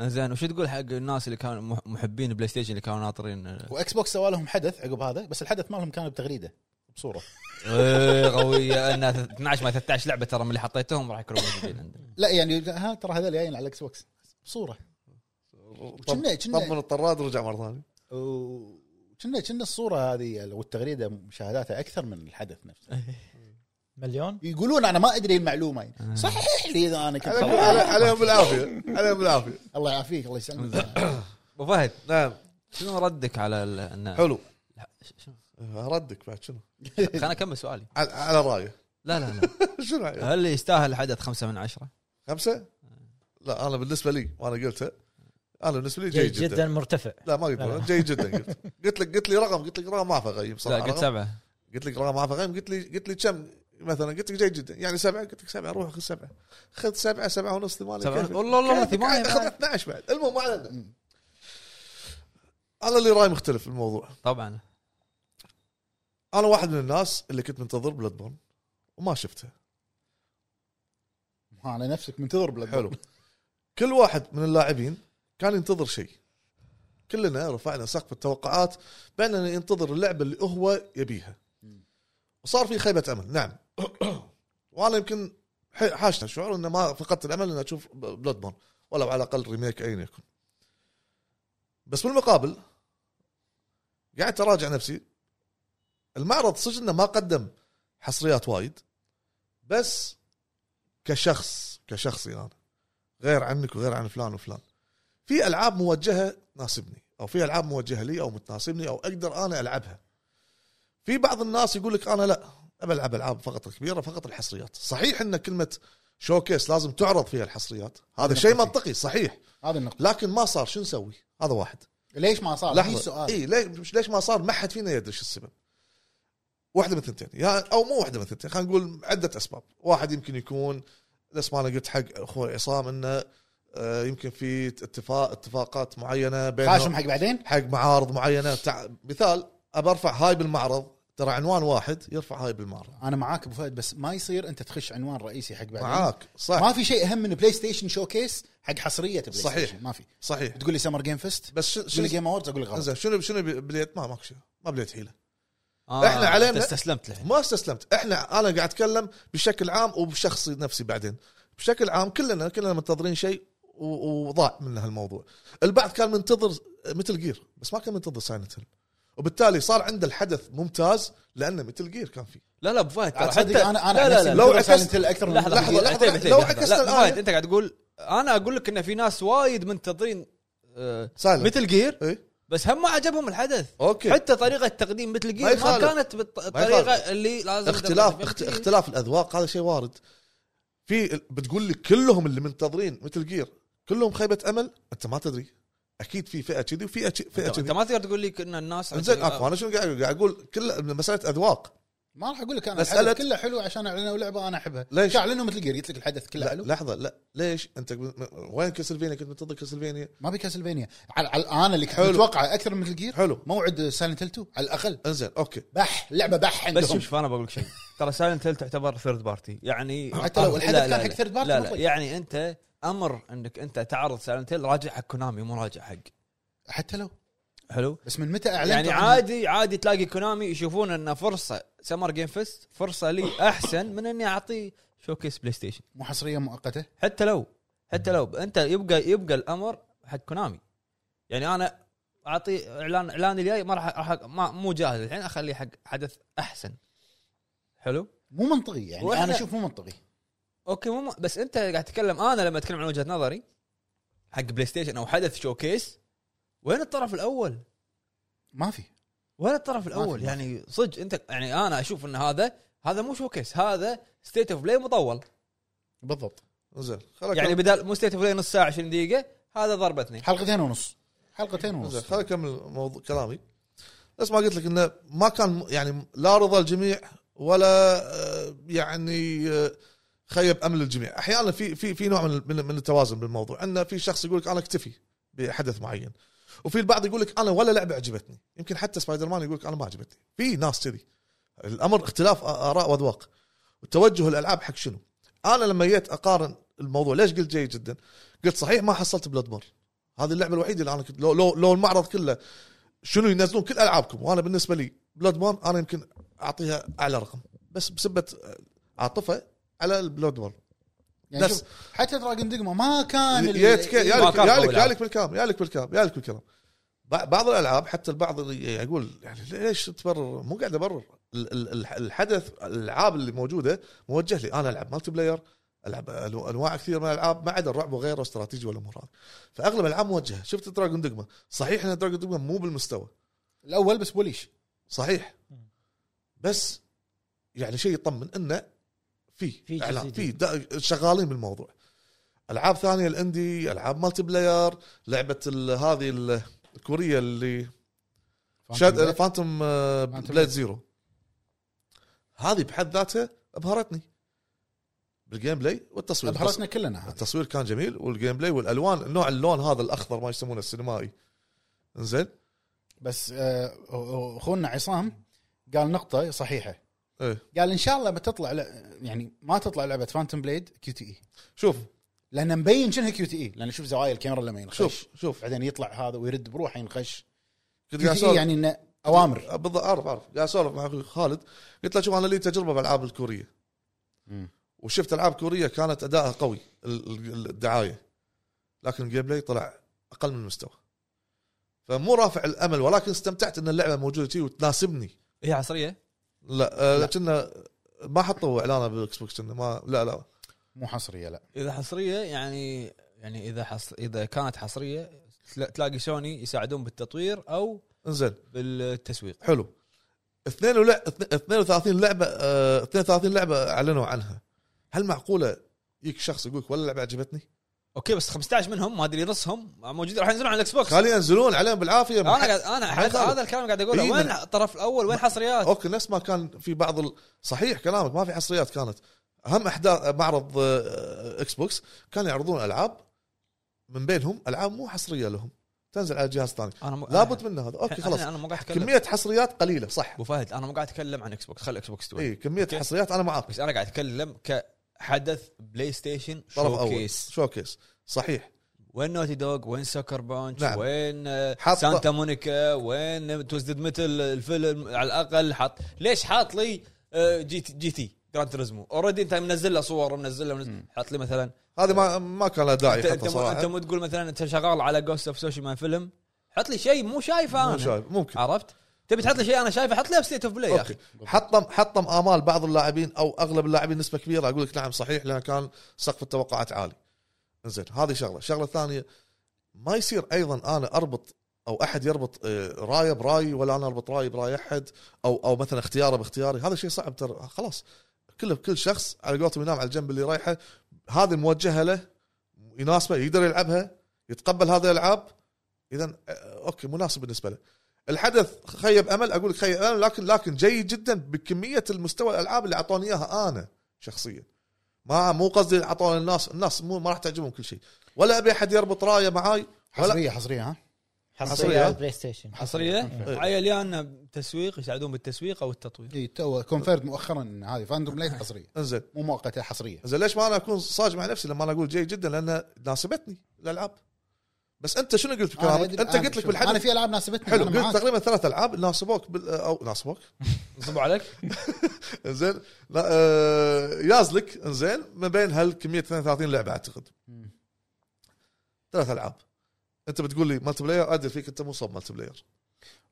[SPEAKER 1] زين وش تقول حق الناس اللي كانوا مح- محبين بلاي ستيشن اللي كانوا ناطرين آه،
[SPEAKER 3] واكس بوكس سوى لهم حدث عقب هذا بس الحدث مالهم كان بتغريده بصوره
[SPEAKER 1] إيه، قوية انها 12 ما 13 لعبة ترى من اللي حطيتهم راح يكونوا موجودين عندنا
[SPEAKER 3] لا يعني ها ترى هذول جايين على الاكس بوكس بصوره كنا
[SPEAKER 4] طمن
[SPEAKER 3] كنا
[SPEAKER 4] الطراد ورجع مره ثانيه
[SPEAKER 3] كنا كنا الصوره هذه والتغريده مشاهداتها اكثر من الحدث نفسه
[SPEAKER 7] مليون
[SPEAKER 3] يقولون انا ما ادري المعلومه صحح لي اذا انا كنت
[SPEAKER 4] عليهم عليهم بالعافيه عليهم بالعافيه
[SPEAKER 3] الله يعافيك الله يسلمك
[SPEAKER 1] ابو فهد
[SPEAKER 4] نعم
[SPEAKER 1] شنو ردك على ال- الناس؟
[SPEAKER 4] حلو
[SPEAKER 1] شنو؟
[SPEAKER 4] ردك بعد شنو
[SPEAKER 1] خليني اكمل سؤالي
[SPEAKER 4] على- على رايه
[SPEAKER 1] لا لا لا
[SPEAKER 4] شنو يعني؟ عليه؟
[SPEAKER 1] هل يستاهل حدث خمسة من عشرة؟
[SPEAKER 4] خمسه؟ لا انا بالنسبه لي وانا قلتها انا بالنسبه لي
[SPEAKER 7] جيد
[SPEAKER 4] جيد جدا,
[SPEAKER 7] جدا مرتفع
[SPEAKER 4] لا ما قلت
[SPEAKER 7] لا، لا.
[SPEAKER 4] جيد جدا قلت قلت لك قلت لي رقم قلت لك رقم ما اعرف اغيب
[SPEAKER 1] لا
[SPEAKER 4] صراحه
[SPEAKER 1] قلت
[SPEAKER 4] رقم.
[SPEAKER 1] سبعة
[SPEAKER 4] قلت لك رقم ما اعرف اغيب قلت لي قلت لي كم مثلا قلت لك جيد جدا يعني سبعه قلت لك سبعه روح خذ سبعه خذ سبعه سبعه ونص ثمانيه
[SPEAKER 1] سبعة.
[SPEAKER 4] كيفك.
[SPEAKER 1] والله- والله
[SPEAKER 4] كيفك.
[SPEAKER 1] ثمانية
[SPEAKER 4] خذ 12 بعد المهم ما علينا انا اللي راي مختلف في الموضوع
[SPEAKER 1] طبعا
[SPEAKER 4] انا واحد من الناس اللي كنت منتظر بلاد بورن وما شفته
[SPEAKER 3] انا نفسك منتظر بلاد
[SPEAKER 4] حلو كل واحد من اللاعبين كان ينتظر شيء كلنا رفعنا سقف التوقعات باننا ينتظر اللعبه اللي هو يبيها وصار في خيبه امل نعم وانا يمكن ح- حاشنا شعور انه ما فقدت الامل اني اشوف بلاد بورن ولو على الاقل ريميك اين يكن بس بالمقابل قعدت اراجع نفسي المعرض صدق انه ما قدم حصريات وايد بس كشخص كشخصي انا غير عنك وغير عن فلان وفلان في العاب موجهه تناسبني او في العاب موجهه لي او متناسبني او اقدر انا العبها في بعض الناس يقول لك انا لا ابى العب العاب فقط الكبيره فقط الحصريات صحيح ان كلمه شوكيس لازم تعرض فيها الحصريات هذا شيء منطقي صحيح
[SPEAKER 3] هذا النقطه
[SPEAKER 4] لكن ما صار شو نسوي هذا واحد
[SPEAKER 3] ليش ما صار؟ آه، هي
[SPEAKER 4] لحظه
[SPEAKER 3] السؤال
[SPEAKER 4] اي إيه، ليش ليش ما صار ما حد فينا يدري شو السبب واحده من ثنتين يا او مو واحده من ثنتين خلينا نقول عده اسباب واحد يمكن يكون نفس ما انا قلت حق اخوي عصام انه آه، يمكن في اتفاق اتفاقات معينه
[SPEAKER 3] خاشم
[SPEAKER 4] بين
[SPEAKER 3] حق بعدين
[SPEAKER 4] حق معارض معينه تع... مثال ابى ارفع هاي بالمعرض ترى عنوان واحد يرفع هاي بالمعرض
[SPEAKER 3] انا معاك ابو فهد بس ما يصير انت تخش عنوان رئيسي حق بعدين
[SPEAKER 4] معاك آه، صح
[SPEAKER 3] ما في شيء اهم من بلاي ستيشن شوكيس حق حصريه بلاي
[SPEAKER 4] صحيح.
[SPEAKER 3] ستيشن ما في
[SPEAKER 4] صحيح
[SPEAKER 3] تقول لي سمر جيم فيست
[SPEAKER 4] بس شنو
[SPEAKER 3] شنو
[SPEAKER 4] شنو
[SPEAKER 3] جيم اووردز اقول لك غلط
[SPEAKER 4] إنزين، شنو شنو بي- بليت ما ماكو شيء ما بليت حيله
[SPEAKER 1] آه،
[SPEAKER 4] إحنا علينا-
[SPEAKER 1] أنت استسلمت الحين
[SPEAKER 4] ما استسلمت احنا انا قاعد اتكلم بشكل عام وبشخصي نفسي بعدين بشكل عام كلنا كلنا منتظرين شيء و- وضاع من هالموضوع البعض كان منتظر مثل جير بس ما كان منتظر ساينت هيل وبالتالي صار عنده الحدث ممتاز لانه مثل جير كان فيه
[SPEAKER 1] لا لا ابو فهد ترى
[SPEAKER 3] عاد صدق
[SPEAKER 1] حتى
[SPEAKER 3] انا
[SPEAKER 1] لا،
[SPEAKER 3] انا
[SPEAKER 1] لا،
[SPEAKER 3] نفسي
[SPEAKER 1] لا.
[SPEAKER 3] لو
[SPEAKER 4] لو عكست-
[SPEAKER 3] عكست الاكثر من
[SPEAKER 1] لحظه
[SPEAKER 4] لحظة،
[SPEAKER 1] لحظه
[SPEAKER 4] لحظة،
[SPEAKER 1] لحظه عتيبي
[SPEAKER 4] لو
[SPEAKER 1] عتيبي،
[SPEAKER 4] عكسنا
[SPEAKER 1] لحظه لا،
[SPEAKER 4] الآن-
[SPEAKER 1] فهد، انت قاعد تقول انا اقول لك ان في ناس وايد منتظرين آه،
[SPEAKER 4] سايلنت
[SPEAKER 1] مثل جير
[SPEAKER 4] ايه
[SPEAKER 1] بس هم ما عجبهم الحدث
[SPEAKER 4] اوكي
[SPEAKER 1] حتى طريقه تقديم مثل جير ما,
[SPEAKER 4] يخالف.
[SPEAKER 1] كانت بالطريقه اللي لازم
[SPEAKER 4] اختلاف
[SPEAKER 1] تقدم
[SPEAKER 4] اخت-
[SPEAKER 1] فيها.
[SPEAKER 4] اختلاف الاذواق هذا شيء وارد في بتقول لي كلهم اللي منتظرين مثل جير كلهم خيبه امل انت ما تدري اكيد في فئه كذي وفئه كذي- فئه
[SPEAKER 1] انت
[SPEAKER 4] كذي
[SPEAKER 1] ما تقدر تقول لي ان الناس
[SPEAKER 4] زين اكو انا شنو قاعد أقول؟ قاعد اقول كل مساله اذواق
[SPEAKER 3] ما راح اقول لك انا
[SPEAKER 4] مسألة-
[SPEAKER 3] الحدث كله حلو عشان اعلنوا لعبه انا احبها
[SPEAKER 4] ليش؟
[SPEAKER 3] ليش اعلنوا مثل جير قلت لك الحدث كله
[SPEAKER 4] لا
[SPEAKER 3] حلو
[SPEAKER 4] لحظه لا ليش انت م- م- وين كاسلفينيا كنت منتظر كاسلفينيا
[SPEAKER 3] ما في كاسلفينيا على, على انا اللي كنت
[SPEAKER 4] حلو.
[SPEAKER 3] متوقع اكثر من مثل جير
[SPEAKER 4] حلو
[SPEAKER 3] موعد سايلنت هيل 2 على الاقل
[SPEAKER 4] انزين اوكي
[SPEAKER 3] بح لعبه بح عندهم
[SPEAKER 1] بس شوف انا بقول لك شيء ترى سايلنت هيل تعتبر ثيرد بارتي يعني
[SPEAKER 3] حتى لو الحدث
[SPEAKER 1] لا، لا،
[SPEAKER 3] كان
[SPEAKER 1] لا.
[SPEAKER 3] حق third party
[SPEAKER 1] لا لا
[SPEAKER 3] مطلق.
[SPEAKER 1] يعني انت امر انك انت تعرض سايلنت هيل راجع حق كونامي مو راجع حق
[SPEAKER 3] حتى لو
[SPEAKER 1] حلو
[SPEAKER 3] بس من متى اعلنت
[SPEAKER 1] يعني
[SPEAKER 3] عنها؟
[SPEAKER 1] عادي عادي تلاقي كونامي يشوفون انه فرصه سمر جيم فيست فرصه لي احسن من اني اعطيه شوكيس بلاي ستيشن
[SPEAKER 3] مو حصريه مؤقته
[SPEAKER 1] حتى لو حتى لو انت يبقى يبقى الامر حق كونامي يعني انا اعطي اعلان اعلاني الجاي ما راح راح- ما مو جاهز الحين اخليه حق حدث احسن حلو
[SPEAKER 3] مو منطقي يعني
[SPEAKER 1] وإحنا-
[SPEAKER 3] انا اشوف مو منطقي
[SPEAKER 1] اوكي مو م- بس انت قاعد تتكلم انا لما اتكلم عن وجهه نظري حق بلاي ستيشن او حدث شوكيس وين الطرف الاول؟
[SPEAKER 3] ما في
[SPEAKER 1] وين الطرف الاول؟
[SPEAKER 3] في- ما في.
[SPEAKER 1] يعني صدق انت يعني انا اشوف ان هذا هذا مو شوكيس هذا ستيت اوف بلاي مطول
[SPEAKER 3] بالضبط
[SPEAKER 4] زين خلينا
[SPEAKER 1] يعني
[SPEAKER 4] يعني
[SPEAKER 1] بدل مو ستيت اوف بلاي نص ساعه 20 دقيقه هذا ضربه اثنين
[SPEAKER 3] حلقتين ونص حلقتين ونص
[SPEAKER 4] زين خلينا نكمل موضوع كلامي بس ما قلت لك انه ما كان يعني لا رضا الجميع ولا آه، يعني آه، خيب امل الجميع احيانا في في في نوع من من- من التوازن بالموضوع ان في شخص يقول لك انا اكتفي بحدث معين وفي البعض يقول لك انا ولا لعبه عجبتني يمكن حتى سبايدر مان يقول لك انا ما عجبتني في ناس كذي الامر اختلاف اراء واذواق والتوجه الالعاب حق شنو انا لما جيت اقارن الموضوع ليش قلت جيد جدا قلت صحيح ما حصلت بلاد بور هذه اللعبه الوحيده اللي انا كنت لو لو, لو المعرض كله شنو ينزلون كل العابكم وانا بالنسبه لي بلاد بورن انا يمكن اعطيها اعلى رقم بس بسبه عاطفه على البلاد بورن
[SPEAKER 3] يعني
[SPEAKER 4] نفس-
[SPEAKER 3] شوف حتى دراجون ديجما ما كان ال-
[SPEAKER 4] يالك
[SPEAKER 1] ما كان
[SPEAKER 4] يالك
[SPEAKER 1] قوي
[SPEAKER 4] يالك
[SPEAKER 1] العاب.
[SPEAKER 4] يالك بالكلام يالك بالكلام يالك بالكلام بع- بعض الالعاب حتى البعض اللي يقول يعني ليش تبرر مو قاعد ابرر ال- ال- الح- الحدث الالعاب اللي موجوده موجه لي انا العب مالتي بلاير العب أنو- انواع كثير من الالعاب ما عدا الرعب وغيره واستراتيجي والامور هذه فاغلب الالعاب موجهه شفت دراجون دقمه صحيح ان دراجون دقمه مو بالمستوى
[SPEAKER 3] الاول بس بوليش
[SPEAKER 4] صحيح بس يعني شيء يطمن انه
[SPEAKER 7] في
[SPEAKER 4] في
[SPEAKER 7] جزء
[SPEAKER 4] اعلام في
[SPEAKER 7] جديد.
[SPEAKER 4] دا- شغالين بالموضوع العاب ثانيه الاندي العاب مالتي بلاير لعبه ال- هذه ال- الكوريه اللي شاد فانتوم آه،
[SPEAKER 3] Phantom
[SPEAKER 4] بليد
[SPEAKER 3] Blade.
[SPEAKER 4] زيرو هذه بحد ذاتها ابهرتني بالجيم بلاي والتصوير
[SPEAKER 3] ابهرتنا كلنا هذا.
[SPEAKER 4] التصوير كان جميل والجيم بلاي والالوان نوع اللون هذا الاخضر ما يسمونه السينمائي زين
[SPEAKER 3] بس آه، اخونا عصام قال نقطه صحيحه
[SPEAKER 4] إيه.
[SPEAKER 3] قال ان شاء الله ما تطلع لا- يعني ما تطلع لعبه فانتوم بليد كيو تي اي
[SPEAKER 4] شوف
[SPEAKER 3] لان E. مبين شنها كيو تي اي لان E. شوف زوايا الكاميرا لما ينخش
[SPEAKER 4] شوف شوف
[SPEAKER 3] بعدين يطلع هذا ويرد بروحه ينخش
[SPEAKER 4] كنت
[SPEAKER 3] كيو
[SPEAKER 4] قاعد
[SPEAKER 3] تي اي
[SPEAKER 4] أسولف-
[SPEAKER 3] يعني انه اوامر
[SPEAKER 4] بالضبط اعرف اعرف قاعد اسولف مع اخوي خالد قلت له شوف انا لي تجربه بالالعاب الكوريه
[SPEAKER 3] مم.
[SPEAKER 4] وشفت العاب كوريه كانت ادائها قوي ال- ال- الدعايه لكن الجيم بلاي طلع اقل من المستوى فمو رافع الامل ولكن استمتعت ان اللعبه موجوده شي وتناسبني
[SPEAKER 1] هي عصريه
[SPEAKER 4] لا,
[SPEAKER 3] لا.
[SPEAKER 4] لا. كنا ما حطوا اعلانها بالاكس بوكس كنا ما لا لا
[SPEAKER 3] مو حصريه لا
[SPEAKER 1] اذا حصريه يعني يعني اذا حص... اذا كانت حصريه تلا- تلاقي سوني يساعدون بالتطوير او
[SPEAKER 4] انزين
[SPEAKER 1] بالتسويق
[SPEAKER 4] حلو 32 32 لعبه آه، 32 لعبه اعلنوا عنها هل معقوله يجيك شخص يقول لك ولا لعبه عجبتني؟
[SPEAKER 1] اوكي بس 15 منهم ما ادري نصهم موجودين راح ينزلون على الاكس بوكس
[SPEAKER 4] خلي ينزلون عليهم بالعافيه
[SPEAKER 1] انا قاعد انا
[SPEAKER 4] حق
[SPEAKER 1] حد-
[SPEAKER 4] خالد.
[SPEAKER 1] هذا الكلام قاعد اقوله
[SPEAKER 4] إيه،
[SPEAKER 1] وين
[SPEAKER 4] من-
[SPEAKER 1] الطرف الاول وين حصريات
[SPEAKER 4] اوكي نفس ما كان في بعض ال... صحيح كلامك ما في حصريات كانت اهم احداث معرض آه، اكس بوكس كانوا يعرضون العاب من بينهم العاب مو حصريه لهم تنزل على جهاز ثاني
[SPEAKER 1] انا م...
[SPEAKER 4] لابد من هذا اوكي
[SPEAKER 1] أنا-
[SPEAKER 4] خلاص
[SPEAKER 1] انا مو قاعد اتكلم
[SPEAKER 4] كميه حصريات قليله صح
[SPEAKER 1] ابو فهد انا مو قاعد اتكلم عن اكس بوكس خلي اكس بوكس تقول
[SPEAKER 4] اي كميه
[SPEAKER 1] أوكي.
[SPEAKER 4] حصريات انا معاك
[SPEAKER 1] بس انا قاعد اتكلم كحدث بلاي ستيشن
[SPEAKER 4] طرف اول
[SPEAKER 1] شوكيس
[SPEAKER 4] شوكيس صحيح
[SPEAKER 1] وين نوتي دوغ وين سكر بانش
[SPEAKER 4] نعم.
[SPEAKER 1] نعم. وين آه،
[SPEAKER 4] حط-
[SPEAKER 1] سانتا مونيكا وين توزدد متل الفيلم على الاقل حط ليش حاط لي آه، جي تي جي تي جراند تريزمو اوريدي انت منزل له صور منزل له منزل- حاط لي مثلا
[SPEAKER 4] هذا ما ما كان له داعي
[SPEAKER 1] انت انت
[SPEAKER 4] حتى
[SPEAKER 1] مو, انت
[SPEAKER 4] صراحه
[SPEAKER 1] مو تقول مثلا انت شغال على جوست اوف سوشيما فيلم حط لي شيء مو شايفه انا
[SPEAKER 4] مو شايف ممكن
[SPEAKER 1] عرفت تبي تحط لي شيء انا شايفه حط لي بستيت اوف بلاي يا اخي
[SPEAKER 4] اوكي حطم حطم امال بعض اللاعبين او اغلب اللاعبين نسبه كبيره اقول لك نعم صحيح لان كان سقف التوقعات عالي. زين هذه شغله، الشغله الثانيه ما يصير ايضا انا اربط او احد يربط آه، رايه برايي ولا انا اربط رايي براي احد او او مثلا اختياره باختياري، هذا شيء صعب ترى خلاص كل كل شخص على قولتهم ينام على الجنب اللي رايحه هذه موجهه له يناسبه يقدر يلعبها يتقبل هذه الالعاب اذا آه، اوكي مناسب بالنسبه له. الحدث خيب امل اقول لك خيب امل لكن لكن جيد جدا بكميه المستوى الالعاب اللي اعطوني اياها انا شخصيا ما مو قصدي اللي اعطونا الناس الناس مو ما راح تعجبهم كل شيء ولا ابي احد يربط رايه معاي
[SPEAKER 3] حصريه حصريه ها
[SPEAKER 4] حصرية.
[SPEAKER 7] حصريه على البلاي ستيشن
[SPEAKER 1] حصريه
[SPEAKER 4] إيه.
[SPEAKER 1] عيل يا انه تسويق يساعدون بالتسويق او التطوير
[SPEAKER 3] اي تو كونفيرد مؤخرا ان هذه فاندوم بليد حصريه
[SPEAKER 4] انزين
[SPEAKER 3] مو مؤقته حصريه
[SPEAKER 4] زين ليش ما انا اكون صاج مع نفسي لما انا اقول جيد جدا لانها ناسبتني الالعاب بس انت شنو قلت
[SPEAKER 3] أنا
[SPEAKER 4] بكلامك؟
[SPEAKER 3] أدري-
[SPEAKER 4] انت
[SPEAKER 3] أنا
[SPEAKER 4] قلت لك
[SPEAKER 3] شوف، انا
[SPEAKER 4] بالحدث
[SPEAKER 3] في العاب ناسبتني
[SPEAKER 4] حلو
[SPEAKER 3] أنا
[SPEAKER 4] قلت
[SPEAKER 3] معاك.
[SPEAKER 4] تقريبا ثلاث العاب ناسبوك بال او ناسبوك
[SPEAKER 1] نصب عليك
[SPEAKER 4] انزين لا آه يازلك انزين ما بين هالكميه 32 لعبه اعتقد
[SPEAKER 3] مم.
[SPEAKER 4] ثلاث العاب انت بتقول لي مالتي بلاير ادري فيك انت مو صوب مالتي بلاير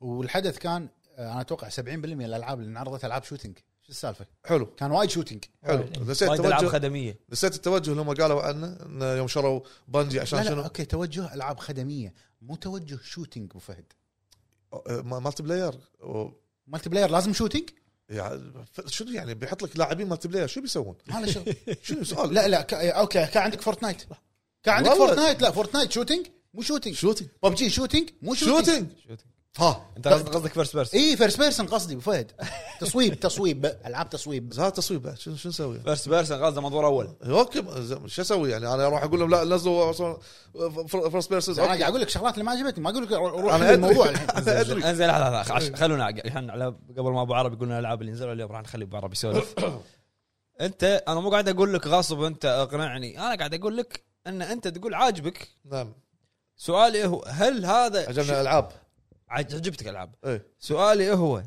[SPEAKER 3] والحدث كان آه، انا اتوقع 70% من الالعاب اللي انعرضت العاب شوتنج السالفه
[SPEAKER 4] حلو
[SPEAKER 3] كان وايد شوتينج
[SPEAKER 4] حلو
[SPEAKER 7] وايد.
[SPEAKER 4] نسيت
[SPEAKER 1] وايد العاب
[SPEAKER 4] التوجه
[SPEAKER 1] خدميه
[SPEAKER 4] نسيت التوجه اللي هم قالوا عنه إنه يوم شروا بانجي عشان
[SPEAKER 3] لا لا
[SPEAKER 4] شنو؟
[SPEAKER 3] اوكي توجه العاب خدميه مو توجه شوتينج ابو فهد
[SPEAKER 4] آه، ما- مالتي بلاير أو-
[SPEAKER 3] مالتي بلاير لازم شوتينج
[SPEAKER 4] يعني ف- شنو يعني بيحط لك لاعبين مالتي بلاير شو بيسوون؟
[SPEAKER 3] ما له شغل
[SPEAKER 4] شنو سؤال؟
[SPEAKER 3] لا لا ك... اوكي كان عندك فورتنايت كان عندك
[SPEAKER 4] والله.
[SPEAKER 3] فورتنايت لا فورتنايت شوتينج مو شوتينج
[SPEAKER 4] شوتنج
[SPEAKER 3] ببجي شوتينج مو شوتينج
[SPEAKER 4] شوتنج
[SPEAKER 3] ها
[SPEAKER 1] انت قصدك قصدك فيرست بيرسون
[SPEAKER 4] إيه.
[SPEAKER 3] اي فيرست بيرسون قصدي ابو فهد تصويب تصويب العاب تصويب
[SPEAKER 4] بس هذا تصويب بعد، شنو شنو نسوي؟
[SPEAKER 1] فيرست بيرسون قصده منظور اول
[SPEAKER 4] اوكي ز- شو اسوي يعني انا اروح اقول لهم لا نزلوا فيرست بيرسون
[SPEAKER 3] انا قاعد اقول لك شغلات اللي ما عجبتني ما اقول لك روح
[SPEAKER 4] أنا أدري.
[SPEAKER 3] الموضوع الحين
[SPEAKER 4] أنا أدري.
[SPEAKER 1] انزين لحظه لحظه عش- خلونا الحين على قبل ما ابو عرب يقول لنا الالعاب اللي نزلوا اليوم راح نخلي ابو عرب يسولف انت انا مو قاعد اقول لك غصب انت اقنعني انا قاعد اقول لك ان انت تقول عاجبك
[SPEAKER 4] نعم
[SPEAKER 1] سؤالي هو هل هذا
[SPEAKER 4] عجبنا الالعاب
[SPEAKER 1] عج- عجبتك الالعاب
[SPEAKER 4] ايه
[SPEAKER 1] سؤالي هو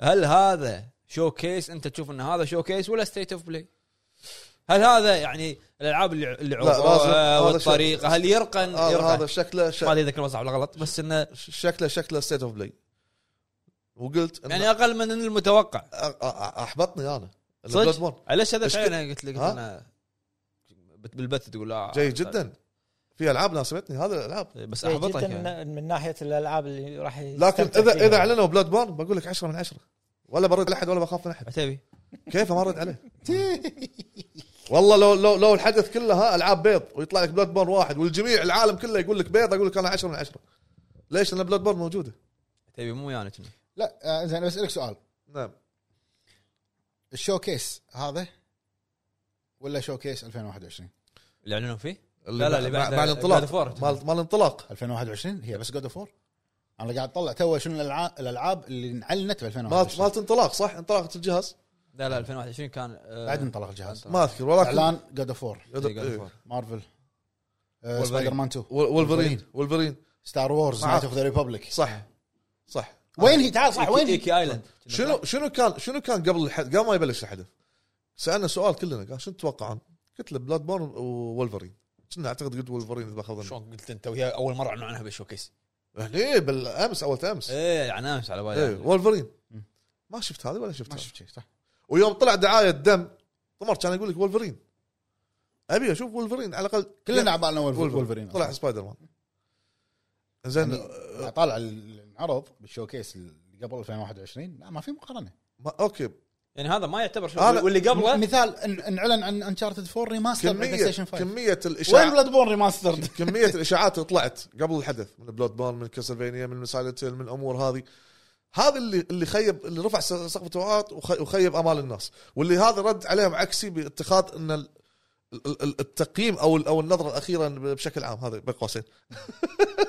[SPEAKER 1] هل هذا شو كيس انت تشوف ان هذا شو كيس ولا ستيت اوف بلاي؟ هل هذا يعني الالعاب اللي اللي
[SPEAKER 4] لازم-
[SPEAKER 1] عرضوها
[SPEAKER 4] هذا
[SPEAKER 1] والطريقه هل يرقن
[SPEAKER 4] هذا آه، هذا
[SPEAKER 1] يرقن؟
[SPEAKER 4] شكله
[SPEAKER 1] ما
[SPEAKER 4] ش-
[SPEAKER 1] ادري اذا كلمه صح ولا غلط بس انه
[SPEAKER 4] شكله شكله ستيت اوف بلاي وقلت إن-
[SPEAKER 1] يعني اقل من المتوقع
[SPEAKER 4] أ- أ- احبطني انا
[SPEAKER 1] صدق؟
[SPEAKER 4] بلاد بورن
[SPEAKER 1] ليش هذا
[SPEAKER 4] إيش
[SPEAKER 1] الشيء
[SPEAKER 4] كنت-
[SPEAKER 1] انا قلت لك
[SPEAKER 4] ها؟
[SPEAKER 1] انا بت- بالبث تقول لا
[SPEAKER 4] جيد جدا في العاب ناسبتني هذا الالعاب
[SPEAKER 2] إيه،
[SPEAKER 1] بس
[SPEAKER 7] جيد
[SPEAKER 1] احبطك
[SPEAKER 7] جدا
[SPEAKER 1] يعني.
[SPEAKER 7] إيه، من- من ناحيه الالعاب اللي راح
[SPEAKER 4] لكن
[SPEAKER 7] يستمتع
[SPEAKER 4] اذا
[SPEAKER 7] فيها.
[SPEAKER 4] اذا اعلنوا بلاد بورن بقول لك 10 من 10 ولا برد على احد ولا بخاف من احد
[SPEAKER 1] عتيبي
[SPEAKER 4] كيف ما رد عليه والله لو لو لو الحدث كله ها العاب بيض ويطلع لك بلاد بورن واحد والجميع العالم كله يقول لك بيض اقول لك انا 10 من 10 ليش؟ لان بلاد بورن موجوده
[SPEAKER 1] عتيبي مو يعني ويانا كنا.
[SPEAKER 3] لا آه، زين انا بسالك سؤال
[SPEAKER 4] نعم
[SPEAKER 3] الشوكيس هذا ولا شوكيس 2021
[SPEAKER 1] اللي اعلنوا فيه
[SPEAKER 4] اللي
[SPEAKER 1] لا، لا،
[SPEAKER 4] مع-
[SPEAKER 1] اللي
[SPEAKER 4] مع,
[SPEAKER 1] بعد-
[SPEAKER 4] مع
[SPEAKER 1] بعد
[SPEAKER 4] الانطلاق
[SPEAKER 1] فورد.
[SPEAKER 4] مال مال الانطلاق
[SPEAKER 3] 2021 هي بس جود اوف وور انا قاعد اطلع تو شنو الألعاب- الالعاب اللي انعلنت في
[SPEAKER 4] مال
[SPEAKER 3] 2021
[SPEAKER 4] مالت انطلاق صح؟ انطلقت الجهاز
[SPEAKER 1] لا لا 2021 كان آه،
[SPEAKER 3] بعد انطلق الجهاز
[SPEAKER 4] ما اذكر ولكن
[SPEAKER 3] اعلان جود اوف وور
[SPEAKER 1] اللي قالوا
[SPEAKER 4] إيه.
[SPEAKER 1] فور.
[SPEAKER 3] مارفل آه،
[SPEAKER 1] Wolverine.
[SPEAKER 3] سبايدر مان 2
[SPEAKER 4] وولفرين وولفرين
[SPEAKER 3] ستار وورز
[SPEAKER 4] معاك.
[SPEAKER 3] نايت اوف ذا ريببليك
[SPEAKER 4] صح
[SPEAKER 1] إيه.
[SPEAKER 4] صح
[SPEAKER 3] وين هي تعال صح
[SPEAKER 1] إيكي-
[SPEAKER 3] وين هي
[SPEAKER 1] ايكي ايلاند
[SPEAKER 4] شنو شنو كان شنو كان قبل الحد قبل ما يبلش الحدث سالنا سؤال كلنا قال شنو تتوقعون؟ قلت له بلاد بورن وولفرين كنا اعتقد قلت وولفرين اذا باخذ
[SPEAKER 1] شلون قلت انت وهي اول مره اعلنوا عنها بالشوكيس
[SPEAKER 4] هني بالامس اول امس
[SPEAKER 1] ايه يعني امس على
[SPEAKER 4] ايه
[SPEAKER 1] بالي
[SPEAKER 4] وولفرين
[SPEAKER 3] مم.
[SPEAKER 4] ما شفت هذا ولا شفت
[SPEAKER 3] ما
[SPEAKER 4] هذا
[SPEAKER 3] شفت شيء صح
[SPEAKER 4] ويوم طلع دعايه دم طمر كان يقول لك وولفرين ابي اشوف وولفرين على الاقل
[SPEAKER 3] كلنا على بالنا
[SPEAKER 4] وولفرين.
[SPEAKER 3] وولفرين
[SPEAKER 4] طلع سبايدر مان زين
[SPEAKER 3] يعني-
[SPEAKER 4] آه،
[SPEAKER 3] طالع العرض بالشوكيس اللي قبل 2021 لا ما في مقارنه
[SPEAKER 4] ما- اوكي
[SPEAKER 1] يعني هذا ما يعتبر شو
[SPEAKER 4] هذا-
[SPEAKER 1] واللي قبله
[SPEAKER 3] مثال ان- انعلن عن انشارتد 4 ريماستر على بلاي
[SPEAKER 4] كميه
[SPEAKER 3] ستيشن 5
[SPEAKER 4] كميه
[SPEAKER 3] وين
[SPEAKER 4] الاشاعات
[SPEAKER 3] بلاد بورن ريماستر
[SPEAKER 4] كميه الاشاعات اللي طلعت قبل الحدث من بلود بورن من كاسلفينيا من سايلنت من الامور هذه هذا اللي اللي خيب اللي رفع سقف التوقعات وخ- وخيب امال الناس واللي هذا رد عليهم عكسي باتخاذ ان ال- ال- ال- التقييم او ال- او النظره الاخيره بشكل عام هذا بين قوسين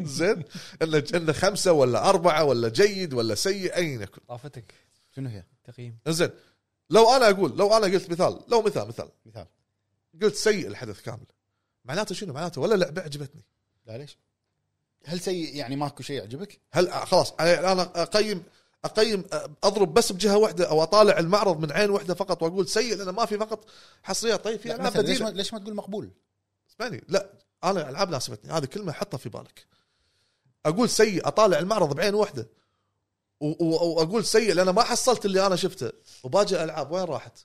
[SPEAKER 4] زين انه انه خمسه ولا اربعه ولا جيد ولا سيء اين يكن
[SPEAKER 1] طافتك
[SPEAKER 3] شنو هي؟
[SPEAKER 1] تقييم
[SPEAKER 4] زين لو انا اقول لو انا قلت مثال لو مثال مثال
[SPEAKER 3] مثال
[SPEAKER 4] قلت سيء الحدث كامل معناته شنو معناته ولا لعبه عجبتني
[SPEAKER 3] لا ليش؟ هل سيء يعني ماكو شيء يعجبك؟
[SPEAKER 4] هل خلاص يعني انا اقيم اقيم اضرب بس بجهه واحده او اطالع المعرض من عين واحده فقط واقول سيء لان ما في فقط حصريات طيب في
[SPEAKER 3] لا،
[SPEAKER 4] العاب
[SPEAKER 3] مثلا ليش ما,
[SPEAKER 4] بديله
[SPEAKER 3] ليش ما تقول مقبول؟
[SPEAKER 4] اسمعني لا انا العاب ناسبتني هذه كلمه حطها في بالك اقول سيء اطالع المعرض بعين واحده و- و- واقول سيء لان ما حصلت اللي انا شفته وباجي العاب وين راحت؟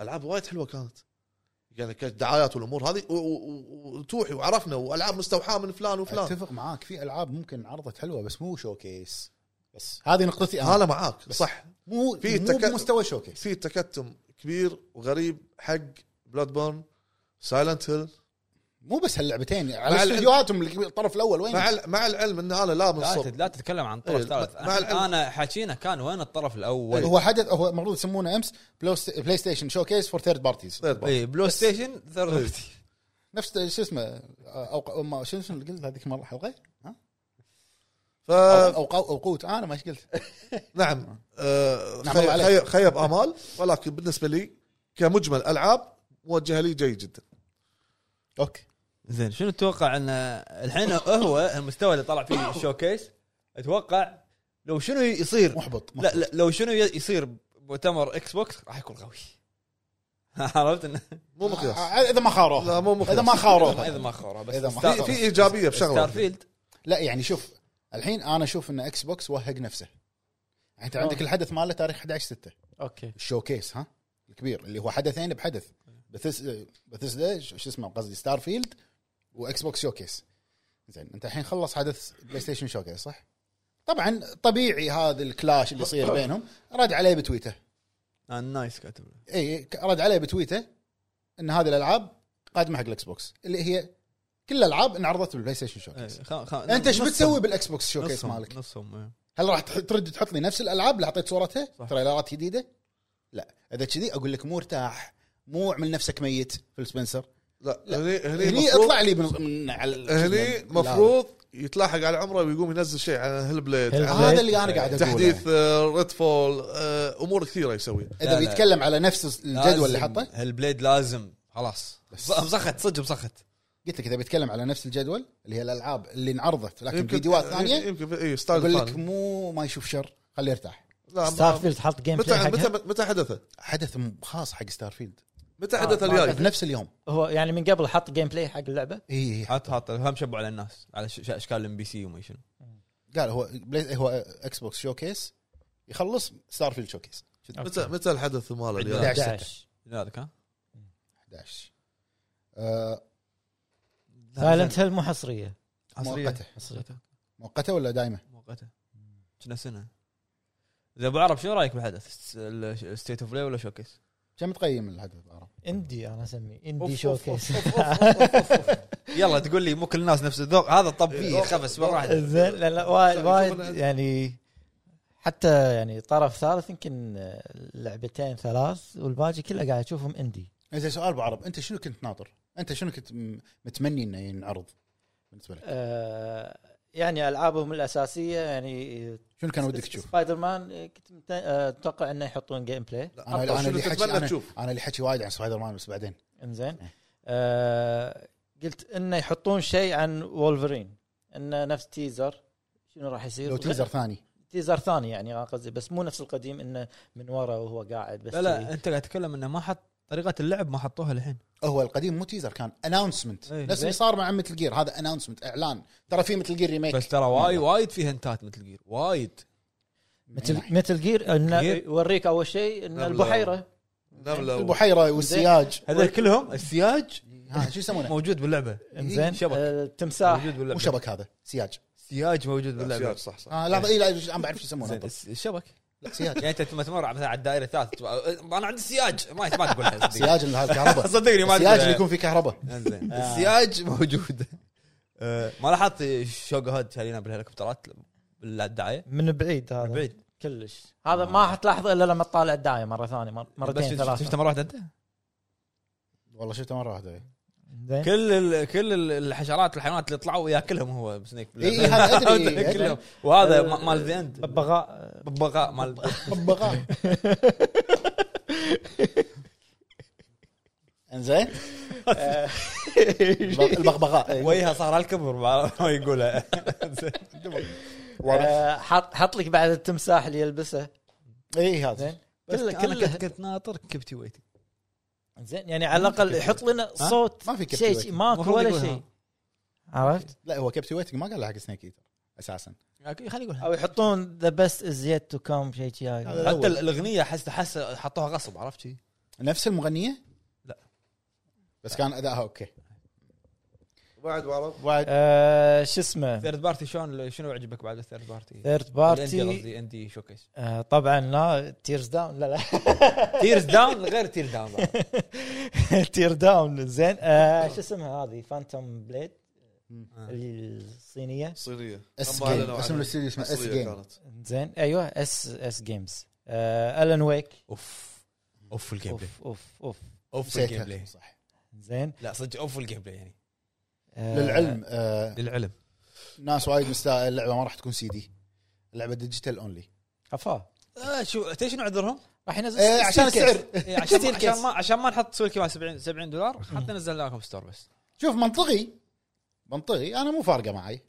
[SPEAKER 4] العاب وايد حلوه كانت يعني كدعايات والامور هذه و- و- و- وتوحي وعرفنا والعاب مستوحاه من فلان وفلان
[SPEAKER 3] اتفق معاك في العاب ممكن عرضت حلوه بس مو شوكيس بس هذه نقطتي انا
[SPEAKER 4] انا معاك صح
[SPEAKER 3] مو
[SPEAKER 4] في
[SPEAKER 3] في مو
[SPEAKER 4] تك-
[SPEAKER 3] بمستوى شوكيس
[SPEAKER 4] في تكتم كبير وغريب حق بلاد بورن سايلنت هيل
[SPEAKER 3] مو بس هاللعبتين
[SPEAKER 4] مع
[SPEAKER 3] على
[SPEAKER 4] العلم-
[SPEAKER 3] استديوهاتهم اللي- الطرف الاول وين؟
[SPEAKER 4] مع ال- مع العلم ان انا لا من
[SPEAKER 1] لا, تت-
[SPEAKER 4] صوب
[SPEAKER 1] لا تتكلم عن طرف
[SPEAKER 4] إيه،
[SPEAKER 1] ثالث
[SPEAKER 4] مع العلم-
[SPEAKER 1] أنا- انا حاكينا كان وين الطرف الاول
[SPEAKER 3] هو حدث هو المفروض يسمونه امس بلوست- بلاي ستيشن شوكيس فور ثيرد بارتيز
[SPEAKER 4] ثيرد بارتي.
[SPEAKER 1] اي بلو إيه، ستيشن ثيرد بارتي.
[SPEAKER 3] نفس شو اسمه او ما- شو اسمه اللي قلت هذيك المره الحلقه؟ ها؟
[SPEAKER 4] فنعم
[SPEAKER 3] او أو- اوقوت انا ما ايش قلت؟
[SPEAKER 4] نعم. آه،
[SPEAKER 3] نعم،
[SPEAKER 4] خيب-
[SPEAKER 3] الله عليك.
[SPEAKER 4] خيب- خيب امال ولكن بالنسبه لي كمجمل العاب موجهه لي جيد جدا
[SPEAKER 3] اوكي
[SPEAKER 1] زين شنو تتوقع ان الحين هو المستوى اللي طلع فيه الشوكيس اتوقع لو شنو يصير
[SPEAKER 3] محبط
[SPEAKER 1] لا, لا لو شنو ي- يصير بمؤتمر اكس بوكس راح يكون قوي عرفت انه
[SPEAKER 4] مو مقياس
[SPEAKER 3] آه، اذا ما خاروه
[SPEAKER 4] لا مو مقياس
[SPEAKER 3] اذا ما خاروه
[SPEAKER 1] اذا ما خرا بس
[SPEAKER 3] إذا ما
[SPEAKER 1] ستار-
[SPEAKER 4] في في
[SPEAKER 3] آه،
[SPEAKER 4] ايجابيه
[SPEAKER 1] ستار
[SPEAKER 4] بشغله
[SPEAKER 1] فيلد
[SPEAKER 3] لا يعني شوف الحين انا اشوف ان اكس بوكس وهق نفسه يعني انت عندك الحدث ماله تاريخ 11 6
[SPEAKER 8] اوكي
[SPEAKER 3] الشوكيس ها الكبير اللي هو حدثين بحدث بثيسدا شو اسمه قصدي ستار فيلد واكس بوكس شوكيس زين انت الحين خلص حدث بلاي ستيشن شوكيس صح؟ طبعا طبيعي هذا الكلاش اللي يصير بينهم رد عليه بتويته
[SPEAKER 4] آه نايس كاتب له.
[SPEAKER 3] اي إيه، ك- رد عليه بتويته ان هذه الالعاب قادمه حق الاكس بوكس اللي هي كل الالعاب انعرضت بالبلاي ستيشن شوكيس
[SPEAKER 4] إيه، خا- خا-
[SPEAKER 3] انت ايش
[SPEAKER 4] نصهم-
[SPEAKER 3] بتسوي بالاكس بوكس شوكيس
[SPEAKER 4] نصهم-
[SPEAKER 3] مالك؟
[SPEAKER 4] نصهم إيه.
[SPEAKER 3] هل راح تح- ترد تحط لي نفس الالعاب اللي حطيت صورتها
[SPEAKER 4] صح.
[SPEAKER 3] تريلرات جديده؟ لا اذا كذي اقول لك مو ارتاح مو اعمل نفسك ميت في السبنسر
[SPEAKER 4] لا
[SPEAKER 3] لا.
[SPEAKER 4] هني هني
[SPEAKER 3] هني
[SPEAKER 4] إيه، مفروض-
[SPEAKER 3] اطلع لي من, من على
[SPEAKER 4] هني مفروض يتلاحق على عمره ويقوم ينزل شيء على هيل بليد
[SPEAKER 2] هيل
[SPEAKER 4] على
[SPEAKER 2] بليد.
[SPEAKER 3] هذا اللي انا قاعد اقوله
[SPEAKER 4] تحديث آه، ريد فول امور كثيره يسويها
[SPEAKER 1] لا،
[SPEAKER 3] اذا
[SPEAKER 1] لا.
[SPEAKER 3] بيتكلم على نفس الجدول اللي حطه
[SPEAKER 1] البليد لازم خلاص
[SPEAKER 3] بس.
[SPEAKER 1] مسخت صدق مسخت
[SPEAKER 3] قلت لك اذا بيتكلم على نفس الجدول اللي هي الالعاب اللي انعرضت لكن
[SPEAKER 4] يمكن- آه،
[SPEAKER 3] فيديوهات ثانيه
[SPEAKER 4] يمكن اي
[SPEAKER 3] اقول
[SPEAKER 4] ستايل
[SPEAKER 3] لك
[SPEAKER 4] ثاني
[SPEAKER 3] مو ما يشوف شر خليه يرتاح
[SPEAKER 4] لا،
[SPEAKER 2] ستار
[SPEAKER 4] ما-
[SPEAKER 2] فيلد حط جيم بلاي
[SPEAKER 4] متى
[SPEAKER 2] حقها
[SPEAKER 4] متى متى حدث
[SPEAKER 3] حدث م- خاص حق ستارفيلد
[SPEAKER 4] متى حدث
[SPEAKER 3] في
[SPEAKER 1] طيب.
[SPEAKER 4] الجاي
[SPEAKER 3] نفس اليوم
[SPEAKER 2] هو يعني من قبل حط جيم بلاي حق اللعبه
[SPEAKER 3] اي
[SPEAKER 1] حاط حاط هم شبوا على الناس على ش- ش- اشكال الام بي سي وما شنو
[SPEAKER 3] قال هو بلاي هو اكس بوكس شوكيس يخلص ستارفيلد شوكيس
[SPEAKER 4] متى متى الحدث ماله الجاي
[SPEAKER 3] 11
[SPEAKER 2] 11
[SPEAKER 1] شنو هذا كان؟
[SPEAKER 3] 11 آه،
[SPEAKER 2] سايلنت هيل مو حصريه
[SPEAKER 3] مؤقته
[SPEAKER 2] حصريه
[SPEAKER 3] مؤقته ولا دائمه؟
[SPEAKER 1] مؤقته كنا سنه زين ابو عرب شنو رايك بالحدث؟ ستيت اوف بلاي ولا شوكيس؟
[SPEAKER 3] كم تقيم الحدث بعرب؟
[SPEAKER 2] اندي انا اسميه
[SPEAKER 1] أوف،
[SPEAKER 2] اندي
[SPEAKER 1] أوف،
[SPEAKER 2] شو كيس
[SPEAKER 1] أوف، أوف، أوف، أوف، أوف، أوف. يلا تقول لي مو كل الناس نفس الذوق هذا طب فيه خفس مره واحده
[SPEAKER 2] زين لا لا وايد
[SPEAKER 4] شوف
[SPEAKER 2] وايد
[SPEAKER 4] العدد.
[SPEAKER 2] يعني حتى يعني طرف ثالث يمكن آه، لعبتين ثلاث والباقي كله قاعد اشوفهم اندي
[SPEAKER 3] إيه، زين سؤال بعرب انت شنو كنت ناطر؟ انت شنو كنت م- متمني انه ينعرض بالنسبه لك؟
[SPEAKER 2] آه، يعني العابهم الاساسيه يعني
[SPEAKER 3] شنو كان ودك تشوف؟
[SPEAKER 2] سبايدر مان آه، كنت مت- آه، اتوقع انه يحطون جيم بلاي
[SPEAKER 4] لا،
[SPEAKER 3] انا
[SPEAKER 4] أفضل.
[SPEAKER 3] انا
[SPEAKER 4] شنو
[SPEAKER 3] اللي حكي
[SPEAKER 4] تتمنى
[SPEAKER 3] انا,
[SPEAKER 4] تشوف؟
[SPEAKER 3] أنا اللي حكي وايد عن سبايدر مان بس بعدين
[SPEAKER 2] انزين
[SPEAKER 3] إيه.
[SPEAKER 2] آه، قلت انه يحطون شيء عن وولفرين انه نفس تيزر شنو راح
[SPEAKER 1] إيه،
[SPEAKER 2] يصير
[SPEAKER 3] لو تيزر ثاني
[SPEAKER 2] تيزر ثاني يعني انا قصدي بس مو نفس القديم انه من ورا وهو قاعد بس
[SPEAKER 1] لا لا انت قاعد تتكلم انه ما حط طريقه اللعب ما حطوها الحين
[SPEAKER 3] هو القديم مو تيزر كان اناونسمنت
[SPEAKER 1] إيه.
[SPEAKER 3] نفس اللي صار مع مثل جير هذا اناونسمنت اعلان ترى في مثل جير ريميك
[SPEAKER 1] بس ترى وايد وايد في هنتات مثل جير وايد
[SPEAKER 2] مثل مثل جير انه
[SPEAKER 1] جير.
[SPEAKER 2] يوريك اول شيء ان
[SPEAKER 4] لا، لا.
[SPEAKER 2] البحيره
[SPEAKER 1] إيه،
[SPEAKER 4] نملة و-
[SPEAKER 3] البحيره والسياج
[SPEAKER 1] هذول كلهم السياج
[SPEAKER 3] ها شو يسمونه؟
[SPEAKER 1] موجود باللعبه
[SPEAKER 2] انزين
[SPEAKER 1] شبك
[SPEAKER 2] آه،
[SPEAKER 1] موجود
[SPEAKER 2] التمساح
[SPEAKER 3] مو
[SPEAKER 1] باللعبه
[SPEAKER 3] شبك هذا سياج
[SPEAKER 1] سياج موجود باللعبه
[SPEAKER 4] لا، صح صح
[SPEAKER 3] آه لحظه اي لا انا بعرف شو يسمونه
[SPEAKER 1] زين، الس- الشبك
[SPEAKER 3] لا سياج
[SPEAKER 1] يعني انت لما تمر مثلا على الدائره الثالث تبقى- انا أه، عندي سياج ما ما تقولها صدق.
[SPEAKER 3] سياج اللي هذا كهرباء
[SPEAKER 1] صدقني ما
[SPEAKER 3] سياج
[SPEAKER 1] تقولها.
[SPEAKER 3] اللي يكون فيه كهرباء
[SPEAKER 1] انزين
[SPEAKER 3] آه.
[SPEAKER 1] السياج موجود آه، ما لاحظت شوق هود شارينا بالهليكوبترات بالدعايه
[SPEAKER 2] من بعيد هذا
[SPEAKER 1] من بعيد آه.
[SPEAKER 2] كلش هذا ما حتلاحظه الا لما تطالع الدايه مره ثانيه مر- مرتين
[SPEAKER 1] بس شفت- شفته
[SPEAKER 2] ثلاثه
[SPEAKER 1] مره واحده انت؟
[SPEAKER 3] والله شفته مره واحده
[SPEAKER 2] زين
[SPEAKER 1] كل ال- كل ال- الحشرات الحيوانات اللي طلعوا ياكلهم هو سنيك
[SPEAKER 3] إي، هذا أدري، أدري.
[SPEAKER 1] كلهم. وهذا ما- مال ذا اند
[SPEAKER 2] ببغاء
[SPEAKER 1] ببغاء مال
[SPEAKER 3] ببغاء انزين البغبغاء إيه.
[SPEAKER 1] وجهها صار على الكبر ما ما يقولها
[SPEAKER 2] آه، حط حط لك بعد التمساح اللي يلبسه
[SPEAKER 3] اي
[SPEAKER 2] زين
[SPEAKER 3] إيه، هذا
[SPEAKER 1] بس
[SPEAKER 2] كله
[SPEAKER 1] انا كنت-
[SPEAKER 2] كله
[SPEAKER 1] كنت ناطر كبتي ويتي
[SPEAKER 2] زين يعني على الاقل يحط لنا صوت
[SPEAKER 3] ما في كبت
[SPEAKER 2] شيء
[SPEAKER 3] ويت.
[SPEAKER 2] شيء ماكو
[SPEAKER 1] المفروض
[SPEAKER 2] ولا
[SPEAKER 1] يقولها.
[SPEAKER 2] شيء عرفت؟
[SPEAKER 3] لا هو كابتن ويتنج ما قال حق سنيك ايتر اساسا
[SPEAKER 1] خلي يقولها
[SPEAKER 2] او يحطون ذا بيست از يت تو كم شيء شيء هاي.
[SPEAKER 3] هذا
[SPEAKER 1] حتى
[SPEAKER 3] الأول.
[SPEAKER 1] الاغنيه حس حس حطوها غصب عرفت شي
[SPEAKER 3] نفس المغنيه؟
[SPEAKER 1] لا.
[SPEAKER 3] بس كان ادائها اوكي
[SPEAKER 4] بعد وعرب
[SPEAKER 3] بعد
[SPEAKER 2] آه، شو اسمه
[SPEAKER 1] ثيرد بارتي شلون شنو عجبك بعد الثيرد بارتي؟
[SPEAKER 2] ثيرد
[SPEAKER 1] الاندي
[SPEAKER 2] بارتي
[SPEAKER 1] قصدي اندي شوكيس
[SPEAKER 2] آه، طبعا لا تيرز داون لا لا
[SPEAKER 1] تيرز داون غير تير داون
[SPEAKER 2] تير داون زين آه، شو اسمها هذه فانتوم بليد الصينيه
[SPEAKER 4] صينيه
[SPEAKER 3] اس
[SPEAKER 4] أما
[SPEAKER 3] جيم
[SPEAKER 4] أعلنوا عن
[SPEAKER 3] اسم الاستوديو اسمه اس
[SPEAKER 4] مصرية
[SPEAKER 3] جيم
[SPEAKER 4] كانت.
[SPEAKER 2] زين ايوه اس اس جيمز الن ويك
[SPEAKER 1] اوف اوف الجيم بلاي
[SPEAKER 2] اوف اوف اوف
[SPEAKER 1] اوف الجيم بلاي
[SPEAKER 3] نسيتها. صح
[SPEAKER 2] زين
[SPEAKER 1] لا صدق اوف الجيم بلاي يعني
[SPEAKER 2] آه،
[SPEAKER 3] للعلم آه،
[SPEAKER 1] للعلم
[SPEAKER 3] ناس وايد مستاء اللعبه ما راح تكون سي دي اللعبه ديجيتال اونلي
[SPEAKER 2] افا
[SPEAKER 1] آه شو تدري شنو عذرهم؟
[SPEAKER 2] راح ينزل
[SPEAKER 3] آه، عشان
[SPEAKER 2] ستيل
[SPEAKER 3] السعر
[SPEAKER 2] كيس.
[SPEAKER 1] إيه، عشان
[SPEAKER 2] ستيل
[SPEAKER 1] عشان
[SPEAKER 2] كيس.
[SPEAKER 1] ما عشان ما نحط سوالكي مع 70 70 دولار حتى نزلنا لكم ستور بس
[SPEAKER 3] شوف منطقي منطقي انا مو فارقه معي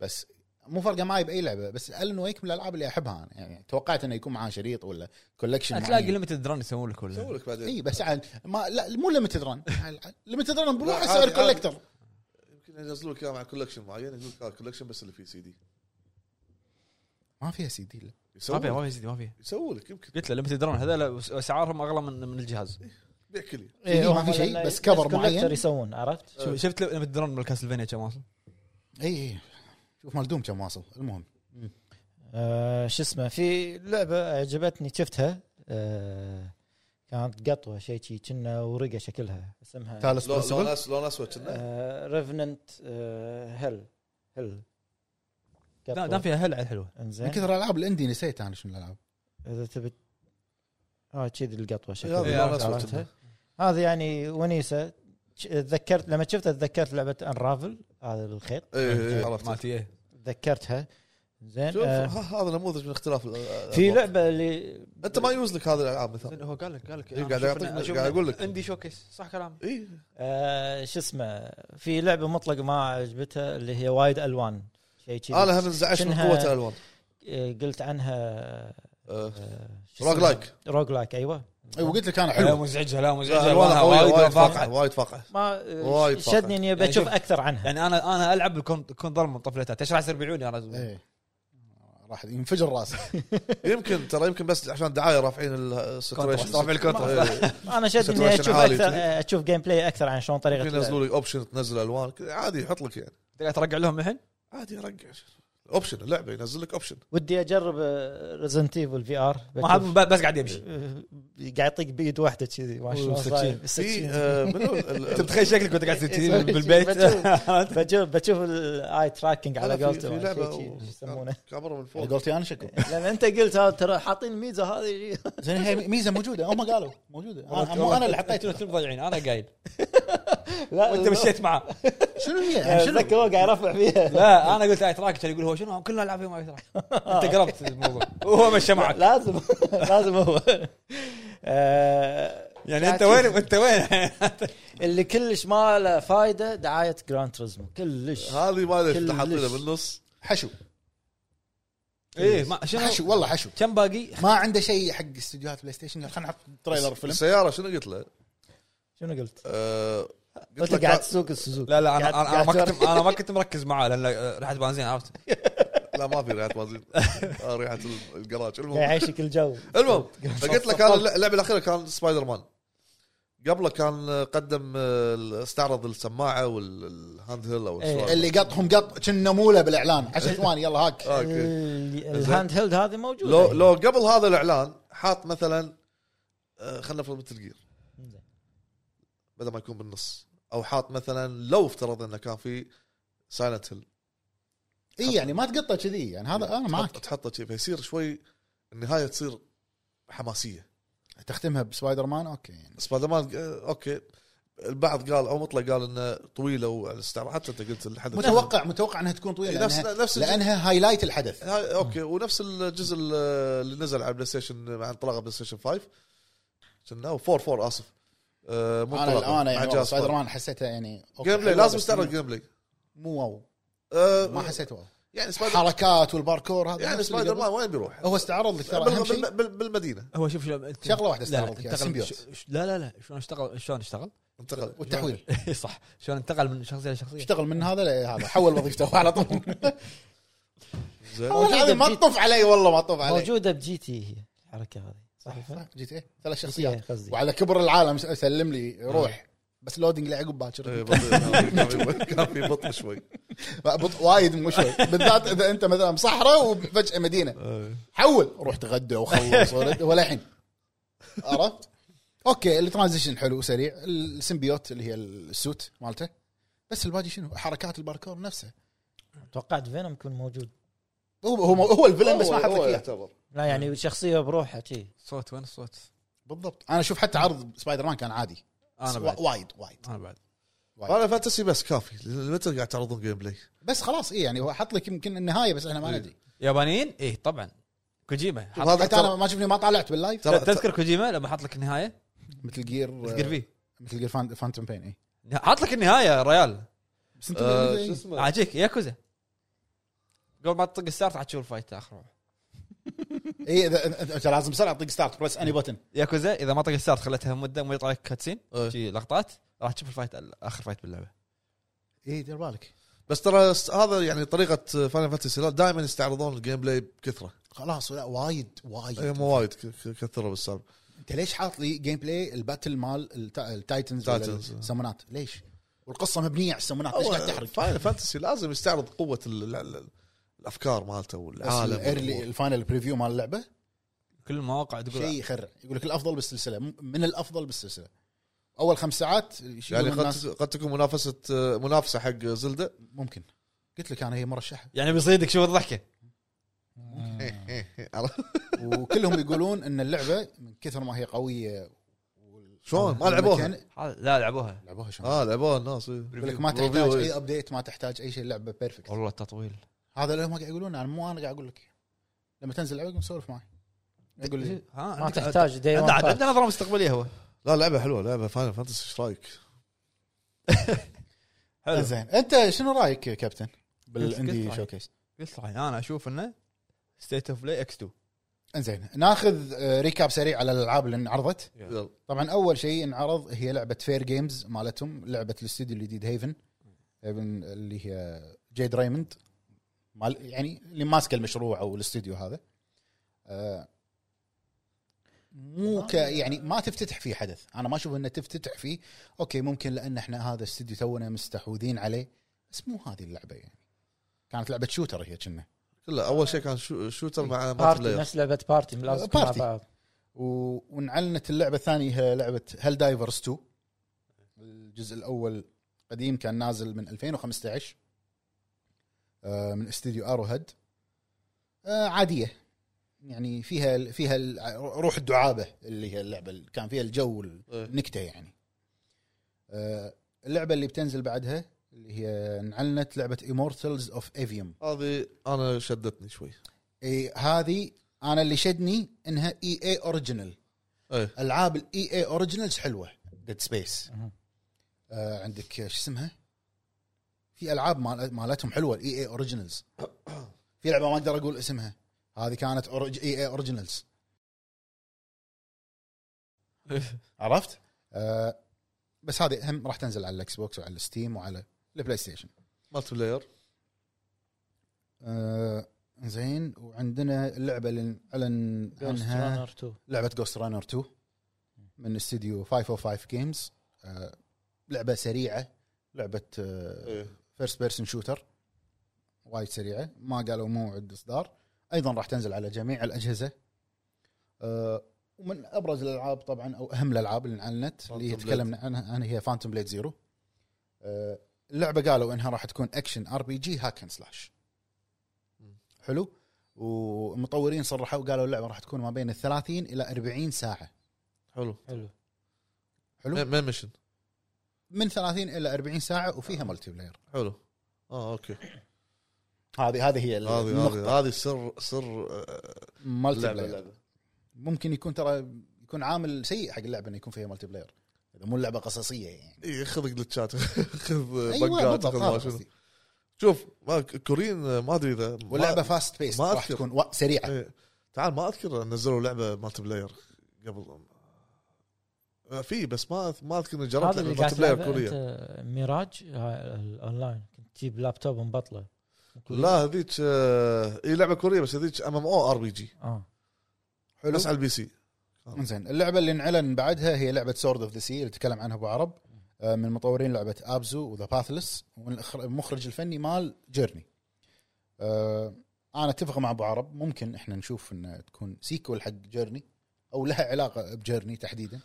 [SPEAKER 3] بس مو فارقه معي باي لعبه بس الن ويك من الالعاب اللي احبها انا يعني توقعت انه يكون معاه شريط ولا كولكشن
[SPEAKER 1] تلاقي ليمتد ران يعني؟ يسوون لك كله
[SPEAKER 4] سووا لك بعدين
[SPEAKER 3] اي بس عن ما لا مو ليمتد ران ليمتد ران بروحه
[SPEAKER 4] لا،
[SPEAKER 3] سعر
[SPEAKER 4] عادي، عادي.
[SPEAKER 3] كولكتر
[SPEAKER 4] يمكن ينزلوا لك اياه مع كولكشن معين يقول لك كولكشن بس اللي فيه سي دي
[SPEAKER 3] ما فيها سي دي
[SPEAKER 1] ما فيها
[SPEAKER 3] يسوون
[SPEAKER 1] ما فيها سيدي ما فيها
[SPEAKER 4] يسووا لك يمكن
[SPEAKER 1] قلت له ليمتد ران هذول اسعارهم اغلى من من الجهاز
[SPEAKER 4] بيع كلي
[SPEAKER 3] CD إيه،
[SPEAKER 2] إيه،
[SPEAKER 3] ما في شيء بس كفر معين
[SPEAKER 2] يسوون عرفت؟
[SPEAKER 1] شو- شفت ليمتد ران من كاسلفينيا كم واصل؟
[SPEAKER 3] اي اي شوف مال دوم كم واصل المهم
[SPEAKER 2] آه، شو اسمه في لعبه عجبتني شفتها آه، كانت قطوه شيء شي كنا ورقه شكلها اسمها
[SPEAKER 3] تالس
[SPEAKER 4] لو- لون
[SPEAKER 3] برنسبل
[SPEAKER 4] أس- لون اسود
[SPEAKER 2] آه.
[SPEAKER 4] كنا
[SPEAKER 2] ريفننت هل هل
[SPEAKER 1] دا- دام فيها هلع حلوه
[SPEAKER 3] من
[SPEAKER 2] انزين
[SPEAKER 3] كثر العاب الاندي نسيت انا شنو الالعاب
[SPEAKER 2] اذا تبي اه كذي القطوه شكلها
[SPEAKER 4] هذا لون اسود كنا
[SPEAKER 2] هذه يعني ونيسه ش- تذكرت لما شفتها تذكرت لعبه انرافل هذا الخيط
[SPEAKER 4] إيه، إيه، عرفت
[SPEAKER 1] مالتي ايه
[SPEAKER 2] تذكرتها زين
[SPEAKER 4] شوف
[SPEAKER 2] آه،
[SPEAKER 4] ها- هذا نموذج من اختلاف ال-
[SPEAKER 2] في
[SPEAKER 4] الألعاب.
[SPEAKER 2] لعبه اللي
[SPEAKER 4] انت ما يوز لك هذه الالعاب مثلا
[SPEAKER 1] هو قال لك قال لك
[SPEAKER 4] إيه، قاعد أعطيك- قاعد أقول لك.
[SPEAKER 1] عندي شوكيس صح كلام
[SPEAKER 4] اي
[SPEAKER 2] آه، شو اسمه في لعبه مطلق ما عجبتها اللي هي وايد الوان شيء كذي
[SPEAKER 4] انا هم انزعجت من
[SPEAKER 2] كأنها-
[SPEAKER 4] قوه الالوان
[SPEAKER 2] آه، قلت عنها
[SPEAKER 4] آه،
[SPEAKER 2] آه، شو
[SPEAKER 4] روج
[SPEAKER 2] اسمها؟
[SPEAKER 4] لايك أيوة،
[SPEAKER 2] روج لايك ايوه
[SPEAKER 3] اي وقلت لك انا
[SPEAKER 1] لا
[SPEAKER 3] حلو
[SPEAKER 1] مزعجه لا مزعجه الوانها
[SPEAKER 4] الوانها قويه وايد
[SPEAKER 1] وايد
[SPEAKER 4] فاقعه
[SPEAKER 1] فاقعه
[SPEAKER 4] وايد فاقعه
[SPEAKER 2] ما
[SPEAKER 4] وايد
[SPEAKER 2] آه، ش-
[SPEAKER 4] فاقعة.
[SPEAKER 2] شدني اني
[SPEAKER 1] يعني
[SPEAKER 2] بشوف
[SPEAKER 1] شوف-
[SPEAKER 2] اكثر عنها
[SPEAKER 1] يعني انا انا العب الكون كون ظلم من طفلتها تشرح يصير بيعوني انا
[SPEAKER 3] إيه. راح ينفجر راسك
[SPEAKER 4] يمكن ترى يمكن بس عشان دعايه رافعين إيه. الساتوريشن
[SPEAKER 1] Contrast، رافع الcontrast.
[SPEAKER 2] انا شدني اني
[SPEAKER 4] Saturation
[SPEAKER 2] اشوف
[SPEAKER 4] عالي
[SPEAKER 2] اكثر
[SPEAKER 4] وكذي.
[SPEAKER 2] آه، اشوف جيم بلاي اكثر عن شلون طريقه
[SPEAKER 4] يمكن
[SPEAKER 2] اللعب.
[SPEAKER 4] ينزلوا لك اوبشن تنزل الوان كذا عادي يحط لك يعني
[SPEAKER 1] تقدر ترجع لهم الحين
[SPEAKER 4] عادي رجع اوبشن اللعبه ينزل لك اوبشن
[SPEAKER 2] ودي اجرب ريزنت ايفل في ار
[SPEAKER 1] ما هذا ب- بس قاعد يمشي
[SPEAKER 2] إيه. قاعد يعطيك بايد واحده كذي ما شلون
[SPEAKER 1] والسكين.
[SPEAKER 2] صاير.
[SPEAKER 4] في
[SPEAKER 2] السكين.
[SPEAKER 4] آه، منو ال-
[SPEAKER 1] انت
[SPEAKER 4] ال-
[SPEAKER 1] متخيل شكلك وانت قاعد تسجل
[SPEAKER 2] إيه،
[SPEAKER 1] بالبيت
[SPEAKER 2] بشوف- بشوف بشوف الاي تراكنج على
[SPEAKER 4] لا، في- في
[SPEAKER 2] قولتهم
[SPEAKER 4] لعبه
[SPEAKER 2] شيء- شيء
[SPEAKER 1] آه.
[SPEAKER 4] و-
[SPEAKER 2] يسمونه
[SPEAKER 4] كاميرا من فوق
[SPEAKER 3] قلت انا يعني شكو
[SPEAKER 2] لان انت قلت ها ترى حاطين الميزه هذه
[SPEAKER 3] زين هي ميزه موجوده هم قالوا موجوده انا مو انا اللي حطيتها
[SPEAKER 1] انتم مضيعين انا قايل
[SPEAKER 2] لا
[SPEAKER 1] وانت مشيت آه، معاه
[SPEAKER 3] شنو هي يعني شنو
[SPEAKER 2] اتذكر هو قاعد يرفع فيها
[SPEAKER 1] لا انا قلت اي تراك كان يقول هو شنو هم كلنا العاب ما اي تراك انت قربت الموضوع وهو مشى معك
[SPEAKER 2] لازم لازم هو آه،
[SPEAKER 1] يعني انت
[SPEAKER 2] قاعد
[SPEAKER 1] وين
[SPEAKER 2] تشوف
[SPEAKER 1] انت وين
[SPEAKER 2] اللي كلش ما له فايده دعايه جراند تريزمو كلش
[SPEAKER 4] هذه ما ادري
[SPEAKER 2] كلش.
[SPEAKER 4] حاطينها بالنص
[SPEAKER 3] حشو
[SPEAKER 1] ايه ما شنو
[SPEAKER 3] حشو والله حشو
[SPEAKER 1] كم باقي
[SPEAKER 3] ما عنده شيء حق استديوهات بلاي ستيشن خلينا نحط تريلر فيلم
[SPEAKER 4] السياره شنو قلت له؟
[SPEAKER 2] شنو قلت؟
[SPEAKER 4] آه، قلت
[SPEAKER 2] قلت
[SPEAKER 4] له
[SPEAKER 2] قاعد
[SPEAKER 4] كا-
[SPEAKER 2] تسوق السوزوكي
[SPEAKER 1] لا لا انا
[SPEAKER 2] قاعد-
[SPEAKER 1] انا أنا
[SPEAKER 2] قاعد
[SPEAKER 1] ما كنت انا ما كنت مركز معاه لان آه، ريحه بنزين عرفت
[SPEAKER 4] لا ما في ريحه بنزين آه، ريحه ال- الجراج
[SPEAKER 2] قاعد
[SPEAKER 4] المهم
[SPEAKER 2] يعيشك الجو
[SPEAKER 4] المهم فقلت لك انا الل- اللعبه الاخيره كان سبايدر مان قبله كان قدم آه، استعرض السماعه والهاند هيل او
[SPEAKER 2] إيه.
[SPEAKER 4] السوالف.
[SPEAKER 3] اللي قطهم قط كنا موله بالاعلان 10 ثواني يلا هاك
[SPEAKER 4] آه، اوكي
[SPEAKER 2] ال-
[SPEAKER 4] زين.
[SPEAKER 2] الهاند هيلد هذه موجوده
[SPEAKER 7] يعني.
[SPEAKER 4] لو لو قبل هذا الاعلان حاط مثلا آه، خلينا نفرض مثل جير
[SPEAKER 2] زين.
[SPEAKER 4] بدل ما يكون بالنص او حاط مثلا لو افترض انه كان في سايلنت هيل
[SPEAKER 3] اي يعني ما تقطه كذي يعني هذا انا معك
[SPEAKER 4] تحطه شيء فيصير شوي النهايه تصير حماسيه
[SPEAKER 3] تختمها بسبايدر مان اوكي يعني
[SPEAKER 4] سبايدر مان آه، اوكي البعض قال او مطلق قال انه طويله والاستعراض حتى انت قلت الحدث
[SPEAKER 3] متوقع متوقع انها تكون طويله
[SPEAKER 4] نفس
[SPEAKER 3] لانها,
[SPEAKER 4] نفس الجزء-
[SPEAKER 3] لأنها هايلايت الحدث
[SPEAKER 4] هاي اوكي ونفس الجزء ال- اللي نزل على بلاي ستيشن مع انطلاق بلاي ستيشن 5 كنا 4 4 اسف آه، مو
[SPEAKER 3] انا
[SPEAKER 4] انطلاقه،
[SPEAKER 3] الان
[SPEAKER 4] مع
[SPEAKER 3] يعني والله
[SPEAKER 4] جهاز
[SPEAKER 3] سبايدر مان حسيتها يعني أوكي،
[SPEAKER 4] جيم بلاي
[SPEAKER 3] حلوة
[SPEAKER 4] لازم
[SPEAKER 3] بس
[SPEAKER 4] استعرض
[SPEAKER 3] مو-
[SPEAKER 4] جيم بلاي
[SPEAKER 3] مو واو
[SPEAKER 4] آه،
[SPEAKER 3] ما حسيت واو
[SPEAKER 4] يعني سبايدر
[SPEAKER 3] حركات والباركور هذا
[SPEAKER 4] يعني
[SPEAKER 3] نفس اللي
[SPEAKER 4] سبايدر
[SPEAKER 3] قبل.
[SPEAKER 4] مان وين بيروح؟
[SPEAKER 3] هو استعرض لك ترى اهم
[SPEAKER 4] بال-
[SPEAKER 3] شيء
[SPEAKER 4] بال- بال- بالمدينه
[SPEAKER 1] هو شوف شلون
[SPEAKER 3] شغله واحده
[SPEAKER 1] لا لا
[SPEAKER 3] استعرض لك إياها،
[SPEAKER 1] انتقل
[SPEAKER 3] سيمبيوت
[SPEAKER 1] ش- ش- لا لا لا شلون اشتغل شلون اشتغل؟ إيه،
[SPEAKER 4] انتقل
[SPEAKER 3] والتحويل
[SPEAKER 1] صح شلون انتقل من شخصيه لشخصيه
[SPEAKER 3] اشتغل من هذا لهذا حول وظيفته على طول
[SPEAKER 4] زين
[SPEAKER 3] والله العظيم ما تطف علي والله ما تطف علي
[SPEAKER 2] موجوده بجي تي هي الحركه هذه صح
[SPEAKER 3] صح، جيت ايه ثلاث
[SPEAKER 2] إيه،
[SPEAKER 3] شخصيات
[SPEAKER 2] قصدي
[SPEAKER 3] وعلى كبر العالم س- سلم لي روح بس لودنج لعقب باكر
[SPEAKER 4] آه. إيه، بطيء. كان في- كان في بطء شوي
[SPEAKER 3] بط- وايد مو شوي بالذات اذا انت مثلا بصحراء وفجاه مدينه
[SPEAKER 4] آه.
[SPEAKER 3] حول روح تغدى وخلص ورد- ولا الحين عرفت؟ اوكي الترانزيشن حلو وسريع السيمبيوت اللي هي السوت مالته بس الباقي شنو؟ حركات الباركور نفسه
[SPEAKER 2] توقعت فينوم يكون موجود
[SPEAKER 3] هو هو هو الفيلن بس ما
[SPEAKER 4] هو-
[SPEAKER 3] حط لك
[SPEAKER 4] هو
[SPEAKER 3] اياه
[SPEAKER 4] يعتبر
[SPEAKER 2] لا يعني شخصيه بروحها شي
[SPEAKER 4] آه،
[SPEAKER 1] صوت وين الصوت؟
[SPEAKER 3] بالضبط انا اشوف حتى عرض سبايدر مان كان عادي
[SPEAKER 1] انا
[SPEAKER 3] وا-
[SPEAKER 1] بعد
[SPEAKER 3] وايد وايد
[SPEAKER 1] انا بعد
[SPEAKER 4] فاينل فانتسي بس كافي متى قاعد تعرضون جيم بلاي؟
[SPEAKER 3] بس خلاص اي يعني هو حط لك يمكن النهايه بس
[SPEAKER 4] إيه.
[SPEAKER 3] احنا ما ندري
[SPEAKER 1] يابانيين ايه طبعا كوجيما حط-
[SPEAKER 4] هذا
[SPEAKER 3] حتى انا
[SPEAKER 4] ترى-
[SPEAKER 3] ما شفني ما طالعت باللايف
[SPEAKER 4] ترى-
[SPEAKER 1] تذكر كوجيما لما حط لك النهايه
[SPEAKER 3] مثل جير
[SPEAKER 1] تذكر فيه
[SPEAKER 3] مثل جير فان- فانتوم بين اي
[SPEAKER 1] حط لك النهايه يا ريال
[SPEAKER 3] إيه. بس انت
[SPEAKER 4] آه،
[SPEAKER 3] إيه.
[SPEAKER 4] شو اسمه
[SPEAKER 1] عاجيك ياكوزا قبل ما تطق الستارت عاد تشوف الفايت اخر واحد.
[SPEAKER 3] اي اذا إيه، إذا- انت لازم بسرعه تطق ستارت بريس اني بوتن
[SPEAKER 1] ياكوزا اذا ما طق الستارت خليتها مده ما يطلع لك كاتسين
[SPEAKER 4] إيه.
[SPEAKER 1] شي لقطات راح تشوف الفايت ال- اخر فايت باللعبه
[SPEAKER 3] اي دير بالك
[SPEAKER 4] بس ترى س- هذا يعني طريقه فاينل فانتسي دائما يستعرضون الجيم بلاي بكثره
[SPEAKER 3] خلاص لا وايد وايد
[SPEAKER 4] أي مو وايد ك- ك- كثره بالسالفه
[SPEAKER 3] انت ليش حاط لي جيم بلاي الباتل مال التا- التايتنز ولا
[SPEAKER 4] تايتنز.
[SPEAKER 3] السمونات ليش؟ والقصه مبنيه على السمونات ليش قاعد تحرق؟
[SPEAKER 4] فاينل فانتسي لازم يستعرض قوه ال- ال- ال- الافكار مالته والعالم
[SPEAKER 3] الايرلي
[SPEAKER 4] والأمور.
[SPEAKER 3] الفاينل بريفيو مال اللعبه
[SPEAKER 1] كل المواقع تقول
[SPEAKER 3] شيء يخرع يقول لك الافضل بالسلسله م- من الافضل بالسلسله اول خمس ساعات
[SPEAKER 4] يعني
[SPEAKER 3] يعني
[SPEAKER 4] قد
[SPEAKER 3] الناس
[SPEAKER 4] قد تكون منافسه منافسه حق زلده
[SPEAKER 3] ممكن قلت لك انا هي مرشحه
[SPEAKER 1] يعني بيصيدك شوف الضحكه
[SPEAKER 4] عرفت؟
[SPEAKER 3] وكلهم يقولون ان اللعبه من كثر ما هي قويه
[SPEAKER 4] شلون ما لعبوها
[SPEAKER 3] والمكان-
[SPEAKER 1] لا لعبوها
[SPEAKER 3] لعبوها شلون؟
[SPEAKER 4] اه لعبوها الناس إيه.
[SPEAKER 3] يعني- يقول لك ما
[SPEAKER 4] ريفيو
[SPEAKER 3] تحتاج
[SPEAKER 4] إيه.
[SPEAKER 3] اي ابديت ما تحتاج اي شيء اللعبه بيرفكت
[SPEAKER 1] والله التطويل
[SPEAKER 3] هذا اللي هم قاعد يقولون انا مو انا قاعد اقول لك لما تنزل اللعبه قوم سولف معي يقول لي
[SPEAKER 1] إيه، ها
[SPEAKER 7] ما
[SPEAKER 1] عندك-
[SPEAKER 7] تحتاج دي
[SPEAKER 1] عنده عاد- عنده نظره مستقبليه هو
[SPEAKER 4] لا لعبه حلوه لعبه فاينل فانتسي ايش رايك؟
[SPEAKER 1] حلو.
[SPEAKER 3] زين انت شنو رايك يا كابتن
[SPEAKER 1] قلت
[SPEAKER 3] بالاندي
[SPEAKER 1] رأيي.
[SPEAKER 3] شوكيس
[SPEAKER 1] قلت راح انا اشوف انه ستيت اوف بلاي اكس 2
[SPEAKER 3] انزين ناخذ آه، ريكاب سريع على الالعاب اللي انعرضت
[SPEAKER 4] يلا
[SPEAKER 3] طبعا اول شيء انعرض هي لعبه فير جيمز مالتهم لعبه الاستوديو الجديد هيفن هيفن اللي هي جيد ريموند مال يعني اللي ماسكه المشروع او الاستوديو هذا آه، مو ك يعني ما تفتتح فيه حدث انا ما اشوف انه تفتتح فيه اوكي ممكن لان احنا هذا استوديو تونا مستحوذين عليه بس مو هذه اللعبه يعني كانت لعبه شوتر هي كنا
[SPEAKER 4] كلا اول شيء كان شو- شوتر مع مع
[SPEAKER 7] بارتي
[SPEAKER 4] بلاير
[SPEAKER 7] نفس لعبه بارتي لازم
[SPEAKER 3] بارتي.
[SPEAKER 7] مع بعض.
[SPEAKER 3] و- وانعلنت اللعبه الثانيه هي لعبه هل دايفرز 2 الجزء الاول قديم كان نازل من 2015 آه، من استديو ارو هيد عاديه يعني فيها فيها ال- روح الدعابه اللي هي اللعبه اللي كان فيها الجو
[SPEAKER 4] إيه.
[SPEAKER 3] النكته يعني آه، اللعبه اللي بتنزل بعدها اللي هي انعلنت لعبه امورتلز اوف ايفيوم
[SPEAKER 4] هذه انا شدتني شوي
[SPEAKER 3] إيه هذه انا اللي شدني انها اي اي اوريجينال
[SPEAKER 4] ايه
[SPEAKER 3] العاب الاي اي اوريجينالز حلوه ديد سبيس آه عندك شو اسمها؟ في العاب مال- مالتهم حلوه الاي اي اوريجينالز في لعبه ما اقدر اقول اسمها هذه كانت اي اي اوريجينالز عرفت؟ آه بس هذه هم راح تنزل على الاكس بوكس وعلى الستيم وعلى البلاي ستيشن
[SPEAKER 4] مالتي بلاير
[SPEAKER 3] آه زين وعندنا اللعبه اللي اعلن عنها
[SPEAKER 7] Runner 2.
[SPEAKER 3] لعبه جوست رانر 2 من استديو 505 جيمز آه، لعبه سريعه لعبه آه،
[SPEAKER 4] إيه.
[SPEAKER 3] فيرست بيرسون شوتر وايد سريعه ما قالوا موعد اصدار ايضا راح تنزل على جميع الاجهزه آه، ومن ابرز الالعاب طبعا او اهم الالعاب اللي انعلنت اللي هي
[SPEAKER 4] Phantom Blade.
[SPEAKER 3] تكلمنا عنها عنها هي فانتوم بليد زيرو آه، اللعبه قالوا انها راح تكون اكشن ار بي جي هاك اند سلاش حلو والمطورين صرحوا وقالوا اللعبه راح تكون ما بين ال 30 الى 40 ساعه
[SPEAKER 4] حلو
[SPEAKER 7] حلو
[SPEAKER 3] حلو.
[SPEAKER 4] حلو مين ميشن
[SPEAKER 3] من 30 الى 40 ساعه وفيها
[SPEAKER 4] آه.
[SPEAKER 3] ملتي بلاير
[SPEAKER 4] حلو اه اوكي
[SPEAKER 3] إيه، هذه هذه هي
[SPEAKER 4] هذه
[SPEAKER 3] النقطه
[SPEAKER 4] هذه هذه سر سر آه،
[SPEAKER 3] ملتي
[SPEAKER 4] اللعبه
[SPEAKER 3] بلاير
[SPEAKER 4] اللعبه
[SPEAKER 3] ممكن يكون ترى يكون عامل سيء حق اللعبه انه يكون فيها ملتي بلاير اذا مو اللعبه قصصيه يعني
[SPEAKER 4] إيه، خذ جلتشات خذ
[SPEAKER 3] ايوه
[SPEAKER 4] بقات
[SPEAKER 3] بالضبط
[SPEAKER 4] خذ
[SPEAKER 3] هذا
[SPEAKER 4] ما شنو.
[SPEAKER 3] قصدي.
[SPEAKER 4] شوف ما كوريين آه، ما ادري اذا ما-
[SPEAKER 3] واللعبه فاست بيس
[SPEAKER 4] ما
[SPEAKER 3] راح
[SPEAKER 4] أذكر.
[SPEAKER 3] تكون و- سريعه
[SPEAKER 4] إيه. تعال ما اذكر نزلوا لعبه مالتي بلاير قبل آه، في بس ما ما اذكر اني جربت
[SPEAKER 7] هذا اللي
[SPEAKER 4] لعبه
[SPEAKER 7] قاعد
[SPEAKER 4] مالتي بلاير
[SPEAKER 7] تلعبه
[SPEAKER 4] كوريه
[SPEAKER 7] انت ميراج ها- الاونلاين كنت تجيب لابتوب مبطله
[SPEAKER 4] لا هذيك آه، هي لعبه كوريه بس هذيك ام ام او ار بي جي
[SPEAKER 7] اه
[SPEAKER 3] حلو
[SPEAKER 4] بس على البي سي
[SPEAKER 3] زين اللعبه اللي انعلن بعدها هي لعبه سورد اوف ذا سي اللي تكلم عنها ابو عرب آه، من مطورين لعبه ابزو وذا باثلس ومن الأخر- المخرج الفني مال جيرني آه، انا اتفق مع ابو عرب ممكن احنا نشوف ان تكون سيكول حق جيرني او لها علاقه بجيرني تحديدا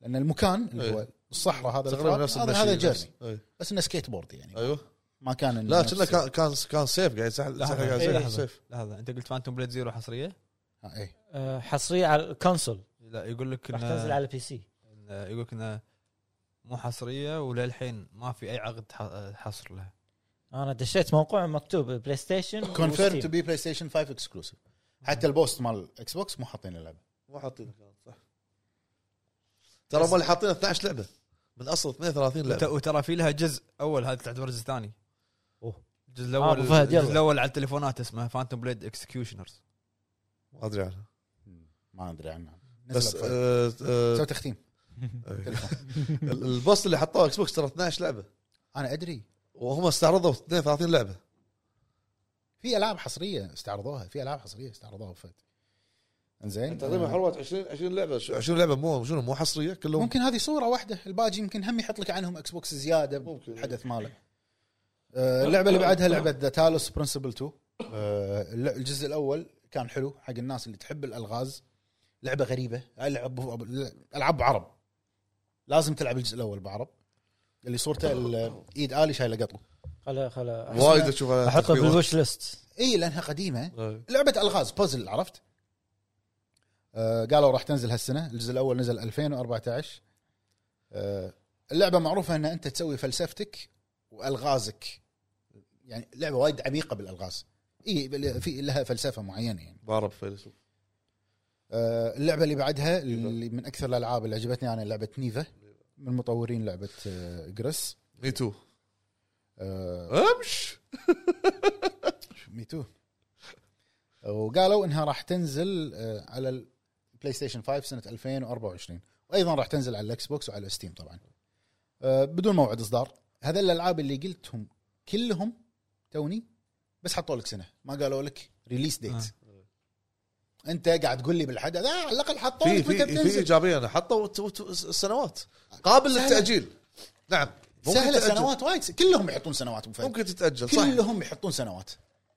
[SPEAKER 3] لان المكان اللي هو
[SPEAKER 4] إيه.
[SPEAKER 3] الصحراء هذا
[SPEAKER 4] تقريبا
[SPEAKER 3] الفرات،
[SPEAKER 4] نفس
[SPEAKER 3] هذا
[SPEAKER 4] المشي
[SPEAKER 3] هذا
[SPEAKER 4] نفس-
[SPEAKER 3] جيرني
[SPEAKER 4] إيه.
[SPEAKER 3] بس انه سكيت بورد يعني
[SPEAKER 4] ايوه
[SPEAKER 3] ما كان إنه
[SPEAKER 4] لا
[SPEAKER 3] نفس-
[SPEAKER 4] كنا كان كان كان سيف قاعد يسحب
[SPEAKER 1] لحظة،
[SPEAKER 4] قاعد
[SPEAKER 1] إيه،
[SPEAKER 4] يسحب
[SPEAKER 1] لحظة.
[SPEAKER 4] سيف
[SPEAKER 1] لحظه انت قلت فانتوم بليد زيرو حصريه
[SPEAKER 3] آه، إيه.
[SPEAKER 7] آه، حصريه على الكونسول
[SPEAKER 1] لا يقول لك
[SPEAKER 7] راح تنزل
[SPEAKER 1] انه
[SPEAKER 7] على البي سي
[SPEAKER 1] إنه- يقول لك انه مو حصريه وللحين ما في اي عقد ح- حصر لها
[SPEAKER 7] انا دشيت موقع مكتوب بلاي ستيشن
[SPEAKER 3] كونفيرم
[SPEAKER 7] وستيم.
[SPEAKER 3] تو بي بلاي ستيشن 5 اكسكلوسيف حتى البوست مال اكس بوكس مو حاطين اللعبه
[SPEAKER 4] مو حاطين صح ترى هم اللي حاطين 12 لعبه من اصل 32
[SPEAKER 1] وت-
[SPEAKER 4] لعبه
[SPEAKER 1] وترى في لها جزء اول هذا تعتبر الجزء الثاني
[SPEAKER 7] أوه.
[SPEAKER 1] الجزء
[SPEAKER 7] آه،
[SPEAKER 1] الاول
[SPEAKER 7] أبو فهد، يلا.
[SPEAKER 1] الجزء الاول على التليفونات اسمه فانتوم بليد اكسكيوشنرز
[SPEAKER 4] ما ادري عنها
[SPEAKER 3] ما ادري عنها
[SPEAKER 4] بس
[SPEAKER 3] بس
[SPEAKER 4] آه، إيه. آه،
[SPEAKER 3] سوي تختيم
[SPEAKER 4] آه، البوس اللي حطوه اكس بوكس ترى 12 لعبه
[SPEAKER 3] انا ادري
[SPEAKER 4] وهم استعرضوا 32 لعبه
[SPEAKER 3] في العاب حصريه استعرضوها في العاب حصريه استعرضوها بفت انزين
[SPEAKER 4] تقريبا حولت 20 20 لعبه 20 لعبه مو شنو مو حصريه كلهم
[SPEAKER 3] ممكن هذه صوره واحده الباقي يمكن هم يحط لك عنهم اكس بوكس زياده
[SPEAKER 4] ممكن.
[SPEAKER 3] بحدث ماله آه، اللعبه اللي بعدها لعبه ذا تالوس برنسبل 2 آه، الل- الجزء الاول كان حلو حق الناس اللي تحب الالغاز لعبه غريبه العب العاب عرب لازم تلعب الجزء الاول بعرب اللي صورته ال- ايد الي شايله قطو
[SPEAKER 7] خلا خلا
[SPEAKER 4] وايد اشوف على
[SPEAKER 7] احطه
[SPEAKER 4] التقييمات.
[SPEAKER 7] بالوش ليست
[SPEAKER 3] اي لانها قديمه
[SPEAKER 4] إيه.
[SPEAKER 3] لعبه الغاز بازل عرفت آه قالوا راح تنزل هالسنه الجزء الاول نزل 2014 آه اللعبه معروفه ان انت تسوي فلسفتك والغازك يعني لعبه وايد عميقه بالالغاز اي بل- في لها فلسفه معينه يعني
[SPEAKER 4] بعرف فيلسوف
[SPEAKER 3] آه اللعبه اللي بعدها اللي من اكثر الالعاب اللي عجبتني انا لعبه نيفا من مطورين لعبه آه جريس
[SPEAKER 4] مي تو
[SPEAKER 3] آه
[SPEAKER 4] امش
[SPEAKER 3] ميتو وقالوا انها راح تنزل آه، على البلاي ستيشن 5 سنه 2024 وايضا راح تنزل على الاكس بوكس وعلى ستيم طبعا آه، بدون موعد اصدار هذا الالعاب اللي قلتهم كلهم توني بس حطوا لك سنه ما قالوا لك ريليس ديت
[SPEAKER 4] آه.
[SPEAKER 3] انت قاعد تقول لي بالحد لا على الاقل حطوا
[SPEAKER 4] في
[SPEAKER 3] لك متى
[SPEAKER 4] في في
[SPEAKER 3] بتنزل
[SPEAKER 4] ايجابيه انا حطوا ت- ت- سنوات قابل
[SPEAKER 3] سهلة.
[SPEAKER 4] للتاجيل نعم ممكن
[SPEAKER 3] سهله
[SPEAKER 4] تتأجل.
[SPEAKER 3] سنوات طيب. وايد س- كلهم يحطون سنوات أبو فهد.
[SPEAKER 4] ممكن تتاجل صح
[SPEAKER 3] كلهم يحطون سنوات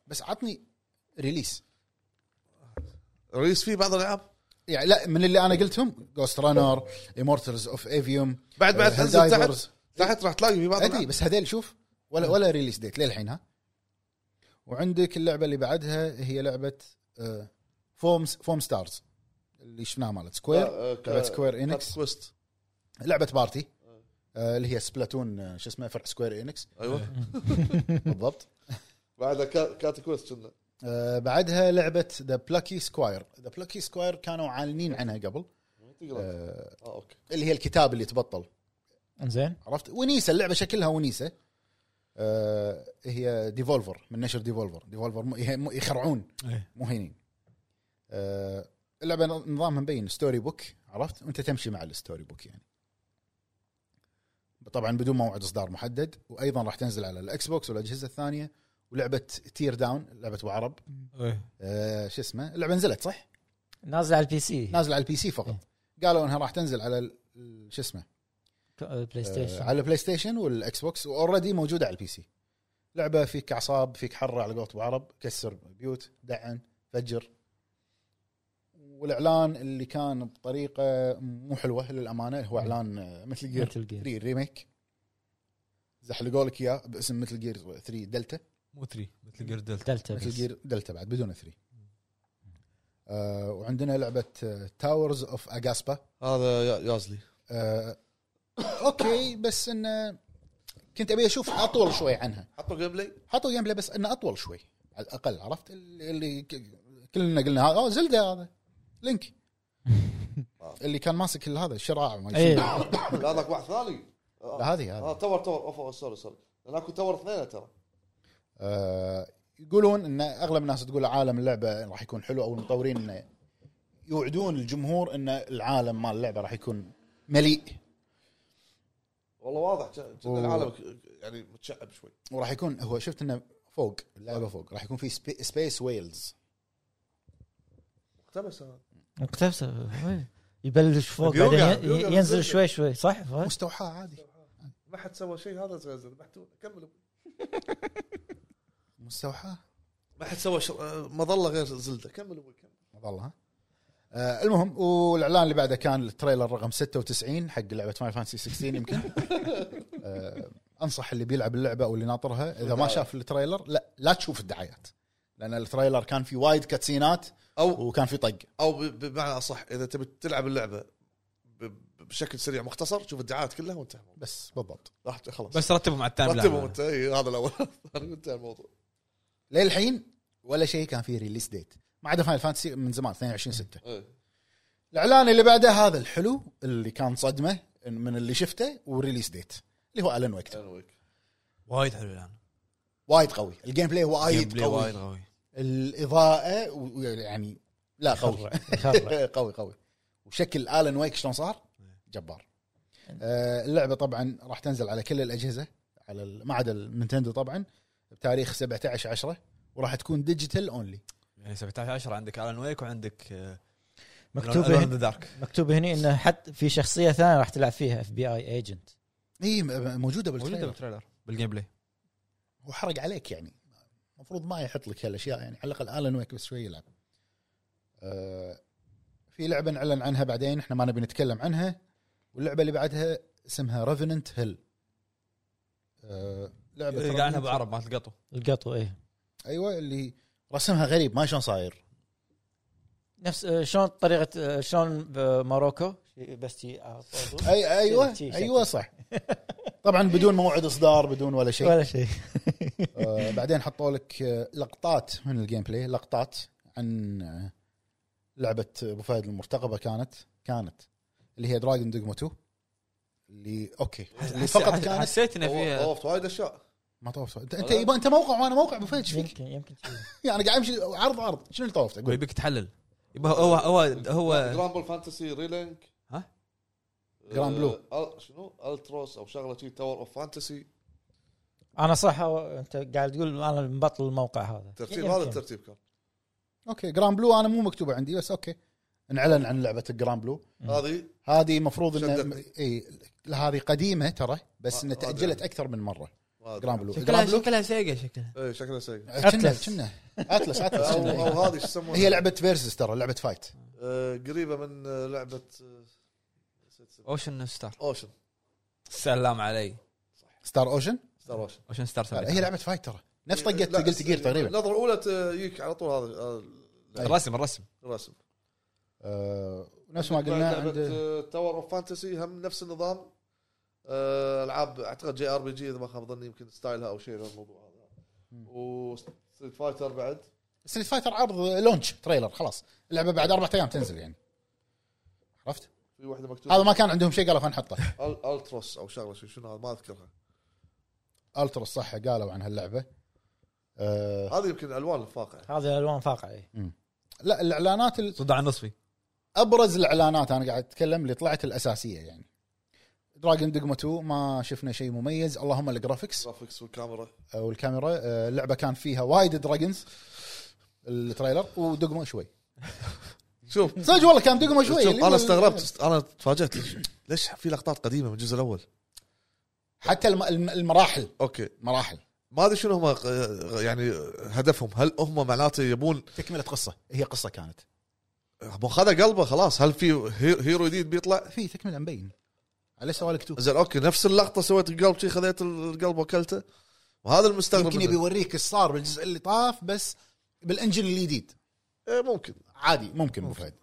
[SPEAKER 3] بس عطني ريليس
[SPEAKER 4] رئيس في بعض الالعاب
[SPEAKER 3] يعني لا من اللي انا قلتهم جوست رانر امورتلز اوف ايفيوم
[SPEAKER 4] بعد بعد تنزل تحت تحت راح تلاقي في بعض
[SPEAKER 3] ادري
[SPEAKER 4] الالعاب
[SPEAKER 3] آه، بس هذيل شوف ولا ولا ريليس ديت للحين ها وعندك اللعبه اللي بعدها هي لعبه آه، فومز فوم ستارز اللي شفناها مالت سكوير
[SPEAKER 4] آه، ك-
[SPEAKER 3] لعبة سكوير إنكس.
[SPEAKER 4] كات كويست
[SPEAKER 3] لعبه بارتي آه، اللي هي سبلاتون آه، شو اسمه فرع سكوير انكس
[SPEAKER 4] ايوه
[SPEAKER 3] بالضبط
[SPEAKER 4] بعد كا- كات كويست كنا
[SPEAKER 3] آه، بعدها لعبه ذا بلاكي سكواير ذا بلاكي سكواير كانوا عالنين عنها قبل
[SPEAKER 4] تقرا
[SPEAKER 3] آه،
[SPEAKER 4] اه اوكي
[SPEAKER 3] اللي هي الكتاب اللي تبطل
[SPEAKER 7] زين
[SPEAKER 3] عرفت ونيسه اللعبه شكلها ونيسه آه هي ديفولفر من نشر ديفولفر ديفولفر م- هي- م- يخرعون
[SPEAKER 2] إيه.
[SPEAKER 3] مو هينين آه اللعبه نظامها مبين ستوري بوك عرفت وانت تمشي مع الستوري بوك يعني طبعا بدون موعد اصدار محدد وايضا راح تنزل على الاكس بوكس والاجهزه الثانيه ولعبه تير داون لعبه ابو عرب آه شو اسمه اللعبه نزلت صح؟
[SPEAKER 7] نازل على البي
[SPEAKER 2] إيه.
[SPEAKER 7] سي
[SPEAKER 3] نازله على البي سي فقط قالوا انها راح تنزل على ال- ال- شو اسمه
[SPEAKER 7] بلاي
[SPEAKER 3] آه،
[SPEAKER 7] ستيشن
[SPEAKER 3] على البلاي ستيشن والاكس بوكس واوريدي موجوده على البي سي لعبه فيك اعصاب فيك حره على قولة أبو عرب كسر بيوت دعن فجر والاعلان اللي كان بطريقه مو حلوه للامانه هو اعلان آه، مثل جير
[SPEAKER 7] Metal Gear.
[SPEAKER 3] 3 ريميك زحلقوا لك اياه باسم مثل جير 3 دلتا
[SPEAKER 1] مو 3 مثل جير دلتا
[SPEAKER 7] دلتا
[SPEAKER 3] مثل
[SPEAKER 7] بس.
[SPEAKER 3] جير دلتا بعد بدون 3 آه وعندنا لعبه تاورز اوف اجاسبا
[SPEAKER 4] هذا يا- يازلي
[SPEAKER 3] آه، اوكي بس انه كنت ابي اشوف اطول شوي عنها
[SPEAKER 4] حطوا جيم بلاي
[SPEAKER 3] حطوا جيم بلاي بس انه اطول شوي على الاقل عرفت اللي اللي ك- كلنا قلنا هذا اوه زلده هذا لينك اللي كان ماسك ال- هذا الشراع ما
[SPEAKER 2] إيه.
[SPEAKER 7] اي
[SPEAKER 3] يسمونه.
[SPEAKER 4] لا ذاك واحد ثاني
[SPEAKER 3] لا هذه
[SPEAKER 4] اه
[SPEAKER 3] هذه
[SPEAKER 4] تور تور اوف سوري سوري انا كنت تور اثنين ترى
[SPEAKER 3] آه، يقولون ان اغلب الناس تقول عالم اللعبه راح يكون حلو او المطورين انه يوعدون الجمهور ان العالم مال اللعبه راح يكون مليء
[SPEAKER 4] والله واضح كان كان
[SPEAKER 3] أوه.
[SPEAKER 4] العالم ك- يعني متشعب شوي
[SPEAKER 3] وراح يكون هو شفت انه فوق اللعبه فوق راح يكون في سبيس ويلز
[SPEAKER 4] اقتبس هذا.
[SPEAKER 7] مقتبسه إيه. يبلش فوق
[SPEAKER 4] بيوقع-
[SPEAKER 7] بعدين ي-
[SPEAKER 4] بيوقع
[SPEAKER 7] ينزل
[SPEAKER 4] بالزلدة.
[SPEAKER 7] شوي شوي صح
[SPEAKER 2] طيب.
[SPEAKER 7] فهد؟
[SPEAKER 3] مستوحاه عادي
[SPEAKER 4] ما حد سوى شيء هذا زغزل محتوى كملوا
[SPEAKER 3] مستوحاه
[SPEAKER 4] ما حد سوى شر... آه، مظله غير زلده كملوا أبوي، كمل
[SPEAKER 3] والله ها؟ آه المهم والاعلان اللي بعده كان التريلر رقم 96 حق لعبه فاين فانسي 16 يمكن آه انصح اللي بيلعب اللعبه او اللي ناطرها اذا ما شاف التريلر لا لا تشوف الدعايات لان التريلر كان في وايد كاتسينات
[SPEAKER 4] او
[SPEAKER 3] وكان في طق
[SPEAKER 4] او ب- بمعنى اصح اذا تبي تلعب اللعبه ب- بشكل سريع مختصر شوف الدعايات كلها وانتهى الموضوع.
[SPEAKER 3] بس بالضبط
[SPEAKER 4] راح ت- خلاص
[SPEAKER 1] بس رتبهم على التايم
[SPEAKER 4] رتبهم
[SPEAKER 1] لاين
[SPEAKER 4] انت إي، هذا الاول انتهى الموضوع
[SPEAKER 3] للحين ولا شيء كان فيه ريليس ديت ما عدا فاين فانتسي من زمان 22 6
[SPEAKER 4] إيه.
[SPEAKER 3] الاعلان اللي بعده هذا الحلو اللي كان صدمه من اللي شفته والريليس ديت اللي هو الن ويك
[SPEAKER 4] أنا وياك.
[SPEAKER 1] وايد حلو الان
[SPEAKER 3] وايد قوي الجيم بلاي
[SPEAKER 1] جيم
[SPEAKER 3] وايد
[SPEAKER 1] بلاي
[SPEAKER 3] قوي
[SPEAKER 1] وايد قوي
[SPEAKER 3] الاضاءه و- يعني لا قوي
[SPEAKER 7] يخرع.
[SPEAKER 3] قوي قوي وشكل الن ويك شلون صار؟ جبار. آه، اللعبه طبعا راح تنزل على كل الاجهزه على ال- ما عدا النينتندو طبعا بتاريخ 17 10 وراح تكون ديجيتال اونلي
[SPEAKER 1] يعني 17 10 عندك الان ويك وعندك آه،
[SPEAKER 7] مكتوب
[SPEAKER 1] Alone in
[SPEAKER 7] هنا
[SPEAKER 1] the Dark.
[SPEAKER 7] مكتوب هنا انه حتى في شخصيه ثانيه راح تلعب فيها اف بي اي ايجنت
[SPEAKER 3] اي إيه، م- موجوده
[SPEAKER 1] موجوده
[SPEAKER 3] بالتريلر
[SPEAKER 1] بالتريلر بالجيم بلاي
[SPEAKER 3] وحرق عليك يعني المفروض ما يحط لك هالاشياء يعني على الاقل الن ويك بس شوي يلعب آه في لعبه نعلن عنها بعدين احنا ما نبي نتكلم عنها واللعبه اللي بعدها اسمها ريفننت هيل آه لعبه
[SPEAKER 1] قاعد عنها
[SPEAKER 3] Revenant-
[SPEAKER 1] ابو عرب مالت القطو
[SPEAKER 7] القطو ايه
[SPEAKER 3] ايوه اللي رسمها غريب ما شلون صاير
[SPEAKER 7] نفس آه، شلون طريقه آه، شلون آه، ماروكو بس تي- آه، طول.
[SPEAKER 3] اي ايوه
[SPEAKER 7] شي- شي-
[SPEAKER 3] ايوه صح طبعا بدون موعد اصدار بدون ولا شيء
[SPEAKER 7] ولا شيء
[SPEAKER 3] آه، بعدين حطوا لك آه، لقطات من الجيم بلاي لقطات عن آه، لعبه ابو فهد المرتقبه كانت كانت اللي هي دراجون دوجما 2 اللي اوكي اللي فقط كانت
[SPEAKER 1] حسيت انه فيها
[SPEAKER 4] طوفت وايد اشياء
[SPEAKER 3] ما طوفت انت انت يبا انت موقع وانا موقع ابو فهد ايش فيك؟
[SPEAKER 7] يمكن يمكن شي.
[SPEAKER 3] يعني قاعد امشي عرض عرض شنو اللي طوفته؟
[SPEAKER 1] هو
[SPEAKER 3] قول
[SPEAKER 1] يبيك تحلل يبا هو هو هو
[SPEAKER 4] جرامبل فانتسي ريلينك
[SPEAKER 1] ها؟
[SPEAKER 3] جرام بلو.
[SPEAKER 4] آه، أل- شنو التروس او شغله شي تاور اوف فانتسي
[SPEAKER 7] انا صح هو- انت قاعد تقول انا مبطل الموقع هذا
[SPEAKER 4] ترتيب
[SPEAKER 2] يعني
[SPEAKER 7] يمكن.
[SPEAKER 4] هذا الترتيب كان
[SPEAKER 3] اوكي جرام بلو انا مو مكتوبه عندي بس اوكي نعلن عن لعبه الجرام بلو
[SPEAKER 7] مم.
[SPEAKER 4] هذه
[SPEAKER 3] هذه المفروض ان
[SPEAKER 4] شدتني.
[SPEAKER 3] اي هذه قديمه ترى بس
[SPEAKER 4] آه،
[SPEAKER 3] انها
[SPEAKER 4] آه،
[SPEAKER 3] تاجلت
[SPEAKER 4] جرام.
[SPEAKER 3] اكثر من مره
[SPEAKER 4] ما أدري.
[SPEAKER 3] جرام بلو
[SPEAKER 1] شكلها
[SPEAKER 3] جرام بلو
[SPEAKER 1] شكلها سيجا شكلها
[SPEAKER 4] ايه شكلها سيء
[SPEAKER 3] كنا
[SPEAKER 7] أتلس.
[SPEAKER 3] كنا اتلس اتلس
[SPEAKER 4] او
[SPEAKER 3] كنا.
[SPEAKER 4] او هذه شو يسمونها
[SPEAKER 3] هي لعبه فيرسز ترى لعبه فايت
[SPEAKER 4] آه، قريبه من آه، لعبه
[SPEAKER 1] اوشن ستار
[SPEAKER 4] اوشن
[SPEAKER 1] سلام علي
[SPEAKER 3] ستار اوشن
[SPEAKER 4] ستار اوشن
[SPEAKER 1] اوشن ستار سميت.
[SPEAKER 3] هي لعبه فايت ترى نفس طقه
[SPEAKER 4] إيه، لا،
[SPEAKER 3] قلت جير تقريبا
[SPEAKER 4] النظره الاولى تجيك على طول هذا آه،
[SPEAKER 1] الرسم الرسم
[SPEAKER 4] الرسم
[SPEAKER 3] آه، نفس ما قلنا عند
[SPEAKER 4] تاور اوف فانتسي هم نفس النظام آه، العاب اعتقد جي ار بي جي اذا ما خاب ظني يمكن ستايلها او شيء غير الموضوع هذا وستريت فايتر بعد
[SPEAKER 3] ستريت فايتر عرض لونش تريلر خلاص اللعبه بعد اربع ايام تنزل يعني عرفت؟
[SPEAKER 4] في واحده
[SPEAKER 3] هذا
[SPEAKER 4] مكتوبه
[SPEAKER 3] ما كان عندهم شيء قالوا خلينا نحطه
[SPEAKER 4] ال- التروس او شغله شو- شنو هذا ما اذكرها
[SPEAKER 3] الترس صح قالوا عن هاللعبه آه،
[SPEAKER 4] هذه يمكن الوان الفاقعه
[SPEAKER 7] هذا الالوان فاقعه ايه
[SPEAKER 3] لا الاعلانات ال-
[SPEAKER 1] صداع نصفي
[SPEAKER 3] ابرز الاعلانات انا قاعد اتكلم اللي طلعت الاساسيه يعني دراجون دوجما 2 ما شفنا شيء مميز اللهم الجرافكس
[SPEAKER 4] جرافيكس والكاميرا
[SPEAKER 3] والكاميرا آه، اللعبه كان فيها وايد دراجونز التريلر ودقمه شوي
[SPEAKER 4] شوف
[SPEAKER 3] صدق والله كان دقمه شوي
[SPEAKER 4] شوف
[SPEAKER 3] اللي هو
[SPEAKER 4] انا استغربت انا تفاجات ليش في لقطات قديمه من الجزء الاول
[SPEAKER 3] حتى الم- الم- المراحل
[SPEAKER 4] اوكي
[SPEAKER 3] مراحل
[SPEAKER 4] ما ادري شنو هم آه، يعني هدفهم هل هم معناته يبون
[SPEAKER 3] تكمله قصه هي قصه كانت
[SPEAKER 4] مو خذ قلبه خلاص هل في هي- هيرو جديد بيطلع
[SPEAKER 3] في تكمله مبين على سؤالك تو
[SPEAKER 4] زين اوكي نفس اللقطه سويت القلب شي خذيت القلب وكلته وهذا المستغرب
[SPEAKER 3] يمكن
[SPEAKER 4] منه.
[SPEAKER 3] يبي يوريك ايش صار بالجزء اللي طاف بس بالانجن الجديد
[SPEAKER 4] إيه ممكن
[SPEAKER 3] عادي ممكن ابو فهد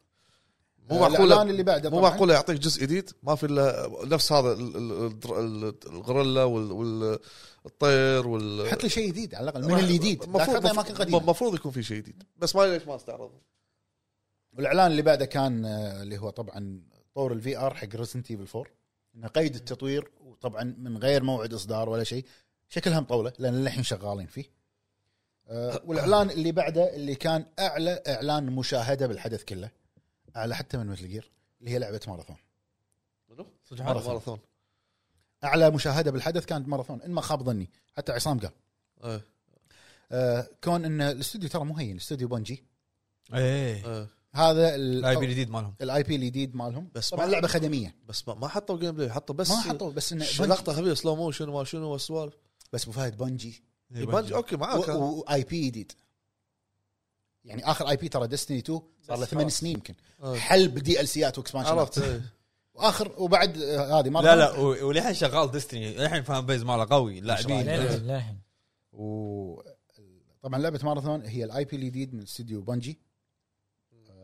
[SPEAKER 4] مو
[SPEAKER 3] آه،
[SPEAKER 4] معقوله
[SPEAKER 3] الإعلان اللي بعده
[SPEAKER 4] مو
[SPEAKER 3] طبعاً.
[SPEAKER 4] معقوله يعطيك جزء جديد ما في الا نفس هذا ال- ال- الدر- ال- الغوريلا وال- وال- الطير وال
[SPEAKER 3] حط لي شيء جديد على الاقل من الجديد لا
[SPEAKER 4] المفروض
[SPEAKER 3] تحط لي اماكن قديمه
[SPEAKER 4] المفروض يكون في شيء جديد بس ما ليش ما استعرضوا
[SPEAKER 3] والاعلان اللي بعده كان آه، اللي هو طبعا طور الفي ار حق ريزنت ايفل 4 انه قيد التطوير وطبعا من غير موعد اصدار ولا شيء شكلها مطوله لان للحين شغالين فيه
[SPEAKER 4] أه.
[SPEAKER 3] آه، والاعلان اللي بعده اللي كان اعلى اعلان مشاهده بالحدث كله اعلى حتى من مثل جير اللي هي لعبه ماراثون
[SPEAKER 4] منو؟
[SPEAKER 3] ماراثون.
[SPEAKER 4] ماراثون
[SPEAKER 3] اعلى مشاهده بالحدث كانت ماراثون ان ما خاب ظني حتى عصام قال
[SPEAKER 4] إيه،
[SPEAKER 3] آه، كون ان الاستوديو ترى مهين استوديو بونجي
[SPEAKER 1] ايه
[SPEAKER 4] إيه.
[SPEAKER 3] هذا
[SPEAKER 1] لاعب الجديد مالهم
[SPEAKER 3] الاي بي الجديد مالهم
[SPEAKER 4] بس
[SPEAKER 3] طبعا
[SPEAKER 4] ما-
[SPEAKER 3] لعبه خدميه
[SPEAKER 4] بس ما, ما حطوا جيم بلاي حطوا بس
[SPEAKER 3] ما حطوا بس انه
[SPEAKER 4] ش-
[SPEAKER 3] بونجي-
[SPEAKER 4] لقطه خفيفه سلو موشن ما شنو والسوالف
[SPEAKER 3] بس ابو فهد بونجي
[SPEAKER 1] إيه،
[SPEAKER 4] البنج اوكي
[SPEAKER 1] آه،
[SPEAKER 4] معاك أنا.
[SPEAKER 3] واي بي جديد يعني اخر اي بي ترى ديستني 2 صار له ثمان سنين يمكن
[SPEAKER 4] آه.
[SPEAKER 3] حل بدي ال سيات
[SPEAKER 4] عرفت
[SPEAKER 3] واكسبانشن
[SPEAKER 4] إيه.
[SPEAKER 3] واخر وبعد آه، هذه مره
[SPEAKER 1] لا لا و- وللحين شغال ديستني للحين فان بيز ماله قوي لاعبين
[SPEAKER 7] للحين للحين
[SPEAKER 3] و طبعا لعبه ماراثون هي الاي بي الجديد من استوديو بنجي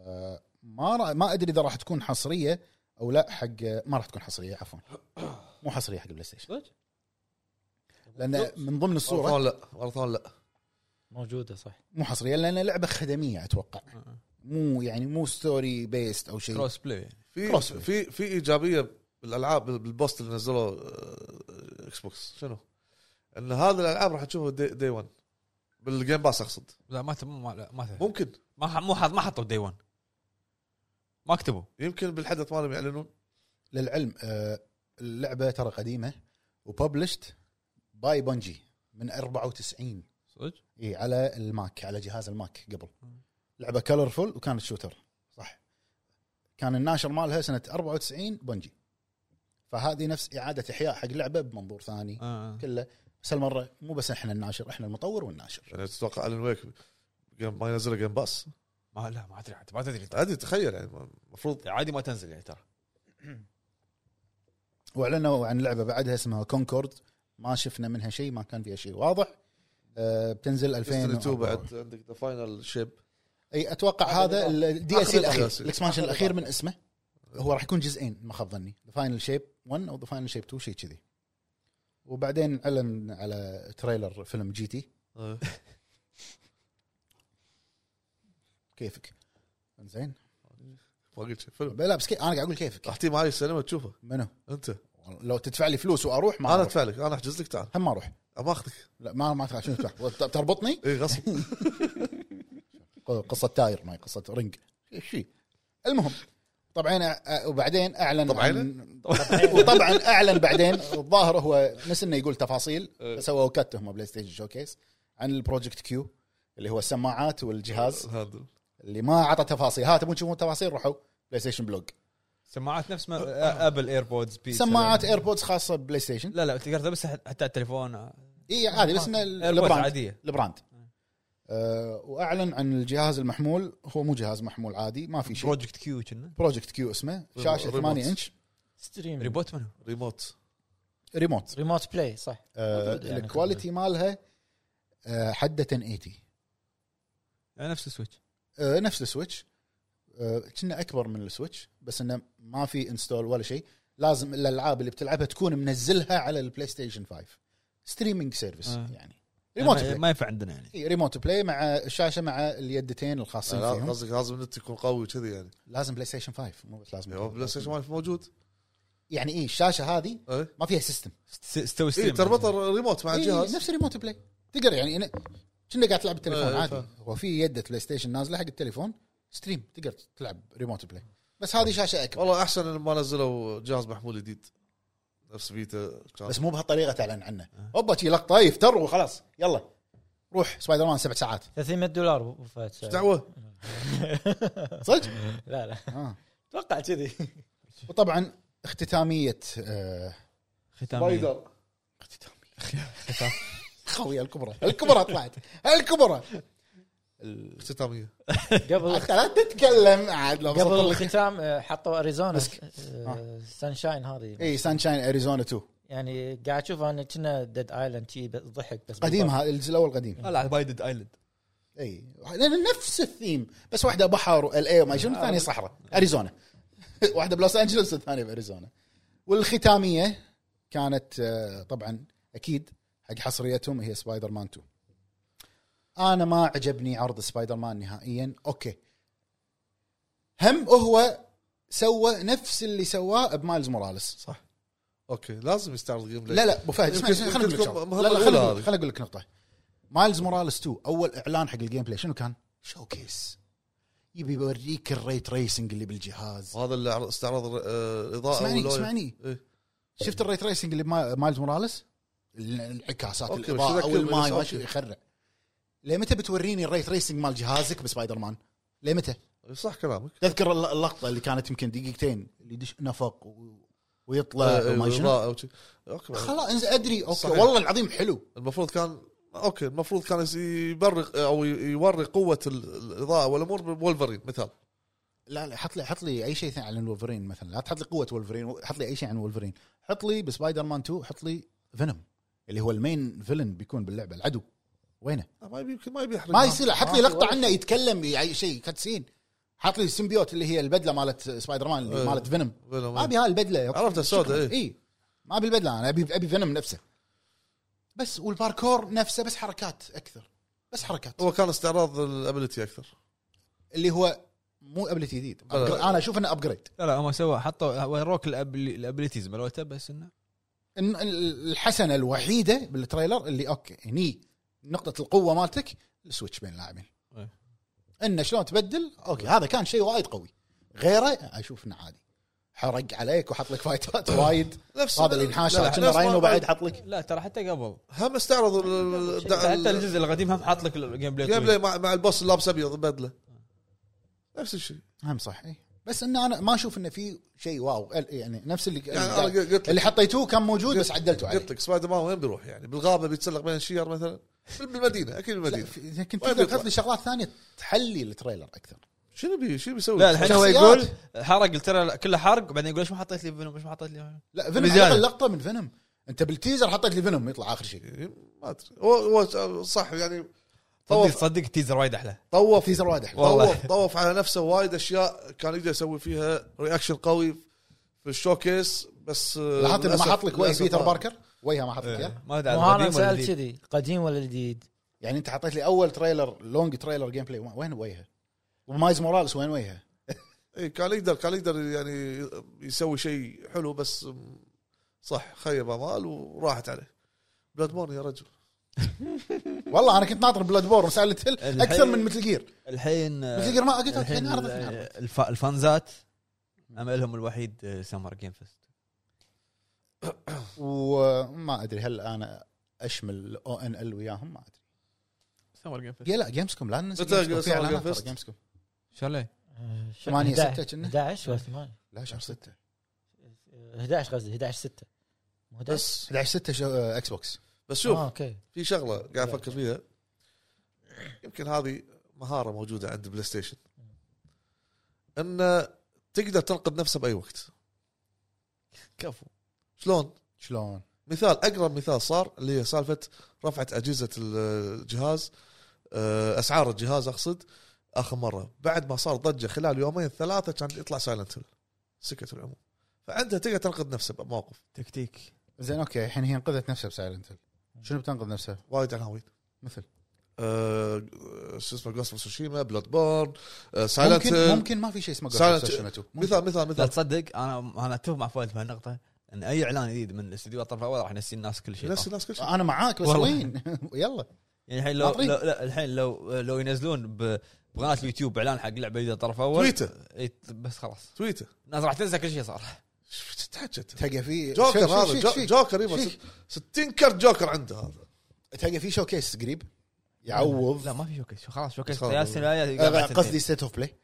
[SPEAKER 3] آه، ما رأ... ما ادري اذا راح تكون حصريه او لا حق ما راح تكون حصريه عفوا مو حصريه حق بلاي ستيشن
[SPEAKER 1] صدق؟
[SPEAKER 3] لان من ضمن الصوره
[SPEAKER 4] ماراثون لا ماراثون لا
[SPEAKER 7] موجوده صح
[SPEAKER 3] مو حصريه لان لعبه خدميه اتوقع مو يعني مو ستوري بيست او شيء
[SPEAKER 1] كروس بلاي
[SPEAKER 4] في
[SPEAKER 3] Crossplay.
[SPEAKER 4] في في ايجابيه بالالعاب بالبوست اللي نزلوه آه، اكس بوكس شنو؟ ان هذه الالعاب راح تشوفها دي, دي 1 بالجيم باس اقصد
[SPEAKER 1] لا ما ت- ما لا، ما ت-
[SPEAKER 4] ممكن
[SPEAKER 1] ما ح- مو حاط- ما حطوا دي 1 ما كتبوا
[SPEAKER 4] يمكن بالحدث مالهم يعلنون
[SPEAKER 3] للعلم آه، اللعبه ترى قديمه وببلشت باي بنجي من 94
[SPEAKER 1] صدق؟
[SPEAKER 3] اي على الماك على جهاز الماك قبل لعبه كلرفول وكانت شوتر صح كان الناشر مالها سنه 94 بنجي فهذه نفس اعاده احياء حق لعبه بمنظور ثاني
[SPEAKER 1] آه.
[SPEAKER 3] كله بس هالمره مو بس احنا الناشر احنا المطور والناشر
[SPEAKER 4] يعني تتوقع الن ويك جيم- ما ينزله جيم باس
[SPEAKER 1] ما لا ما ادري عاد ما تدري
[SPEAKER 4] عادي تخيل يعني المفروض
[SPEAKER 1] عادي ما تنزل يعني ترى
[SPEAKER 3] واعلنوا عن لعبه بعدها اسمها كونكورد ما شفنا منها شيء ما كان فيها شيء واضح أه بتنزل 2000
[SPEAKER 4] 2 بعد عندك ذا فاينل شيب
[SPEAKER 3] اي اتوقع
[SPEAKER 7] هذا
[SPEAKER 3] هذا الدي
[SPEAKER 4] آخر
[SPEAKER 3] اس سي الاخير
[SPEAKER 4] DLC.
[SPEAKER 3] الاكسبانشن
[SPEAKER 7] آخر
[SPEAKER 3] الاخير
[SPEAKER 7] إضافة.
[SPEAKER 3] من اسمه هو راح يكون جزئين ما خاب ظني ذا فاينل شيب 1 او ذا فاينل شيب 2 شيء كذي وبعدين اعلن على تريلر فيلم جي تي كيفك زين
[SPEAKER 4] ما قلت شيء، فيلم
[SPEAKER 3] لا بس كي... انا قاعد اقول كيفك
[SPEAKER 4] راح تجي معي السينما تشوفه
[SPEAKER 3] منو
[SPEAKER 4] انت
[SPEAKER 3] لو تدفع لي فلوس واروح ما
[SPEAKER 4] انا
[SPEAKER 3] أروح.
[SPEAKER 4] ادفع لك انا احجز لك تعال
[SPEAKER 3] هم ما اروح
[SPEAKER 4] ما اخذك
[SPEAKER 3] لا ما ما أدفع. شنو تدفع وت- تربطني
[SPEAKER 4] اي إيه، غصب
[SPEAKER 3] قصه تاير ما هي قصه رنج شيء المهم طبعا أ- وبعدين اعلن
[SPEAKER 4] طبعاً؟
[SPEAKER 3] عن- وطبعا اعلن بعدين الظاهر هو نس انه يقول تفاصيل سووا كت هم بلاي ستيشن شوكيس عن البروجكت كيو اللي هو السماعات والجهاز
[SPEAKER 4] الهاندل
[SPEAKER 3] اللي ما عطى تفاصيل ها تبون تشوفون تفاصيل روحوا بلاي ستيشن بلوج
[SPEAKER 1] سماعات نفس ما آه، ابل ايربودز بيس
[SPEAKER 3] سماعات ايربودز خاصه بلاي ستيشن
[SPEAKER 1] لا لا تقدر بس حتى على التليفون آه،
[SPEAKER 3] اي عادي بس انه
[SPEAKER 1] ايربودز
[SPEAKER 3] البراند
[SPEAKER 1] عاديه
[SPEAKER 3] البراند أه واعلن عن الجهاز المحمول هو مو جهاز محمول عادي ما في شيء
[SPEAKER 1] بروجكت كيو كنا
[SPEAKER 3] بروجكت كيو اسمه شاشه
[SPEAKER 4] ريموت.
[SPEAKER 3] 8 انش
[SPEAKER 7] ستريم
[SPEAKER 1] ريبوت منو؟
[SPEAKER 4] ريموت
[SPEAKER 3] ريموت
[SPEAKER 7] ريموت بلاي صح
[SPEAKER 3] آه
[SPEAKER 7] موجود يعني
[SPEAKER 3] الكواليتي مالها آه حده 1080
[SPEAKER 1] يعني نفس السويتش
[SPEAKER 3] آه نفس السويتش آه، كنا اكبر من السويتش بس انه ما في انستول ولا شيء لازم الالعاب اللي بتلعبها تكون منزلها على البلاي ستيشن 5 ستريمينج سيرفيس
[SPEAKER 1] آه.
[SPEAKER 3] يعني ريموت
[SPEAKER 1] ما-
[SPEAKER 3] بلاي
[SPEAKER 1] ما ينفع عندنا يعني
[SPEAKER 3] إي، ريموت بلاي مع الشاشه مع اليدتين الخاصين
[SPEAKER 4] لا،
[SPEAKER 3] فيهم
[SPEAKER 4] قصدك لازم النت يكون قوي كذي يعني
[SPEAKER 3] لازم بلاي ستيشن 5 مو بس لازم
[SPEAKER 4] هو بلاي ستيشن 5 موجود
[SPEAKER 3] يعني اي الشاشه هذه
[SPEAKER 4] اي
[SPEAKER 3] ما فيها سيستم
[SPEAKER 1] س- استوي
[SPEAKER 4] إيه
[SPEAKER 1] ستريم
[SPEAKER 4] تربط الريموت مع
[SPEAKER 3] إي،
[SPEAKER 4] الجهاز
[SPEAKER 3] إيه، نفس ريموت بلاي تقدر يعني إن- كنا قاعد تلعب بالتليفون
[SPEAKER 4] إيه،
[SPEAKER 3] عادي
[SPEAKER 4] فاهم.
[SPEAKER 3] هو في يده بلاي ستيشن نازله حق التليفون ستريم تقدر تلعب ريموت بلاي بس هذه شاشه اكبر
[SPEAKER 4] والله احسن ان ما نزلوا جهاز محمول جديد نفس فيتا كان
[SPEAKER 3] بس مو بهالطريقه تعلن عنه
[SPEAKER 4] آه.
[SPEAKER 3] اوبا شي لقطه يفتر وخلاص يلا روح سبايدر مان سبع ساعات
[SPEAKER 7] 300 دولار وفات
[SPEAKER 4] ايش دعوه؟
[SPEAKER 3] صدق؟
[SPEAKER 7] لا لا
[SPEAKER 3] آه.
[SPEAKER 7] اتوقع كذي
[SPEAKER 3] وطبعا اختتاميه آه
[SPEAKER 1] ختامية يعني.
[SPEAKER 3] خوية الكبرى الكبرى طلعت الكبرى
[SPEAKER 4] اختتاميه
[SPEAKER 7] قبل
[SPEAKER 3] حتى لا تتكلم عاد لو
[SPEAKER 7] قبل
[SPEAKER 3] وصلت لك.
[SPEAKER 7] الختام آه، حطوا اريزونا
[SPEAKER 3] مسك. آه. إيه.
[SPEAKER 7] سانشاين هذه
[SPEAKER 3] اي سانشاين اريزونا 2
[SPEAKER 7] يعني قاعد اشوف انا كنا ديد ايلاند شي ضحك بس
[SPEAKER 3] قديم
[SPEAKER 4] طيب.
[SPEAKER 7] بالضبط.
[SPEAKER 3] هذا الجزء الاول قديم
[SPEAKER 1] لا بايدد ايلاند
[SPEAKER 3] اي لان نفس الثيم بس واحده بحر وال اي وما شنو الثانيه صحراء اريزونا واحده بلوس انجلوس والثانيه باريزونا والختاميه كانت آه، طبعا اكيد حق حصريتهم هي سبايدر مان 2 انا ما عجبني عرض سبايدر مان نهائيا اوكي هم هو سوى نفس اللي سواه بمايلز موراليس
[SPEAKER 4] صح اوكي لازم يستعرض جيم بلاي
[SPEAKER 3] لا لا ابو فهد
[SPEAKER 4] يمكن-
[SPEAKER 3] اسمع اسمع،
[SPEAKER 4] يمكن
[SPEAKER 3] خليني اقول لك
[SPEAKER 4] تكون
[SPEAKER 3] شغلة.
[SPEAKER 4] مهمة
[SPEAKER 3] لا لا
[SPEAKER 4] الأولى
[SPEAKER 3] خليني
[SPEAKER 4] هذه.
[SPEAKER 3] أقول- خليني اقول لك نقطه مايلز موراليس 2 اول اعلان حق الجيم بلاي شنو كان؟ شو كيس يبي يوريك الريت ريسنج اللي بالجهاز
[SPEAKER 4] وهذا اللي عر- استعرض آه، الاضاءه
[SPEAKER 3] اسمعني
[SPEAKER 4] واللون.
[SPEAKER 3] اسمعني
[SPEAKER 4] إيه.
[SPEAKER 3] شفت الريت ريسنج اللي بما- مايلز موراليس؟ ال- الانعكاسات
[SPEAKER 4] أوكي، بس
[SPEAKER 3] الاضاءه
[SPEAKER 4] يذكر
[SPEAKER 3] والماي ما
[SPEAKER 4] بالأساس.
[SPEAKER 3] شو يخرع ليه متى بتوريني الريت ريسنج مال جهازك بسبايدر مان؟ ليه متى؟
[SPEAKER 4] صح كلامك
[SPEAKER 3] تذكر الل- اللقطه اللي كانت يمكن دقيقتين اللي يدش نفق و- ويطلع
[SPEAKER 4] آه،
[SPEAKER 3] وما شنو
[SPEAKER 4] الإضاءة أو شي. اوكي
[SPEAKER 3] خلاص إنزين، ادري اوكي
[SPEAKER 4] صحيح.
[SPEAKER 3] والله العظيم حلو
[SPEAKER 4] المفروض كان اوكي المفروض كان يبرق او يوري قوه ال- الاضاءه والامور بولفرين مثال
[SPEAKER 3] لا لا حط لي حط لي اي شيء ثاني عن وولفرين مثلا لا تحط لي قوه وولفرين حط لي اي شيء عن وولفرين حط لي بسبايدر مان 2 حط لي فينوم اللي هو المين فيلن بيكون باللعبه العدو وينه؟
[SPEAKER 4] لا، ما يبي يمكن ما يبي يحرق
[SPEAKER 3] ما يصير حط لي لقطه عنه يتكلم اي شيء كاتسين حط لي السيمبيوت اللي هي البدله مالت سبايدر مان اللي
[SPEAKER 4] إيه.
[SPEAKER 3] مالت فينوم
[SPEAKER 4] فينوم،
[SPEAKER 3] ما ابي هاي البدله
[SPEAKER 4] عرفت السوداء، إيه.
[SPEAKER 3] اي ما ابي البدله انا ابي ابي فينوم نفسه بس والباركور نفسه بس حركات اكثر بس حركات
[SPEAKER 4] هو كان استعراض الابيلتي اكثر
[SPEAKER 3] اللي هو مو ابلتي جديد
[SPEAKER 4] لا، لا.
[SPEAKER 3] انا اشوف انه ابجريد
[SPEAKER 1] لا لا هم سووا حطوا وروك الابيلتيز مالته بس انه
[SPEAKER 3] إن ال- الحسنه الوحيده بالتريلر اللي اوكي هني نقطه القوه مالتك السويتش بين اللاعبين
[SPEAKER 1] إيه.
[SPEAKER 3] انه شلون تبدل اوكي هذا كان شيء وايد قوي غيره اشوف انه عادي حرق عليك وحط لك فايتات وايد
[SPEAKER 4] نفس
[SPEAKER 3] هذا اللي انحاش
[SPEAKER 4] لا، لا،
[SPEAKER 3] كنا
[SPEAKER 4] نفس ما-
[SPEAKER 3] راينه بعد حط لك
[SPEAKER 1] لا ترى حتى قبل
[SPEAKER 4] هم استعرضوا ال- ال- الدع-
[SPEAKER 1] حتى الجزء القديم هم حاط لك الجيم بلاي
[SPEAKER 4] الجيم
[SPEAKER 1] طويل.
[SPEAKER 4] بلاي مع, مع البوس اللابس ابيض بدله نفس الشيء
[SPEAKER 3] هم صح إيه. بس ان انا ما اشوف انه في شيء واو ال- يعني نفس اللي
[SPEAKER 4] يعني أنا قلت لك-
[SPEAKER 3] اللي حطيتوه كان موجود بس عدلتوا عليه
[SPEAKER 4] قلت لك سبايدر مان وين بيروح يعني بالغابه بيتسلق بين الشير مثلا بال- بالمدينه اكيد
[SPEAKER 3] لا
[SPEAKER 4] بالمدينه
[SPEAKER 3] في- كنت
[SPEAKER 4] وين
[SPEAKER 3] تقدر
[SPEAKER 4] بيطلع؟
[SPEAKER 3] تحط لي شغلات ثانيه تحلي التريلر اكثر
[SPEAKER 4] شنو بي شنو بيسوي؟
[SPEAKER 1] لا الحين هو
[SPEAKER 3] شخصيات.
[SPEAKER 1] يقول حرق ترى كله حرق وبعدين يقول ليش ما حطيت لي فينوم ليش ما حطيت لي
[SPEAKER 3] لا فينوم
[SPEAKER 1] بزيادة.
[SPEAKER 3] على الأقل لقطه من فينوم انت بالتيزر حطيت لي فينوم يطلع اخر شيء
[SPEAKER 4] ما ادري هو هو صح يعني
[SPEAKER 1] صدق
[SPEAKER 4] طوف
[SPEAKER 1] صدق التيزر وايد احلى
[SPEAKER 4] طوف
[SPEAKER 3] تيزر وايد احلى
[SPEAKER 1] والله.
[SPEAKER 4] طوف طوف على نفسه وايد اشياء كان يقدر يسوي فيها رياكشن قوي في الشوكيس بس آه،
[SPEAKER 3] لاحظت انه ما
[SPEAKER 4] للأسف-
[SPEAKER 3] حط لك وجه
[SPEAKER 4] للأسف إيه.
[SPEAKER 3] بيتر
[SPEAKER 4] ما-
[SPEAKER 3] باركر وجهه ما حط لك إياه.
[SPEAKER 1] ما ادري
[SPEAKER 7] مو
[SPEAKER 1] عاد
[SPEAKER 7] انا
[SPEAKER 1] قديم ولا
[SPEAKER 7] سالت
[SPEAKER 1] جديد.
[SPEAKER 7] كذي قديم ولا جديد؟
[SPEAKER 3] يعني انت حطيت لي اول تريلر لونج تريلر جيم بلاي وين وجهه؟ ومايز موراليس وين وجهه؟
[SPEAKER 4] اي إيه، كان يقدر كان يقدر يعني يسوي شيء حلو بس م، صح خيب امال وراحت عليه بلاد بورن يا رجل
[SPEAKER 3] والله انا كنت ناطر بلاد بورن سالت هيل
[SPEAKER 1] الحين-
[SPEAKER 3] اكثر من مثل
[SPEAKER 4] إيه.
[SPEAKER 3] جير
[SPEAKER 1] الحين آه،
[SPEAKER 3] مثل جير ما قلت لك يعني
[SPEAKER 1] الحين
[SPEAKER 3] الحين عرضت
[SPEAKER 1] الف- الف- الفانزات املهم الوحيد آه، سمر جيم فيست
[SPEAKER 3] وما ادري هل انا اشمل او ان ال وياهم ما ادري
[SPEAKER 1] سمر جيم فيست
[SPEAKER 3] يا لا جيمز كوم لا ننسى
[SPEAKER 4] متى
[SPEAKER 3] جيمز
[SPEAKER 4] صار Game
[SPEAKER 3] كوم
[SPEAKER 4] Fest؟
[SPEAKER 3] جيمز كوم
[SPEAKER 1] شلون؟
[SPEAKER 7] آه، شو-
[SPEAKER 3] 8
[SPEAKER 7] 11
[SPEAKER 3] 6 كنا
[SPEAKER 7] 11 ولا 8
[SPEAKER 3] لا شهر 6
[SPEAKER 7] 11 قصدي 11 6 مو 11
[SPEAKER 4] بس
[SPEAKER 3] 11 6 شو- آه، اكس بوكس
[SPEAKER 4] بس شوف
[SPEAKER 3] آه.
[SPEAKER 7] اه اوكي
[SPEAKER 4] في شغله قاعد افكر فيها يمكن هذه مهاره موجوده عند بلاي ستيشن انه تقدر تنقذ نفسه باي وقت
[SPEAKER 1] كفو
[SPEAKER 4] شلون؟
[SPEAKER 3] شلون؟
[SPEAKER 4] مثال اقرب مثال صار اللي هي سالفه رفعت اجهزه الجهاز آه، اسعار الجهاز اقصد اخر مره بعد ما صار ضجه خلال يومين ثلاثه كان يطلع سايلنت هيل سكت العموم فانت تقدر تنقذ نفسه بمواقف
[SPEAKER 1] تكتيك
[SPEAKER 3] زين اوكي الحين هي انقذت نفسها بسايلنت شنو بتنقذ نفسها؟
[SPEAKER 4] وايد عناوين
[SPEAKER 3] مثل
[SPEAKER 4] آه، شو اسمه جوست سوشيما بلاد بورن سايلنت
[SPEAKER 3] ممكن ممكن ما في شيء اسمه Ghost
[SPEAKER 4] Silent
[SPEAKER 3] of Tsushima
[SPEAKER 4] Hill.
[SPEAKER 3] 2. ممكن.
[SPEAKER 4] آه، مثال مثال
[SPEAKER 1] لا
[SPEAKER 4] مثال
[SPEAKER 1] تصدق انا انا اتفق مع فؤاد في هالنقطه ان اي اعلان جديد من استديو الطرف الاول راح ينسي الناس كل شيء
[SPEAKER 4] نفس الناس كل شيء
[SPEAKER 3] انا معاك بس
[SPEAKER 1] والله.
[SPEAKER 3] وين؟ يلا
[SPEAKER 1] يعني الحين لو,
[SPEAKER 3] عطري.
[SPEAKER 1] لو لا الحين لو لو ينزلون ب- بقناه اليوتيوب اعلان حق لعبه جديده طرف اول
[SPEAKER 4] تويته.
[SPEAKER 1] إي، بس خلاص
[SPEAKER 4] تويته
[SPEAKER 1] الناس راح تنسى كل شيء صار
[SPEAKER 4] تحجت
[SPEAKER 3] تلقى في
[SPEAKER 4] جوكر
[SPEAKER 3] شو- شو-
[SPEAKER 4] هذا
[SPEAKER 3] شو-
[SPEAKER 4] جو-
[SPEAKER 3] شو-
[SPEAKER 4] جوكر يبغى
[SPEAKER 3] شيك.
[SPEAKER 4] 60 كرت جوكر عنده هذا
[SPEAKER 3] تلقى في شو كيس قريب يعوض
[SPEAKER 1] لا ما في شوكيس خلاص شوكيس
[SPEAKER 4] خلاص.
[SPEAKER 1] يا السنه
[SPEAKER 3] آه، قصدي ستيت اوف بلاي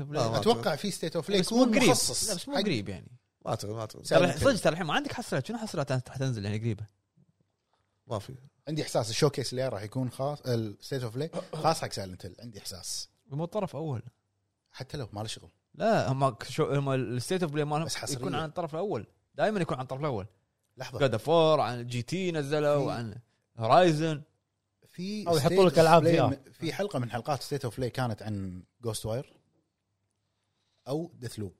[SPEAKER 4] ما
[SPEAKER 3] اتوقع في ستيت اوف بلاي
[SPEAKER 1] بس مو
[SPEAKER 3] يكون
[SPEAKER 1] آه، قريب
[SPEAKER 3] مخصص
[SPEAKER 1] لا بس مو
[SPEAKER 3] حق
[SPEAKER 1] قريب يعني
[SPEAKER 4] ما اعتقد ما اعتقد
[SPEAKER 3] سايلنت
[SPEAKER 1] ترى
[SPEAKER 3] هيل.
[SPEAKER 1] صدق ترى الحين ما عندك حصريات شنو حصريات راح تنزل يعني قريبه
[SPEAKER 4] ما في
[SPEAKER 3] عندي احساس الشو كيس اللي راح يكون خاص الستيت اوف بلاي خاص حق سايلنت هيل عندي احساس
[SPEAKER 1] مو طرف اول
[SPEAKER 3] حتى لو ما له شغل
[SPEAKER 1] لا هم شو هم الستيت اوف بلاي مالهم
[SPEAKER 3] بس حصرية.
[SPEAKER 1] يكون عن الطرف الاول دائما يكون عن الطرف الاول
[SPEAKER 3] لحظه
[SPEAKER 1] جاد فور عن جي تي نزلوا عن هورايزن
[SPEAKER 3] في
[SPEAKER 7] أو
[SPEAKER 3] state
[SPEAKER 7] يحطوا لك
[SPEAKER 3] of
[SPEAKER 7] ألعاب
[SPEAKER 3] play
[SPEAKER 7] VR.
[SPEAKER 3] م- في حلقه من حلقات ستيت اوف بلاي كانت عن جوست واير او ديث لوب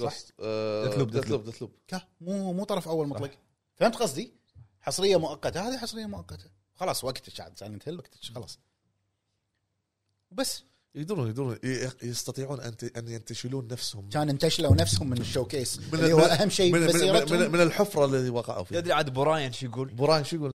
[SPEAKER 1] Deathloop،
[SPEAKER 4] آه، ديثلوب ديثلوب
[SPEAKER 3] كه مو مو طرف اول مطلق فهمت قصدي؟ حصريه مؤقته هذه حصريه مؤقته خلاص وقتك عاد سايلنت هيل وقتك خلاص بس
[SPEAKER 4] يقدرون يقدرون ي- يستطيعون ان ت- ان ينتشلون نفسهم
[SPEAKER 3] كان انتشلوا نفسهم من الشوكيس
[SPEAKER 4] من-
[SPEAKER 3] اللي هو
[SPEAKER 4] من-
[SPEAKER 3] اهم شيء
[SPEAKER 4] من, من, من,
[SPEAKER 3] بسيرتهم
[SPEAKER 4] من الحفره اللي وقعوا فيها
[SPEAKER 1] تدري عاد براين شو يقول؟
[SPEAKER 4] براين شو يقول؟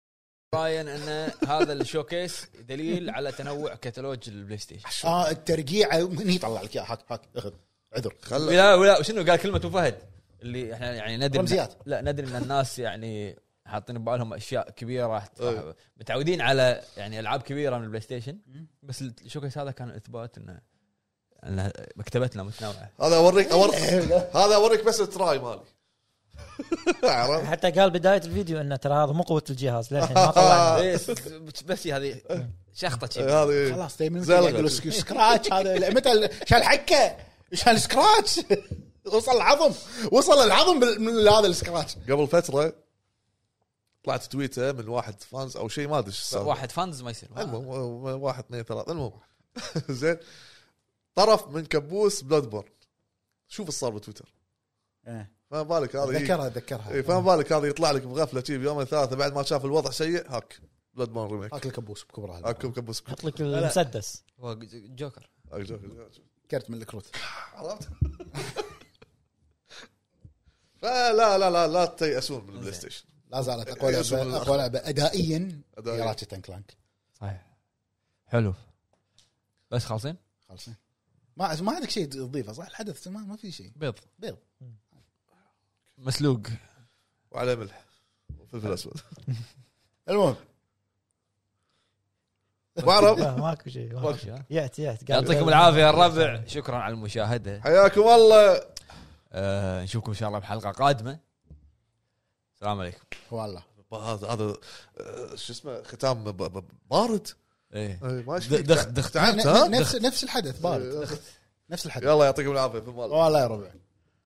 [SPEAKER 1] براين ان هذا الشوكيس دليل على تنوع كتالوج البلاي ستيشن
[SPEAKER 3] اه الترقيعه من هي طلع لك اياها هاك هاك اخذ عذر
[SPEAKER 4] خل
[SPEAKER 1] لا ولا شنو قال كلمه ابو فهد اللي احنا يعني ندري
[SPEAKER 3] رمزيات.
[SPEAKER 1] لا ندري ان الناس يعني حاطين ببالهم اشياء كبيره راح راح-
[SPEAKER 3] إيه.
[SPEAKER 1] متعودين على يعني العاب كبيره من البلاي ستيشن بس الشوكيس هذا كان اثبات انه ان مكتبتنا متنوعه
[SPEAKER 4] هذا اوريك أور... هذا اوريك بس التراي مالي عرفت؟
[SPEAKER 7] حتى قال بدايه الفيديو انه ترى هذا مو قوه الجهاز للحين ما طلع
[SPEAKER 1] بس إيه، بس هذه شخطه شي.
[SPEAKER 4] هذه إيه.
[SPEAKER 3] خلاص دايما
[SPEAKER 4] زلقة.
[SPEAKER 3] يقولوا سك- سكراتش هذا لا، متى ال- شال حكه شال سكراتش وصل العظم وصل العظم بال- من هذا السكراتش
[SPEAKER 4] قبل فتره طلعت تويته من واحد فانز او شيء ما ادري شو السالفة.
[SPEAKER 1] واحد فانز ما يصير
[SPEAKER 4] المهم و- واحد اثنين ثلاثة المهم زين طرف من كبوس بلاد بورن شوف ايش صار بتويتر
[SPEAKER 3] إيه.
[SPEAKER 4] فما بالك هذا يجي-
[SPEAKER 3] ذكرها ذكرها
[SPEAKER 4] اي إيه، فما بالك هذا يطلع لك بغفله شي بيومين ثلاثه بعد ما شاف الوضع سيء هاك بلاد بورن ريميك
[SPEAKER 3] هاك الكبوس بكبرها
[SPEAKER 4] هاك كبوس
[SPEAKER 7] حط لك المسدس
[SPEAKER 1] هو جوكر
[SPEAKER 4] هاك جوكر.
[SPEAKER 3] كرت من الكروت
[SPEAKER 4] عرفت؟ فلا لا لا لا تيأسون من البلاي ستيشن
[SPEAKER 3] لا زالت اقوى
[SPEAKER 4] إيه،
[SPEAKER 3] لعبه اقوى لعبه ادائيا هي
[SPEAKER 4] أدائياً.
[SPEAKER 3] راتشت اند كلانك
[SPEAKER 1] صحيح حلو بس خالصين
[SPEAKER 3] خلصنا ما ما عندك شيء تضيفه صح الحدث ما, ما في شيء
[SPEAKER 1] بيض
[SPEAKER 3] بيض.
[SPEAKER 1] مسلوق
[SPEAKER 4] وعلى ملح وفلفل اسود
[SPEAKER 3] المهم
[SPEAKER 4] وعرب
[SPEAKER 7] لا ماكو شيء ماكو شيء. يعت يعت قاعد-
[SPEAKER 1] يعطيكم العافيه يا الربع شكرا على المشاهده
[SPEAKER 4] حياكم الله
[SPEAKER 1] آه، نشوفكم ان شاء الله بحلقه قادمه السلام عليكم
[SPEAKER 3] والله
[SPEAKER 4] هذا هذا آه، شو اسمه ختام ب- ب- بارد
[SPEAKER 1] ايه
[SPEAKER 4] آه، ما أدري.
[SPEAKER 1] دخ دخ
[SPEAKER 4] تعبت
[SPEAKER 3] ن-
[SPEAKER 4] ها إيه.
[SPEAKER 3] نفس نفس يعني الحدث بارد نفس الحدث
[SPEAKER 4] يلا يعطيكم العافيه في المال
[SPEAKER 3] والله يا ربع